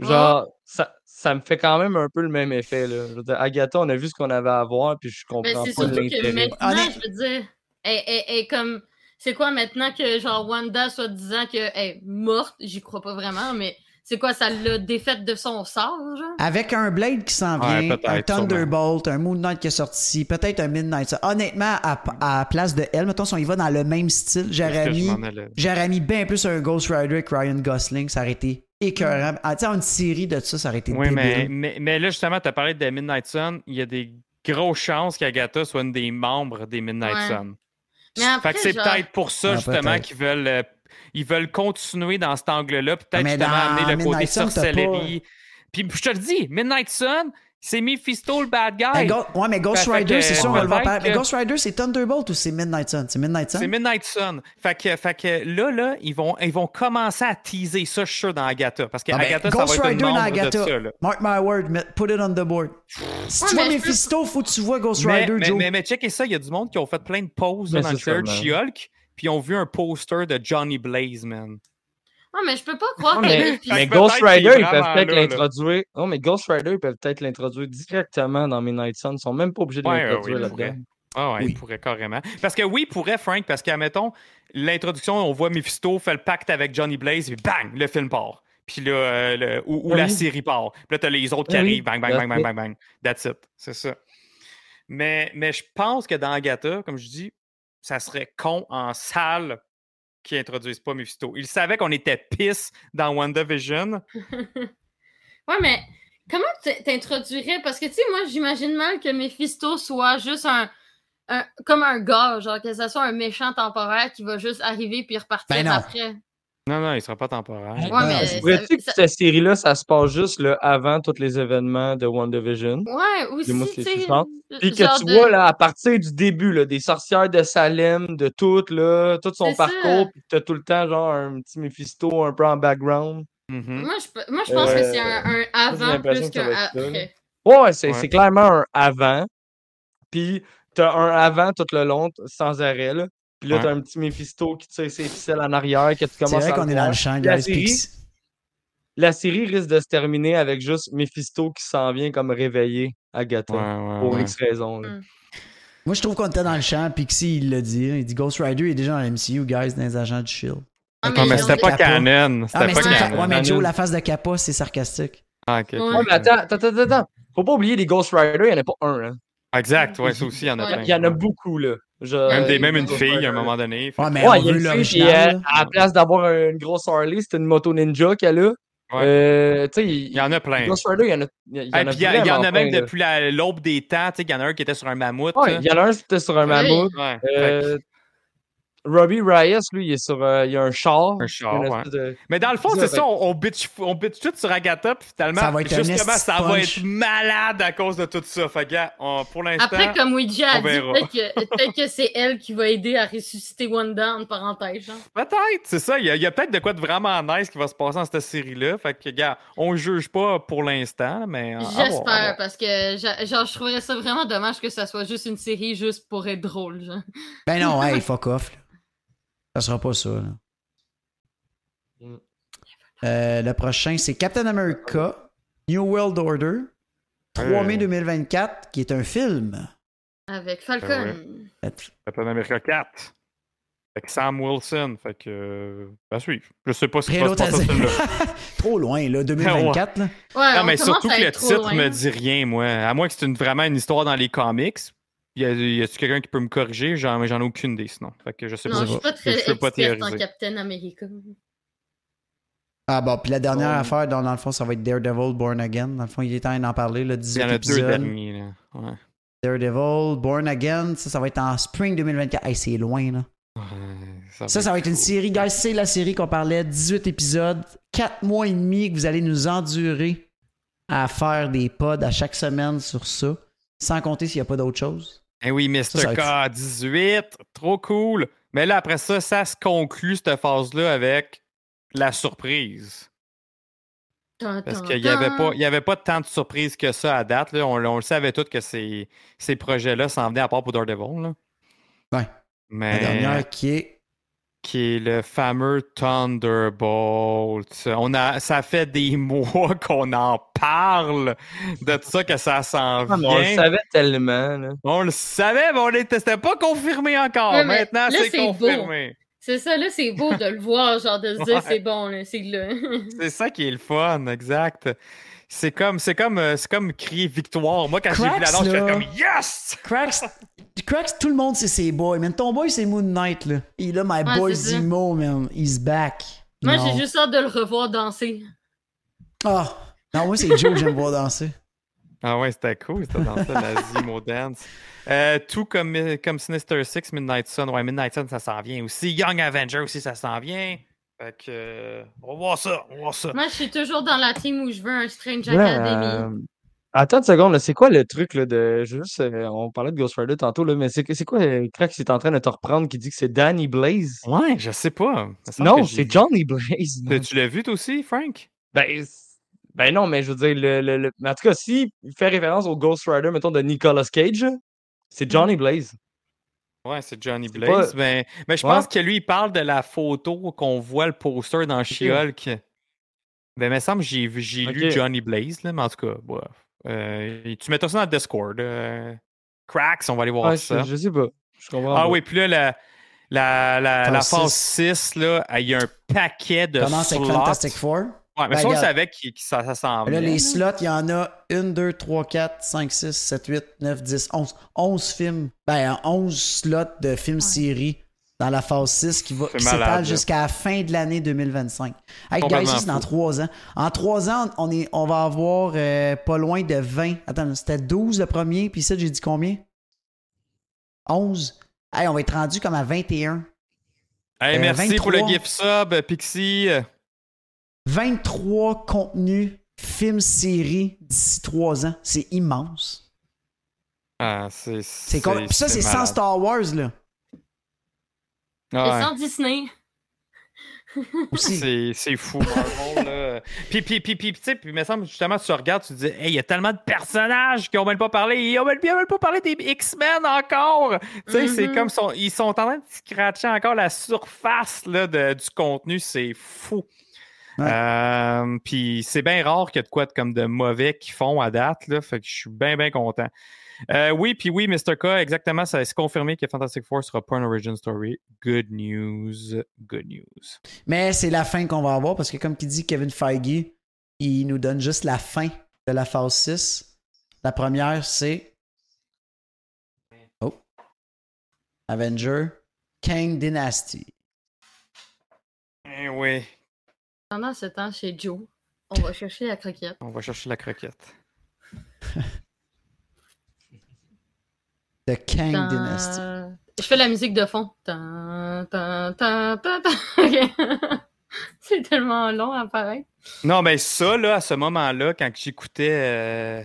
Speaker 8: Ah.
Speaker 7: Genre, ça, ça me fait quand même un peu le même effet, là. Je veux dire, Agatha, on a vu ce qu'on avait à voir, puis je
Speaker 8: Ben,
Speaker 7: comprends
Speaker 8: c'est
Speaker 7: pas
Speaker 8: surtout que
Speaker 7: l'intérêt.
Speaker 8: maintenant,
Speaker 1: Honnête-
Speaker 8: je veux dire, elle, elle- elle est comme... C'est quoi maintenant que, genre, Wanda soit disant qu'elle est morte? J'y crois pas vraiment, mais c'est quoi, ça l'a défaite de son sort, genre?
Speaker 1: Avec un Blade qui s'en
Speaker 6: Ouais,
Speaker 1: vient,
Speaker 6: peut-être,
Speaker 1: un Thunderbolt, un Moon Knight qui est sorti, peut-être un Midnight. Sun. Honnêtement, à, à place de elle, mettons, si on y va dans le même style,
Speaker 6: Parce
Speaker 1: j'aurais
Speaker 6: que je
Speaker 1: mis
Speaker 6: m'en allais.
Speaker 1: J'aurais mis bien plus un Ghost Rider que Ryan Gosling, ça aurait été écœurant. Ah, tu sais, une série de ça, ça aurait été
Speaker 6: Oui,
Speaker 1: débile.
Speaker 6: mais, mais, mais là, justement, tu as parlé de Midnight Sun. Il y a des grosses chances qu'Agatha soit une des membres des Midnight
Speaker 8: Ouais.
Speaker 6: Sun.
Speaker 8: Mais
Speaker 6: fait
Speaker 8: après,
Speaker 6: que c'est
Speaker 8: genre-
Speaker 6: peut-être pour ça,
Speaker 1: Ah,
Speaker 6: justement,
Speaker 1: peut-être.
Speaker 6: qu'ils veulent, euh, ils veulent continuer dans cet angle-là. Peut-être
Speaker 1: Ah, Mais
Speaker 6: justement
Speaker 1: dans
Speaker 6: amener le côté
Speaker 1: Midnight Sun, t'as pas-
Speaker 6: sorcellerie. Puis je te le dis, Midnight Sun, C'est Mephisto le bad guy.
Speaker 1: Ben, Go- ouais, mais Ghost
Speaker 6: Ben, fait
Speaker 1: Rider,
Speaker 6: que,
Speaker 1: c'est sûr, on va le voir
Speaker 6: peut-être
Speaker 1: par- Mais
Speaker 6: que-
Speaker 1: Ghost Rider, c'est Thunderbolt ou c'est Midnight Sun? C'est Midnight Sun?
Speaker 6: C'est Midnight Sun. Fait que, fait que là, là, ils vont, ils vont commencer à teaser ça, je suis sûr, dans Agatha. Parce que
Speaker 1: Ah ben,
Speaker 6: Agatha, ça
Speaker 1: Ghost
Speaker 6: va être
Speaker 1: Rider
Speaker 6: une
Speaker 1: dans
Speaker 6: membre
Speaker 1: Agatha.
Speaker 6: de ça. Là.
Speaker 1: Mark my word, mais put it on the board. Si tu
Speaker 8: Ouais,
Speaker 1: vois
Speaker 8: mais je peux-
Speaker 1: Mephisto, faut que tu vois Ghost
Speaker 6: Mais,
Speaker 1: Rider,
Speaker 6: mais,
Speaker 1: Joe.
Speaker 6: mais, mais checkez ça, il y a du monde qui ont fait plein de pauses
Speaker 7: Mais
Speaker 6: dans
Speaker 7: c'est
Speaker 6: le search
Speaker 7: sûr,
Speaker 6: Hulk, puis ils ont vu un poster de Johnny Blaze, man.
Speaker 8: Non, ah, mais je peux pas croire que.
Speaker 7: mais,
Speaker 8: Mephisto-
Speaker 7: mais
Speaker 6: peut-être
Speaker 7: Ghost
Speaker 6: qu'il est
Speaker 7: Rider, ils
Speaker 6: vraiment
Speaker 7: peuvent peut-être
Speaker 6: là, là.
Speaker 7: l'introduire. Non, mais Ghost Rider, ils peuvent peut-être l'introduire directement dans Midnight Sun. Ils sont même pas obligés de
Speaker 6: Ouais,
Speaker 7: l'introduire
Speaker 6: ouais, ouais,
Speaker 7: là-dedans.
Speaker 6: Ah ouais,
Speaker 1: Oui.
Speaker 6: il pourrait carrément. Parce que oui, il pourrait, Frank, parce qu'admettons, l'introduction, on voit Mephisto fait le pacte avec Johnny Blaze, puis bang, le film part. Puis là, euh, le- ou, ou
Speaker 7: Oui.
Speaker 6: la série part. Puis là, t'as les autres qui
Speaker 7: Oui,
Speaker 6: arrivent, bang, bang,
Speaker 7: that's
Speaker 6: bang, bang,
Speaker 7: it.
Speaker 6: bang, bang. That's it. C'est ça. Mais, mais je pense que dans Agatha, comme je dis, ça serait con en salle qu'ils introduisent pas Mephisto. Ils savaient qu'on était pisse dans WandaVision.
Speaker 8: Ouais, mais comment t- t'introduirais? Parce que, tu sais, moi, j'imagine mal que Mephisto soit juste un, un- comme un gars, genre que ça soit un méchant temporaire qui va juste arriver puis repartir
Speaker 1: Ben non.
Speaker 8: après.
Speaker 6: Non, Ben non, il sera pas temporaire.
Speaker 8: Ouais,
Speaker 1: Ah,
Speaker 8: mais.
Speaker 1: c'est
Speaker 8: ça-
Speaker 7: Pourrais-tu que
Speaker 8: ça-
Speaker 7: cette série-là, ça se passe juste là, avant tous les événements de WandaVision?
Speaker 8: Ouais, aussi,
Speaker 7: Dis-moi si
Speaker 8: tu
Speaker 7: c'est
Speaker 8: sais. euh,
Speaker 7: suffisant. Puis que
Speaker 8: genre
Speaker 7: tu
Speaker 8: de-
Speaker 7: vois, là, à partir du début, là, des sorcières de Salem, de tout, là, tout son
Speaker 8: C'est ça.
Speaker 7: parcours, puis t'as tout le temps, genre, un petit Mephisto un peu en background.
Speaker 6: Mhm.
Speaker 8: Moi, je, peux- moi, je pense que c'est un, un avant
Speaker 7: l'impression
Speaker 8: plus
Speaker 7: que ça
Speaker 8: qu'un
Speaker 7: va être ça, là.
Speaker 8: après.
Speaker 7: Ouais, c'est
Speaker 6: Ouais.
Speaker 7: c'est clairement un avant. Puis t'as un avant tout le long, t- sans arrêt, là. Puis là,
Speaker 6: Ouais.
Speaker 7: t'as un petit Mephisto qui tire ses ficelles en arrière, que tu
Speaker 1: C'est
Speaker 7: commences
Speaker 1: vrai
Speaker 7: à
Speaker 1: qu'on
Speaker 7: le
Speaker 1: est dans
Speaker 7: voir.
Speaker 1: le champ,
Speaker 7: La
Speaker 1: guys.
Speaker 7: série-
Speaker 1: Pix.
Speaker 7: La série risque de se terminer avec juste Mephisto qui s'en vient comme réveillé à Agatha.
Speaker 6: Ouais, ouais,
Speaker 7: Pour
Speaker 6: ouais.
Speaker 7: X raison. là.
Speaker 8: Mm.
Speaker 1: Moi, je trouve qu'on était dans le champ. Pixie, il l'a dit. hein. Il dit Ghost Rider est déjà dans la MCU, guys, dans les agents du Shield.
Speaker 8: Ah,
Speaker 6: Non, mais
Speaker 8: ils ont
Speaker 6: c'était
Speaker 8: des-
Speaker 6: pas
Speaker 1: Kappa. E
Speaker 6: canon.
Speaker 1: Ah, mais,
Speaker 6: C'était pas
Speaker 1: c'est une fa-
Speaker 6: canon.
Speaker 1: ouais, mais Joe,
Speaker 7: Canon.
Speaker 1: la face de Kappa, c'est sarcastique.
Speaker 6: Ah, ok, ok,
Speaker 8: Ouais.
Speaker 7: Ouais, mais
Speaker 6: ok.
Speaker 7: attends, attends, attends, attends. Faut pas oublier les Ghost Riders, il n'y en a pas un. Hein.
Speaker 6: Exact, ouais, ça aussi, il y en a
Speaker 8: Ouais.
Speaker 6: plein.
Speaker 7: Il y en a beaucoup, là. Je-
Speaker 6: Même, des,
Speaker 8: Euh,
Speaker 6: même une
Speaker 7: Ghost
Speaker 6: fille à un
Speaker 7: Rider.
Speaker 6: moment donné. fait-
Speaker 1: Ouais, mais
Speaker 7: Ouais,
Speaker 1: on
Speaker 7: il y a
Speaker 1: veut
Speaker 7: une fille, puis elle,
Speaker 1: l'original.
Speaker 7: à la place d'avoir un- une grosse Harley, c'est une moto ninja qu'elle a.
Speaker 6: Ouais.
Speaker 7: Euh, tu sais, il
Speaker 6: Il y en a plein.
Speaker 7: Ghost Rider, il y en a. Il y,
Speaker 6: Hey,
Speaker 7: en a
Speaker 6: puis Il y, a- il y en a
Speaker 7: vraiment
Speaker 6: même
Speaker 7: plein, là.
Speaker 6: depuis la- l'aube des temps. Tu sais, il y en a un qui était sur un mammouth.
Speaker 7: Ouais,
Speaker 6: là.
Speaker 7: il y en a un, c'était sur un
Speaker 8: Oui.
Speaker 7: mammouth.
Speaker 6: Ouais, fait que-
Speaker 7: Euh, Robbie Reyes, lui, il est sur. euh, il y a un char.
Speaker 6: Un char,
Speaker 7: Il y a une
Speaker 6: ouais.
Speaker 7: espèce de-
Speaker 6: Mais dans le fond,
Speaker 7: c'est
Speaker 6: c'est
Speaker 7: ça,
Speaker 6: ça, on, on bitch, on bitch tout sur Agatha, puis finalement,
Speaker 1: Ça va être un
Speaker 6: justement,
Speaker 1: esti
Speaker 6: ça va
Speaker 1: punch.
Speaker 6: être malade à cause de tout ça. Fait que, gars, on- pour l'instant,
Speaker 8: Après, comme Ouija a
Speaker 6: on
Speaker 8: dit,
Speaker 6: verra.
Speaker 8: peut-être que, peut-être que c'est elle qui va aider à ressusciter Wanda, en parenthèse. genre.
Speaker 6: peut-être, c'est ça. Il y a, il y a peut-être de quoi de vraiment nice qui va se passer dans cette série-là. Fait que, gars, on juge pas pour l'instant, mais. euh, à voir, à voir.
Speaker 8: J'espère, parce que j'a- genre, je trouverais ça vraiment dommage que ça soit juste une série juste pour être drôle. Genre.
Speaker 1: Ben non, hey, fuck off. là. Ça sera pas ça. là.
Speaker 7: Mm.
Speaker 1: Euh, le prochain, c'est Captain America, New World Order, 3
Speaker 6: Euh.
Speaker 1: mai 2024, qui est un film.
Speaker 8: Avec Falcon.
Speaker 6: Ah Captain America 4. Fait que Sam Wilson. Fait que. euh, ben, suivre. Je sais pas ce qui
Speaker 1: Rien
Speaker 6: va se
Speaker 1: d'autre à
Speaker 6: passer dans ce film-là. Ah
Speaker 1: dire. Trop loin, là, 2024. là.
Speaker 8: Ouais,
Speaker 6: Non,
Speaker 8: on
Speaker 6: Ah, mais
Speaker 8: commence
Speaker 6: surtout
Speaker 8: à
Speaker 6: que le
Speaker 8: être trop
Speaker 6: titre
Speaker 8: loin.
Speaker 6: me dit rien, moi. À moins que c'est une- vraiment une histoire dans les comics. Y a- y a-tu quelqu'un qui peut me corriger? J'en j'en ai aucune idée, sinon. Fait que je sais
Speaker 8: Non,
Speaker 6: pas.
Speaker 8: je suis pas très
Speaker 6: Je peux pas
Speaker 8: experte en
Speaker 6: théoriser.
Speaker 8: Captain America.
Speaker 1: Ah bon, puis la dernière
Speaker 6: Oh.
Speaker 7: Ouais.
Speaker 1: affaire, dans, dans le fond, ça va être Daredevil Born Again. Dans le fond, il est temps d'en parler, le
Speaker 6: Il
Speaker 1: 18
Speaker 6: y en a deux
Speaker 1: épisodes.
Speaker 6: derniers, là. Ouais.
Speaker 1: Daredevil Born Again, ça, ça va être en spring 2024. Hey, c'est loin, là.
Speaker 6: Ouais,
Speaker 1: Ça, ça va être une série, guys. Ah, ben, C'est la série qu'on parlait, 18 épisodes, 4 mois et demi que vous allez nous endurer à faire des pods à chaque semaine sur ça, sans compter s'il n'y a pas d'autre chose.
Speaker 6: Eh oui,
Speaker 1: Ça, ça
Speaker 6: Mr.
Speaker 1: va
Speaker 6: K18. Trop cool. Mais là, après ça, ça se conclut, cette phase-là, avec la surprise. Parce qu'il n'y avait, pas- il y avait pas tant de surprises que ça à date. là. On, on le savait tous que ces, ces projets-là s'en venaient à part pour Daredevil. Là.
Speaker 1: Ouais. La
Speaker 6: Mais
Speaker 1: dernière qui est.
Speaker 6: qui est le fameux Thunderbolt. On a, ça fait des mois qu'on en parle de ça, que ça s'en
Speaker 7: Ah, mais on le
Speaker 6: vient.
Speaker 7: savait tellement. Là.
Speaker 6: On le savait, mais on n'était c'était pas confirmé encore.
Speaker 8: Ouais, mais
Speaker 6: Maintenant,
Speaker 8: là,
Speaker 6: c'est
Speaker 8: c'est beau.
Speaker 6: confirmé.
Speaker 8: C'est ça, là, c'est beau de le voir, genre de se dire
Speaker 6: Ouais.
Speaker 8: c'est bon, là, c'est là.
Speaker 6: C'est ça qui est le fun, exact. C'est comme, c'est comme, euh, c'est comme crier victoire. Moi, quand j'ai vu
Speaker 1: Cracks,
Speaker 6: l'annonce, j'étais
Speaker 1: là.
Speaker 6: comme Yes!
Speaker 1: Cracks, Cracks, tout le monde, c'est ses boys, man. Ton boy, c'est Moon Knight, là. Il est là, my
Speaker 8: Ouais,
Speaker 1: boy
Speaker 8: c'est ça.
Speaker 1: Zemo, man. He's back.
Speaker 8: Moi,
Speaker 1: Non.
Speaker 8: j'ai juste hâte de le revoir danser.
Speaker 1: Ah! Non, moi, c'est Joe que j'aime voir danser.
Speaker 6: Ah ouais, c'était cool, c'était dans ça, la Zemo Dance. Euh, tout comme, euh, comme Sinister Six, Midnight Sun. Ouais, Midnight Sun, ça s'en vient aussi. Young Avenger aussi, ça s'en vient. Fait que. euh, on va voir ça, on va voir ça.
Speaker 8: Moi, je suis toujours dans la team où je veux un Strange
Speaker 7: Ouais,
Speaker 8: Academy.
Speaker 7: euh, Attends une seconde, là, c'est quoi le truc là, de. je veux Juste, euh, on parlait de Ghost Rider tantôt, là, mais c'est c'est quoi le crack qui est en train de te reprendre qui dit que c'est Danny Blaze?
Speaker 6: Ouais, je sais pas. Il me semble
Speaker 7: Non,
Speaker 6: que j'ai
Speaker 7: c'est
Speaker 6: vu.
Speaker 7: Johnny Blaze.
Speaker 6: Tu- Tu l'as vu toi aussi, Frank?
Speaker 7: Ben, c- ben non, mais je veux dire, le, le- le- mais en tout cas, s'il fait référence au Ghost Rider, mettons, de Nicolas Cage, là, c'est Johnny
Speaker 8: Mm.
Speaker 7: Blaze.
Speaker 6: Ouais, c'est Johnny
Speaker 7: C'est
Speaker 6: Blaze.
Speaker 7: pas-
Speaker 6: Mais, mais je
Speaker 7: Ouais.
Speaker 6: pense que lui, il parle de la photo qu'on voit le poster dans She-Hulk. Ben, il me semble que j'ai vu- j'ai lu
Speaker 7: Ok.
Speaker 6: Johnny Blaze, là, mais en tout cas, bref. Euh, tu mets ça dans le Discord. euh, Cracks, on va aller voir
Speaker 7: Ouais,
Speaker 6: ça.
Speaker 7: je, je sais pas. Je comprends.
Speaker 6: Ah
Speaker 7: pas.
Speaker 6: oui, puis là, la, la, la,
Speaker 1: Phase
Speaker 6: la phase 6, là, il y a un paquet de
Speaker 1: Commence avec
Speaker 6: slots.
Speaker 1: Fantastic Four.
Speaker 6: Ouais, mais
Speaker 1: Ben,
Speaker 6: ça, on
Speaker 1: regarde.
Speaker 6: savait que ça, ça s'en
Speaker 1: Là,
Speaker 6: venait,
Speaker 1: les
Speaker 6: là.
Speaker 1: slots, il y en a 1, 2, 3, 4, 5, 6, 7, 8, 9, 10, 11. 11 films. Ben, 11 slots de films-séries dans la phase 6 qui va-
Speaker 6: C'est
Speaker 1: qui
Speaker 6: malade,
Speaker 1: s'étale
Speaker 6: là.
Speaker 1: jusqu'à la fin de l'année 2025. Hey, guys,
Speaker 6: Complètement
Speaker 1: ça, c'est dans
Speaker 6: fou.
Speaker 1: 3 ans. En 3 ans, on, est, on va avoir euh, pas loin de 20. Attends, c'était 12 le premier, puis ça, j'ai dit combien 11. Hey, on va être rendu comme à 21.
Speaker 6: Hey,
Speaker 1: Euh,
Speaker 6: merci pour le
Speaker 1: 23.
Speaker 6: gift sub, Pixie.
Speaker 1: 23 contenus, films, séries d'ici 3 ans. C'est immense.
Speaker 6: Ah, c'est
Speaker 1: C'est con- Puis ça, c'est sans
Speaker 6: malade.
Speaker 1: Star Wars, là.
Speaker 8: C'est
Speaker 6: Ouais.
Speaker 8: sans Disney.
Speaker 1: Aussi.
Speaker 6: C'est- C'est fou, Marvel, là. Puis, puis, puis, puis, tu sais, puis, il me semble, justement, tu regardes, tu te dis, hey, il y a tellement de personnages qui ont même pas parlé. Ils ont même, ils ont même pas parlé des X-Men encore. Tu sais, c'est
Speaker 8: Mhm.
Speaker 6: comme son- ils sont en train de scratcher encore la surface là, de- du contenu. C'est fou.
Speaker 1: Ouais.
Speaker 6: Euh, puis c'est bien rare qu'il y ait de quoi de, comme de mauvais qu'ils font à date. Là, fait que je suis bien, bien content. Euh, oui, puis oui, Mr. K, exactement, ça c'est confirmé que Fantastic Four sera pas une origin story. Good news, good news.
Speaker 1: Mais c'est la fin qu'on va avoir parce que, comme qui dit Kevin Feige, il nous donne juste la fin de la phase 6. La première, c'est. Oh. Avenger. Kang Dynasty.
Speaker 6: Eh oui,
Speaker 8: Pendant ce temps, chez Joe, on va chercher la croquette.
Speaker 6: on va chercher la croquette.
Speaker 1: The Kang
Speaker 8: Tan-
Speaker 1: Dynasty.
Speaker 8: Je fais la musique de fond. Tan, tan, tan, tan, tan. Ok. C'est tellement long à apparaître.
Speaker 6: Non, mais ça, là, à ce moment-là, quand j'écoutais euh,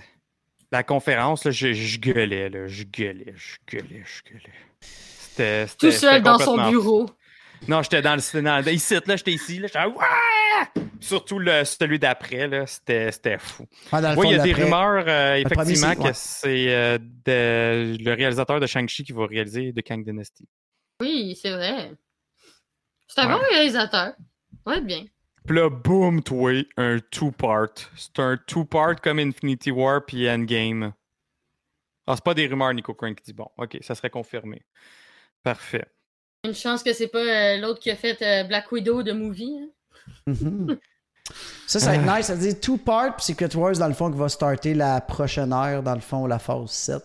Speaker 6: la conférence, là, je, je gueulais, là, je gueulais, je gueulais, je gueulais. C'était- c'était-
Speaker 8: Tout
Speaker 6: c'était
Speaker 8: seul dans son
Speaker 6: complètement
Speaker 8: bureau.
Speaker 6: Non, j'étais dans le dans, ici, là, j'étais ici, là, j'étais ouais! Surtout le, celui d'après, là, c'était c'était fou.
Speaker 1: Ah, dans le
Speaker 6: Oui, il y a
Speaker 1: fond,
Speaker 6: des
Speaker 1: d'après-
Speaker 6: rumeurs, euh,
Speaker 1: le premier,
Speaker 6: effectivement,
Speaker 1: c'est- ouais.
Speaker 6: que c'est euh, de- le réalisateur de Shang-Chi qui va réaliser The Kang Dynasty.
Speaker 8: Oui, c'est vrai. C'est un
Speaker 6: Ouais.
Speaker 8: bon réalisateur. On va être bien.
Speaker 6: Puis là, boum, toi, un two-part. C'est un two-part comme Infinity War puis Endgame. Ah, c'est pas des rumeurs, Nico Crane qui dit bon, ok, ça serait confirmé. Parfait.
Speaker 8: Une chance que c'est pas euh, l'autre qui a fait euh, Black Widow de movie. hein.
Speaker 1: Mhm. Ça, ça va
Speaker 6: Ah.
Speaker 1: être nice. Ça veut dire two parts, puis Secret Wars, dans le fond, qui va starter la prochaine heure, dans le fond, la phase 7.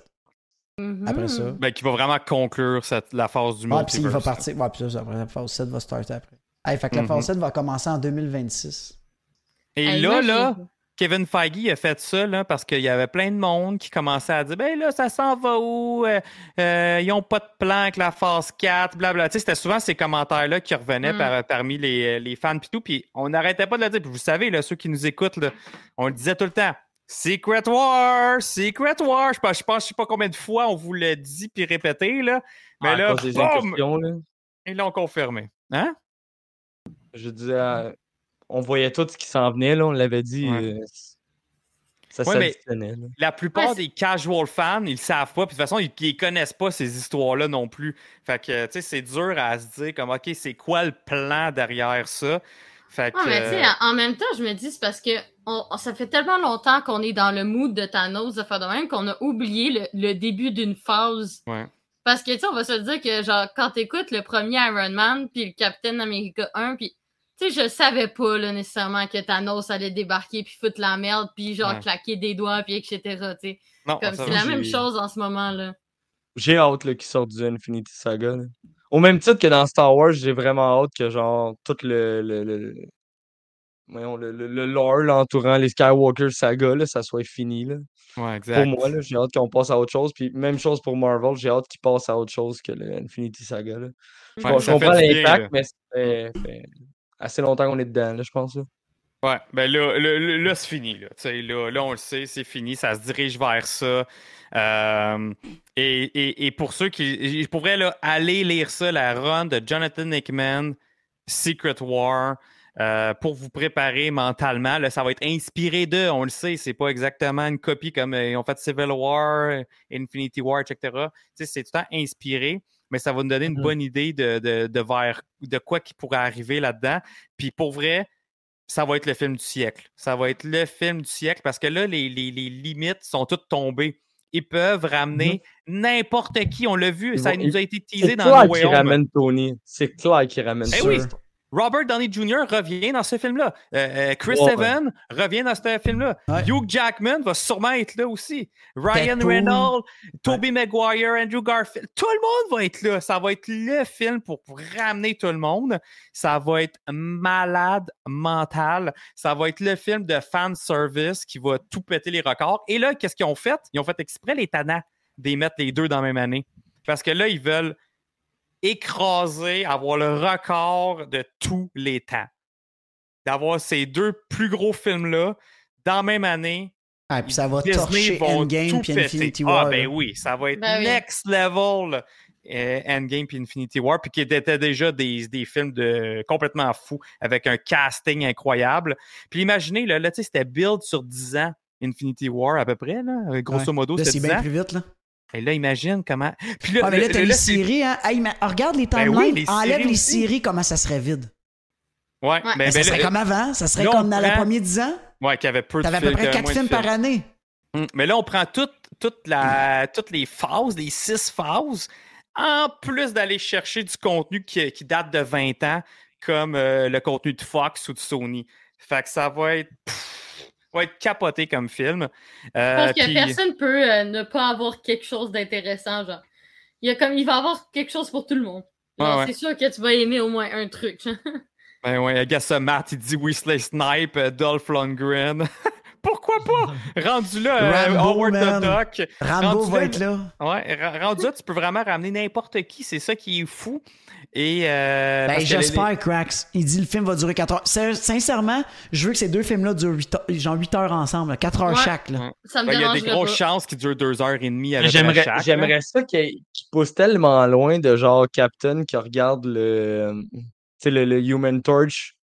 Speaker 1: Après
Speaker 8: Mhm.
Speaker 1: ça.
Speaker 6: Ben, qui va vraiment conclure cette- la phase du
Speaker 1: Ouais,
Speaker 6: multiverse.
Speaker 1: Ah, puis il va partir. Ouais, puis ça, ça, après, la phase 7 va starter après. Hey, fait que la
Speaker 6: Mhm.
Speaker 1: phase 7 va commencer en 2026.
Speaker 6: Et
Speaker 8: Hey,
Speaker 6: là,
Speaker 8: moi,
Speaker 6: là,
Speaker 8: j'ai-
Speaker 6: Kevin Feige a fait ça là, parce qu'il y avait plein de monde qui commençait à dire Ben là, ça s'en va où Euh, euh, Ils ont pas de plan avec la phase 4, blablabla. Tu sais, c'était souvent ces commentaires-là qui revenaient
Speaker 8: Mm.
Speaker 6: par- parmi les, les fans pis tout. Puis on n'arrêtait pas de le dire. Puis vous savez, là, ceux qui nous écoutent, là, on le disait tout le temps. Secret War, Secret War. Je pense, je pense, je sais pas combien de fois on vous l'a dit puis répété là, mais
Speaker 7: À
Speaker 6: là,
Speaker 7: cause des
Speaker 6: boum,
Speaker 7: incursions, là.
Speaker 6: ils l'ont confirmé. Hein
Speaker 7: Je disais, euh, on voyait tout ce qui s'en venait, là, on l'avait dit.
Speaker 6: Ouais.
Speaker 7: euh, ça
Speaker 6: Ouais, mais-
Speaker 7: s'additionnait. là.
Speaker 6: La plupart
Speaker 8: Ouais, c'est-
Speaker 6: des casual fans, ils le savent pas. Puis de toute façon, ils, ils connaissent pas ces histoires-là non plus. Fait que, tu sais, c'est dur à se dire comme, OK, c'est quoi le plan derrière ça? Fait que... euh,
Speaker 8: Ouais, mais tu sais, en même temps, je me dis, c'est parce que on- on- ça fait tellement longtemps qu'on est dans le mood de Thanos de faire de même qu'on a oublié le, le début d'une phase.
Speaker 6: Ouais.
Speaker 8: Parce que, tu sais, on va se dire que, genre, quand t'écoutes le premier Iron Man, puis le Captain America 1, puis, tu sais, je savais pas, là, nécessairement que Thanos allait débarquer, puis foutre la merde, puis, genre,
Speaker 6: Ouais.
Speaker 8: claquer des doigts, puis etc., tu sais.
Speaker 6: non,
Speaker 8: Comme,
Speaker 6: ça
Speaker 8: c'est
Speaker 6: va,
Speaker 8: la même
Speaker 6: j'ai-
Speaker 8: chose en ce moment, là.
Speaker 7: J'ai hâte là, qu'il sorte du Infinity Saga. là. Au même titre que dans Star Wars, j'ai vraiment hâte que genre tout le le, le, le- voyons, le- le- le lore là, entourant les Skywalker Saga, là, ça soit fini. là.
Speaker 6: Ouais, exact.
Speaker 7: Pour moi, là, j'ai hâte qu'on passe à autre chose. Puis même chose pour Marvel, j'ai hâte qu'ils passent à autre chose que le Infinity Saga. là. Je
Speaker 6: Ouais,
Speaker 7: com-
Speaker 6: ça
Speaker 7: je
Speaker 6: fait du
Speaker 7: comprends
Speaker 6: bien, là.
Speaker 7: l'impact, mais ça fait, fait assez longtemps qu'on est dedans, là, je pense. là.
Speaker 6: Ouais, ben là, là, là, là, c'est fini. Là. Tu sais, là, là, on le sait, c'est fini, ça se dirige vers ça. Euh, et, et- et pour ceux qui. Je pourrais là, aller lire ça, la run de Jonathan Hickman, Secret War, euh, pour vous préparer mentalement. Là, ça va être inspiré d'eux, on le sait, c'est pas exactement une copie comme euh, ils ont fait Civil War, euh, Infinity War, etc. Tu sais, c'est tout le temps inspiré, mais ça va nous donner une
Speaker 7: Mm-hmm.
Speaker 1: Mhm.
Speaker 6: bonne idée de, de, de vers de quoi qui pourrait arriver là-dedans. Puis pour vrai, ça va être le film du siècle. Ça va être le film du siècle parce que là, les, les- les limites sont toutes tombées. Ils peuvent ramener n'importe qui. On l'a vu,
Speaker 7: Mm-hmm. Ils
Speaker 6: ça
Speaker 7: vont-
Speaker 6: nous a été teasé
Speaker 7: C'est
Speaker 6: dans No
Speaker 7: clair
Speaker 6: Way
Speaker 7: qu'il
Speaker 6: Home.
Speaker 7: ramène Tony. C'est clair qu'il ramène
Speaker 6: Eh
Speaker 7: ça.
Speaker 6: oui, Robert Downey Jr. revient dans ce film-là. Euh, euh, Chris
Speaker 7: Ouais.
Speaker 6: Evans revient dans ce film-là.
Speaker 1: Ouais.
Speaker 6: Hugh Jackman va sûrement être là aussi. Ryan
Speaker 1: Tattoo.
Speaker 6: Reynolds, Tobey Maguire, Andrew Garfield. Tout le monde va être là. Ça va être le film pour, pour ramener tout le monde. Ça va être malade mental. Ça va être le film de fan service qui va tout péter les records. Et là, qu'est-ce qu'ils ont fait? Ils ont fait exprès les tannants d'y mettre les deux dans la même année. Parce que là, ils veulent écraser, avoir le record de tous les temps. D'avoir ces deux plus gros films-là dans la même année.
Speaker 1: Ah, puis ça va
Speaker 6: Disney
Speaker 1: torcher
Speaker 6: vont
Speaker 1: Endgame
Speaker 6: tout
Speaker 1: puis
Speaker 6: péter.
Speaker 1: Infinity
Speaker 6: Ah,
Speaker 1: War.
Speaker 6: ben
Speaker 1: là.
Speaker 6: oui, ça va être
Speaker 8: Ben oui.
Speaker 6: next level là. Euh, Endgame puis Infinity War, puis qui étaient déjà des, des films de complètement fous avec un casting incroyable. Puis imaginez, là, là tu sais, c'était build sur 10 ans, Infinity War à peu près, là, grosso
Speaker 1: Ouais.
Speaker 6: modo,
Speaker 1: Là,
Speaker 6: c'était
Speaker 1: c'est
Speaker 6: 10
Speaker 1: bien
Speaker 6: ans.
Speaker 1: plus vite, là.
Speaker 6: Et là, imagine comment. Puis là,
Speaker 1: Ah, mais là,
Speaker 6: le-
Speaker 1: t'as
Speaker 6: le-
Speaker 1: les
Speaker 6: là, c'est-
Speaker 1: séries, hein. Hey, mais regarde les
Speaker 6: Ben oui,
Speaker 1: timelines.
Speaker 6: les
Speaker 1: Enlève
Speaker 6: séries
Speaker 1: les
Speaker 6: aussi.
Speaker 1: séries, comment ça serait vide.
Speaker 6: Ouais,
Speaker 8: Ouais.
Speaker 6: mais-
Speaker 1: Ben,
Speaker 6: mais
Speaker 1: ça serait
Speaker 6: là-
Speaker 1: comme avant. Ça serait
Speaker 6: là, on
Speaker 1: comme dans les
Speaker 6: prend-
Speaker 1: premiers 10 ans.
Speaker 6: Ouais, qu'il y avait hein. peu de
Speaker 1: T'avais à peu
Speaker 6: fil-
Speaker 1: près
Speaker 6: de-
Speaker 1: 4
Speaker 6: moins de
Speaker 1: films
Speaker 6: fil.
Speaker 1: par année.
Speaker 6: Mm. Mais là, on prend toute, toute la, toutes les phases, les six phases, en plus d'aller chercher du contenu qui, qui date de 20 ans, comme euh, le contenu de Fox ou de Sony. Fait que ça va être, pff, va être capoté comme film. Euh,
Speaker 8: Parce que
Speaker 6: puis-
Speaker 8: personne peut euh, ne pas avoir quelque chose d'intéressant, genre. Il y a comme il va avoir quelque chose pour tout le monde. Genre,
Speaker 6: Ouais, ouais.
Speaker 8: C'est sûr que tu vas aimer au moins un truc. genre.
Speaker 6: Ben ouais, regarde ça, Matt, il dit Weasley Snipe, euh, Dolph Lundgren. Pourquoi pas? Rendu là, euh,
Speaker 1: Rambo,
Speaker 6: Howard
Speaker 1: man.
Speaker 6: the Duck.
Speaker 1: Rambo
Speaker 6: Rendu
Speaker 1: va
Speaker 6: là, ben,
Speaker 1: être là. Ben,
Speaker 6: Ouais, ra- rendu là, tu peux vraiment ramener n'importe qui. C'est ça qui est fou. Et euh,
Speaker 1: Ben,
Speaker 6: parce que les-
Speaker 1: j'espère, Cracks. Il dit le film va durer 4 heures. Sin- Sincèrement, je veux que ces deux films-là durent 8 heures, genre 8 heures ensemble, 4 heures
Speaker 8: Ouais.
Speaker 1: chaque. Là.
Speaker 8: Ça me
Speaker 6: Ben, Il y a
Speaker 8: dérange
Speaker 6: des grosses chances qu'ils durent deux heures et demie à peu près
Speaker 7: J'aimerais
Speaker 6: chaque, là.
Speaker 7: j'aimerais ça qu'il qu'il pousse tellement loin de genre Captain qui regarde le, tu sais, le, le Human Torch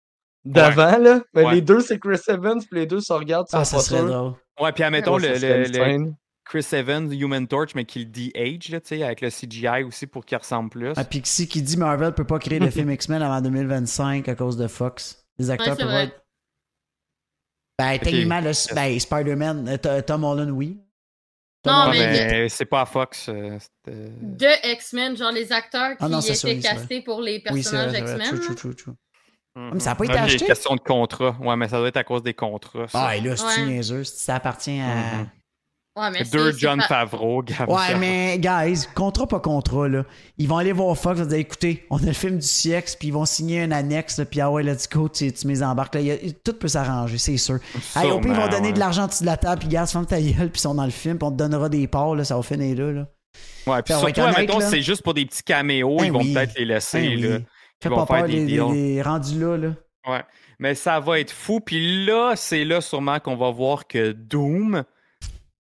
Speaker 7: d'avant. là. Mais
Speaker 6: Ouais.
Speaker 7: Les deux, c'est Chris Evans, puis les deux se regardent.
Speaker 1: Ah,
Speaker 7: ils sont
Speaker 1: ça
Speaker 7: pas
Speaker 1: serait
Speaker 7: sûrs.
Speaker 1: drôle.
Speaker 6: Ouais, puis admettons
Speaker 7: Ouais,
Speaker 6: le,
Speaker 7: ça serait
Speaker 6: le-
Speaker 7: une
Speaker 6: le
Speaker 7: scène.
Speaker 6: Chris Evans, Human Torch, mais qu'il de-age, là, tu sais, avec le CGI aussi pour qu'il ressemble plus.
Speaker 1: Ah, Pixie qui dit Marvel peut pas créer le film X-Men avant 2025 à cause de Fox. Les acteurs
Speaker 8: Ouais, c'est
Speaker 1: peuvent
Speaker 8: vrai.
Speaker 1: être. Ben, techniquement, le, ben, Spider-Man, euh, T- Tom Holland, oui. Tom
Speaker 8: Non,
Speaker 6: Ouais,
Speaker 1: Holland,
Speaker 8: Ah, mais-
Speaker 1: oui.
Speaker 6: mais c'est pas à Fox. euh, c'est, euh,
Speaker 8: De X-Men, genre les acteurs qui
Speaker 1: Ah non, c'est
Speaker 8: étaient
Speaker 1: Sony, c'est
Speaker 8: castés pour les
Speaker 1: Oui, c'est vrai,
Speaker 8: personnages
Speaker 1: c'est vrai.
Speaker 8: X-Men.
Speaker 1: True,
Speaker 8: là.
Speaker 1: true, true, true.
Speaker 8: Mm-hmm.
Speaker 1: mais ça a pas
Speaker 6: mhm.
Speaker 1: été
Speaker 6: Ah, mais
Speaker 1: acheté?
Speaker 6: question de contrat. Ouais, mais ça doit être à cause des contrats. ça.
Speaker 1: Ah, et là, c'est
Speaker 8: Ouais.
Speaker 1: niaiseux. Ça appartient à.
Speaker 6: Mhm.
Speaker 8: Ouais, mais
Speaker 6: Deux
Speaker 8: c'est- c'est
Speaker 6: John
Speaker 8: pas-
Speaker 6: Favreau, Gabriel.
Speaker 1: Ouais, mais, guys, contrat, pas contrat, là. Ils vont aller voir Fox, ils vont dire, écoutez, on a le film du siècle, puis ils vont signer un annexe, là, puis ah ouais, let's go, tu, tu les embarques, là. Il y a- tout peut s'arranger, c'est sûr. Hey, au pire, ils vont
Speaker 6: Sûrement,
Speaker 1: donner
Speaker 6: ouais.
Speaker 1: de l'argent en dessous de la table, puis gars, ferme ta gueule, puis ils sont dans le film, puis on te donnera des parts, là, ça va finir là, là.
Speaker 6: Ouais, puis
Speaker 1: Ben, on va
Speaker 6: surtout,
Speaker 1: être honnête,
Speaker 6: admettons,
Speaker 1: là.
Speaker 6: c'est juste pour des petits caméos,
Speaker 1: Ben
Speaker 6: ils vont
Speaker 1: oui.
Speaker 6: peut-être les laisser,
Speaker 1: Ben oui.
Speaker 6: là.
Speaker 1: Fais
Speaker 6: vont
Speaker 1: pas
Speaker 6: faire
Speaker 1: peur,
Speaker 6: des
Speaker 1: les, les-
Speaker 6: deals.
Speaker 1: les rendus là, là.
Speaker 6: Mais ça va être fou. Puis là, c'est là sûrement qu'on va voir que Doom,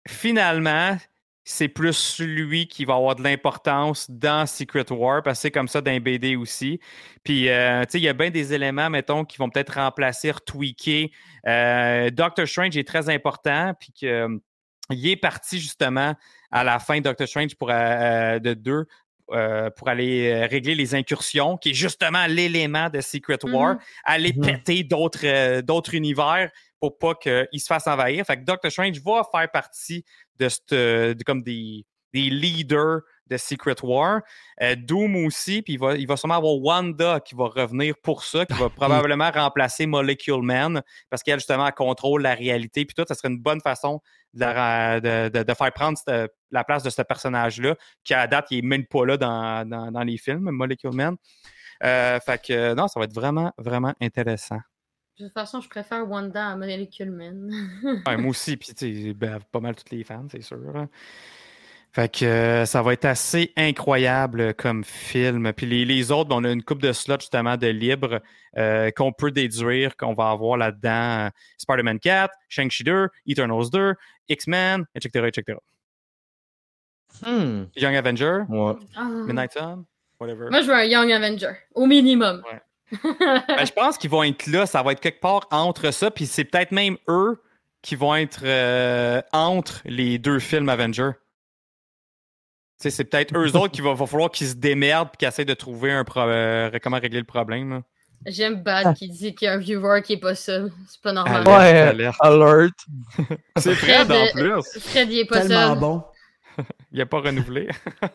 Speaker 6: finalement, c'est plus lui qui va avoir de l'importance dans Secret War, parce que c'est comme ça dans les BD aussi. Puis, euh, tu sais, il y a bien des éléments, mettons, qui vont peut-être remplacer, retweaker. Euh, Doctor Strange est très important, puis que, euh, il est parti justement à la fin de Doctor Strange pour, euh, euh, de 2 pour aller euh, régler les incursions, qui est justement l'élément de Secret
Speaker 8: Mm, Mm-hmm.
Speaker 6: War aller
Speaker 1: Mhm.
Speaker 6: péter d'autres euh, d'autres univers pour pas qu'ils se fassent envahir. Fait que Doctor Strange va faire partie de, cette, euh, de- comme des, des leaders de Secret War. Euh, Doom aussi, puis il va, il va sûrement avoir Wanda qui va revenir pour ça, qui va probablement remplacer Molecule Man parce qu'elle, justement, elle contrôle la réalité. Puis tout, ça serait une bonne façon de, la ra- de- de- de faire prendre cette- la place de ce personnage-là qui, à date, il est même pas là dans, dans- dans les films, Molecule Man. Euh, fait que euh, non, ça va être vraiment, vraiment intéressant.
Speaker 8: De toute façon, je préfère Wanda à Molecule Man.
Speaker 1: Ah.
Speaker 6: Ouais, moi aussi, puis tu sais, ben, pas mal toutes les fans, c'est sûr. hein. Fait que euh, ça va être assez incroyable comme film. Puis les, les autres, ben, on a une coupe de slots justement de libre euh, qu'on peut déduire qu'on va avoir là-dedans euh, Spider-Man 4, Shang-Chi 2, Eternals 2, X-Men, etc., etc.
Speaker 7: Hmm.
Speaker 6: Young Avenger,
Speaker 7: Ouais.
Speaker 8: Ah.
Speaker 6: Midnight Sun, whatever.
Speaker 8: Moi, je veux un Young Avenger, au minimum.
Speaker 6: Ben, je pense qu'ils vont être là, ça va être quelque part entre ça, puis c'est peut-être même eux qui vont être euh, entre les deux films Avengers. Tu sais, c'est peut-être eux autres qui va, va falloir qu'ils se démerdent et qu'ils essaient de trouver un pro- euh, comment régler le problème. là.
Speaker 8: J'aime
Speaker 1: Ah.
Speaker 8: Bad qui dit qu'il y a un viewer qui est pas seul. C'est pas normal.
Speaker 6: Alerte,
Speaker 7: Ouais.
Speaker 6: alerte.
Speaker 7: Alert.
Speaker 6: C'est Fred
Speaker 8: euh,
Speaker 6: en plus.
Speaker 8: Fred, il est pas
Speaker 1: Tellement
Speaker 8: seul.
Speaker 1: bon.
Speaker 6: Il a pas renouvelé.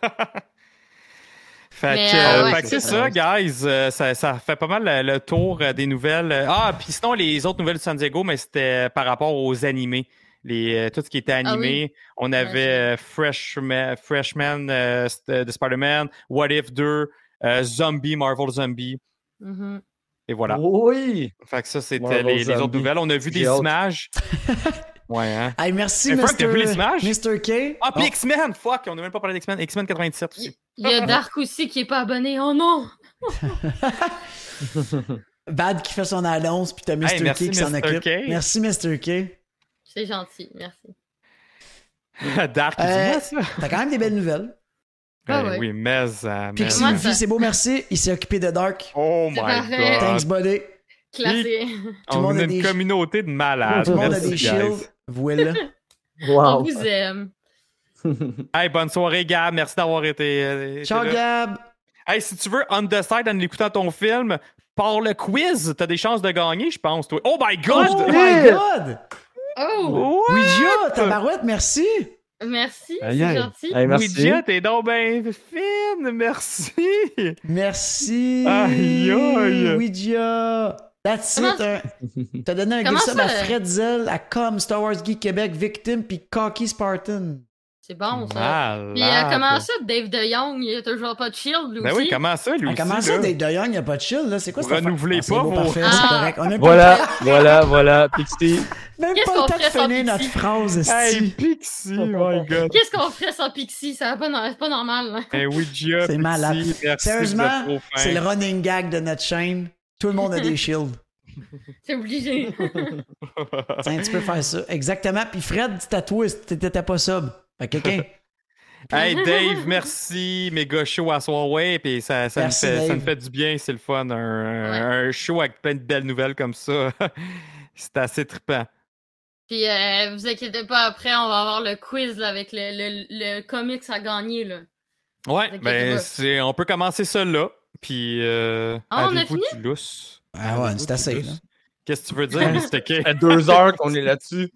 Speaker 6: Fait
Speaker 8: Mais,
Speaker 6: que,
Speaker 8: euh,
Speaker 6: euh,
Speaker 8: ouais,
Speaker 6: fait que c'est
Speaker 8: c'est
Speaker 6: ça, guys. Euh, ça, ça fait pas mal le, le tour euh, des nouvelles. Euh, Ah, puis sinon, les autres nouvelles de San Diego, mais c'était par rapport aux animés. Les, euh, tout ce qui était animé. On
Speaker 8: Ah Ouais,
Speaker 6: avait
Speaker 8: c'est vrai.
Speaker 6: euh, Freshman, Freshman euh, st- de Spider-Man, What If 2, euh, Zombie, Marvel Zombie.
Speaker 8: Mhm.
Speaker 6: Et voilà.
Speaker 7: Oui.
Speaker 6: Fait que ça, c'était
Speaker 7: Marvel
Speaker 6: les, les autres
Speaker 7: Zombie.
Speaker 6: nouvelles. On a vu
Speaker 7: J'ai
Speaker 6: des
Speaker 7: hâte.
Speaker 6: images. ouais, hein?
Speaker 1: Hey, merci,
Speaker 6: Mais Frank, t'as vu les
Speaker 1: Mr.
Speaker 6: images?
Speaker 1: Mr. K.
Speaker 6: Ah, puis X-Men! Fuck, on n'a même pas parlé d'X-Men. X-Men 97 aussi.
Speaker 8: Il y a Dark aussi qui est pas abonné. Oh non!
Speaker 1: Oh, Bad qui fait son annonce, puis t'as Mr.
Speaker 6: Hey, merci,
Speaker 1: K qui s'en
Speaker 6: Mr.
Speaker 1: occupe.
Speaker 6: K.
Speaker 1: Merci, Mr. K.
Speaker 8: C'est gentil, merci.
Speaker 6: Dark, il dit,
Speaker 1: Euh,
Speaker 6: Ouais, ça.
Speaker 1: T'as quand même des belles nouvelles.
Speaker 8: Ah
Speaker 6: Ben
Speaker 8: ouais.
Speaker 6: Oui, mais. euh, mais-
Speaker 1: Pixie
Speaker 8: Comment
Speaker 1: Luffy,
Speaker 8: ça?
Speaker 1: c'est beau, merci. Il s'est occupé de Dark.
Speaker 6: Oh my
Speaker 8: C'est parfait.
Speaker 6: god.
Speaker 1: Thanks, buddy.
Speaker 8: Classé.
Speaker 1: le
Speaker 6: On
Speaker 1: monde
Speaker 6: est
Speaker 1: a
Speaker 6: une
Speaker 1: des-
Speaker 6: communauté de malades.
Speaker 1: Tout le monde a
Speaker 6: ah, Merci,
Speaker 1: des
Speaker 6: guys.
Speaker 1: shields. Voilà.
Speaker 8: On
Speaker 7: Wow.
Speaker 8: vous aime.
Speaker 6: Hey, bonne soirée, Gab. Merci d'avoir été. euh, été
Speaker 1: Ciao,
Speaker 6: là.
Speaker 1: Gab.
Speaker 6: Hey, si tu veux, on the side en écoutant ton film, par le quiz, t'as des chances de gagner, je pense, toi. Oh my god!
Speaker 1: Oh my god!
Speaker 8: Oh!
Speaker 6: What?
Speaker 1: Ouija, tabarouette, merci!
Speaker 8: Merci,
Speaker 7: Aïe, aïe.
Speaker 8: c'est gentil.
Speaker 7: Hey, merci.
Speaker 6: Ouija, t'es donc ben fine, merci!
Speaker 1: Merci!
Speaker 6: Aïe, aïe.
Speaker 1: Ouija! That's it!
Speaker 8: Comment-
Speaker 1: hein. T'as donné un
Speaker 8: Comment
Speaker 1: gars sub à
Speaker 8: ça? euh,
Speaker 1: Fred Zell, à Com, Star Wars Geek Québec, Victim, puis Cocky Spartan.
Speaker 8: C'est bon, ça. Puis euh,
Speaker 6: Malade.
Speaker 8: comment ça, Dave de Young, il a toujours pas de shield, lui
Speaker 6: Ben
Speaker 8: aussi?
Speaker 6: oui, comment ça, lui
Speaker 1: Ah,
Speaker 6: aussi?
Speaker 1: comment ça,
Speaker 6: là?
Speaker 1: Dave de Young, y a pas de chill, là? C'est quoi ça?
Speaker 6: Renouvelez
Speaker 1: C'est
Speaker 6: pas
Speaker 1: beau,
Speaker 6: vos-
Speaker 1: parfait, c'est
Speaker 8: Ah.
Speaker 1: correct. On a même pas le
Speaker 7: Voilà, voilà, voilà. Pixie.
Speaker 1: temps- même
Speaker 8: Qu'est-ce
Speaker 1: pas le
Speaker 8: qu'on
Speaker 1: temps
Speaker 8: ferait
Speaker 1: de
Speaker 8: sans
Speaker 1: finir notre
Speaker 8: Pixie?
Speaker 1: phrase,
Speaker 6: Hey,
Speaker 1: esti.
Speaker 6: Pixie, my god!
Speaker 8: Qu'est-ce qu'on ferait sans Pixie? Ça va pas, no- c'est pas normal. hein.
Speaker 6: Eh oui, Gia,
Speaker 1: C'est
Speaker 6: Pixie,
Speaker 1: malade.
Speaker 6: merci, vous êtes
Speaker 1: Sérieusement,
Speaker 6: trop fin.
Speaker 1: c'est le running gag de notre chaîne. Tout le monde a des shields.
Speaker 8: C'est obligé.
Speaker 1: Tiens, tu peux faire ça. Exactement. Puis Fred, c'est à toi, si t'étais t'étais pas sub. Fait que quelqu'un.
Speaker 6: Hey Dave, merci. Méga show à soir, ouais. Puis ça, ça, me
Speaker 1: Merci,
Speaker 6: fait, ça
Speaker 1: Dave.
Speaker 6: me fait du bien, c'est le fun. Un, un show avec plein de belles nouvelles comme ça. c'est assez trippant.
Speaker 8: Puis euh, vous inquiétez pas, après, on va avoir le quiz là, avec le, le, le comics à gagner. Là.
Speaker 6: Ouais,
Speaker 8: Ok,
Speaker 6: ben,
Speaker 8: ouais.
Speaker 6: c'est, on peut commencer ça là. Puis. Euh,
Speaker 8: Ah, on a
Speaker 6: avez-vous du lousse?
Speaker 1: Ah ouais, c'est assez, là. Hein?
Speaker 6: Qu'est-ce que tu veux dire, Mr.
Speaker 7: Ça
Speaker 6: K?
Speaker 7: fait deux heures qu'on est là-dessus.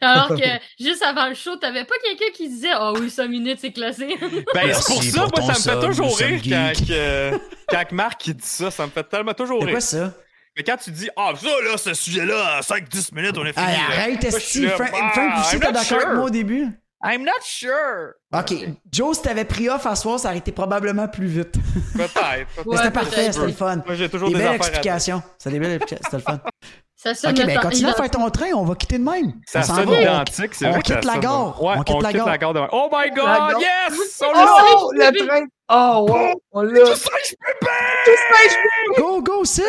Speaker 8: Alors que juste avant le show, t'avais pas quelqu'un qui disait Ah oui, 5 minutes, c'est classé.
Speaker 6: Ben, c'est
Speaker 1: Merci
Speaker 6: pour ça,
Speaker 1: pour ton
Speaker 6: moi, ça me
Speaker 1: sub,
Speaker 6: fait
Speaker 1: nous
Speaker 6: toujours
Speaker 1: sommes
Speaker 6: rire quand,
Speaker 1: geeks.
Speaker 6: que- quand Marc il dit ça. Ça me fait tellement toujours
Speaker 1: C'est
Speaker 6: rire.
Speaker 1: quoi ça?
Speaker 6: Mais quand tu dis, ah, ça, là, ce sujet-là, 5-10 minutes, on est fini.
Speaker 1: Hey,
Speaker 6: là.
Speaker 1: Ah, arrête,
Speaker 6: Moi, je suis
Speaker 1: Esti.
Speaker 6: là,
Speaker 1: Frank,
Speaker 6: bah,
Speaker 1: Frank aussi,
Speaker 6: I'm
Speaker 1: t'es
Speaker 6: not
Speaker 1: d'accord
Speaker 6: sure.
Speaker 1: avec moi au début?
Speaker 6: I'm not sure.
Speaker 1: Ok. Joe, si t'avais pris off à soir, ça aurait été probablement plus vite.
Speaker 6: Peut-être. peut-être.
Speaker 1: Mais
Speaker 8: Ouais,
Speaker 1: c'était parfait,
Speaker 8: peut-être,
Speaker 1: c'était
Speaker 8: oui.
Speaker 1: le fun.
Speaker 6: Moi, j'ai toujours
Speaker 1: Des
Speaker 6: des,
Speaker 1: belles
Speaker 6: affaires à dire.
Speaker 1: explications. C'était des belles explications. C'était le fun.
Speaker 8: Ça sonne
Speaker 1: Ok, ben
Speaker 8: notre-
Speaker 1: continue à
Speaker 8: il-
Speaker 1: faire ton train, on va quitter de même.
Speaker 6: Ça
Speaker 1: on s'en
Speaker 6: sonne
Speaker 1: va.
Speaker 6: identique, c'est
Speaker 1: on
Speaker 6: vrai. que
Speaker 1: quitte
Speaker 6: ça
Speaker 1: la
Speaker 6: sonne-
Speaker 1: gare.
Speaker 6: Ouais,
Speaker 1: on quitte la gare.
Speaker 6: demain. Oh my
Speaker 7: La
Speaker 6: god,
Speaker 7: gare.
Speaker 6: yes! On l'a!
Speaker 7: Oh, le train. Oh, wow. On l'a.
Speaker 6: Tout ça, je peux pas!
Speaker 1: Go, go, Sif!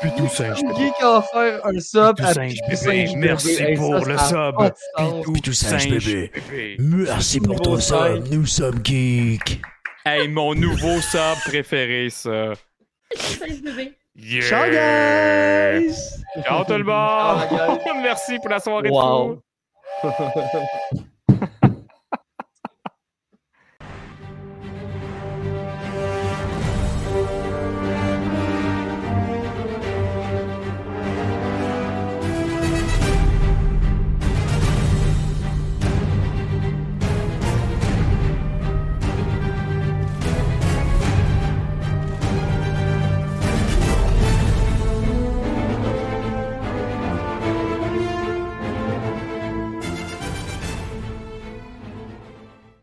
Speaker 7: Qui a offert un sub à Pitou Singe bébé. Hey, ça, ça a pas de sens.
Speaker 1: Pitou singe bébé. Merci pour ton sub. Nous sommes geeks.
Speaker 6: Hey, mon nouveau sub préféré, ça.
Speaker 1: Ciao, guys!
Speaker 6: Ah, Ciao tout le monde! Merci pour la soirée.
Speaker 7: Wow.
Speaker 6: tout.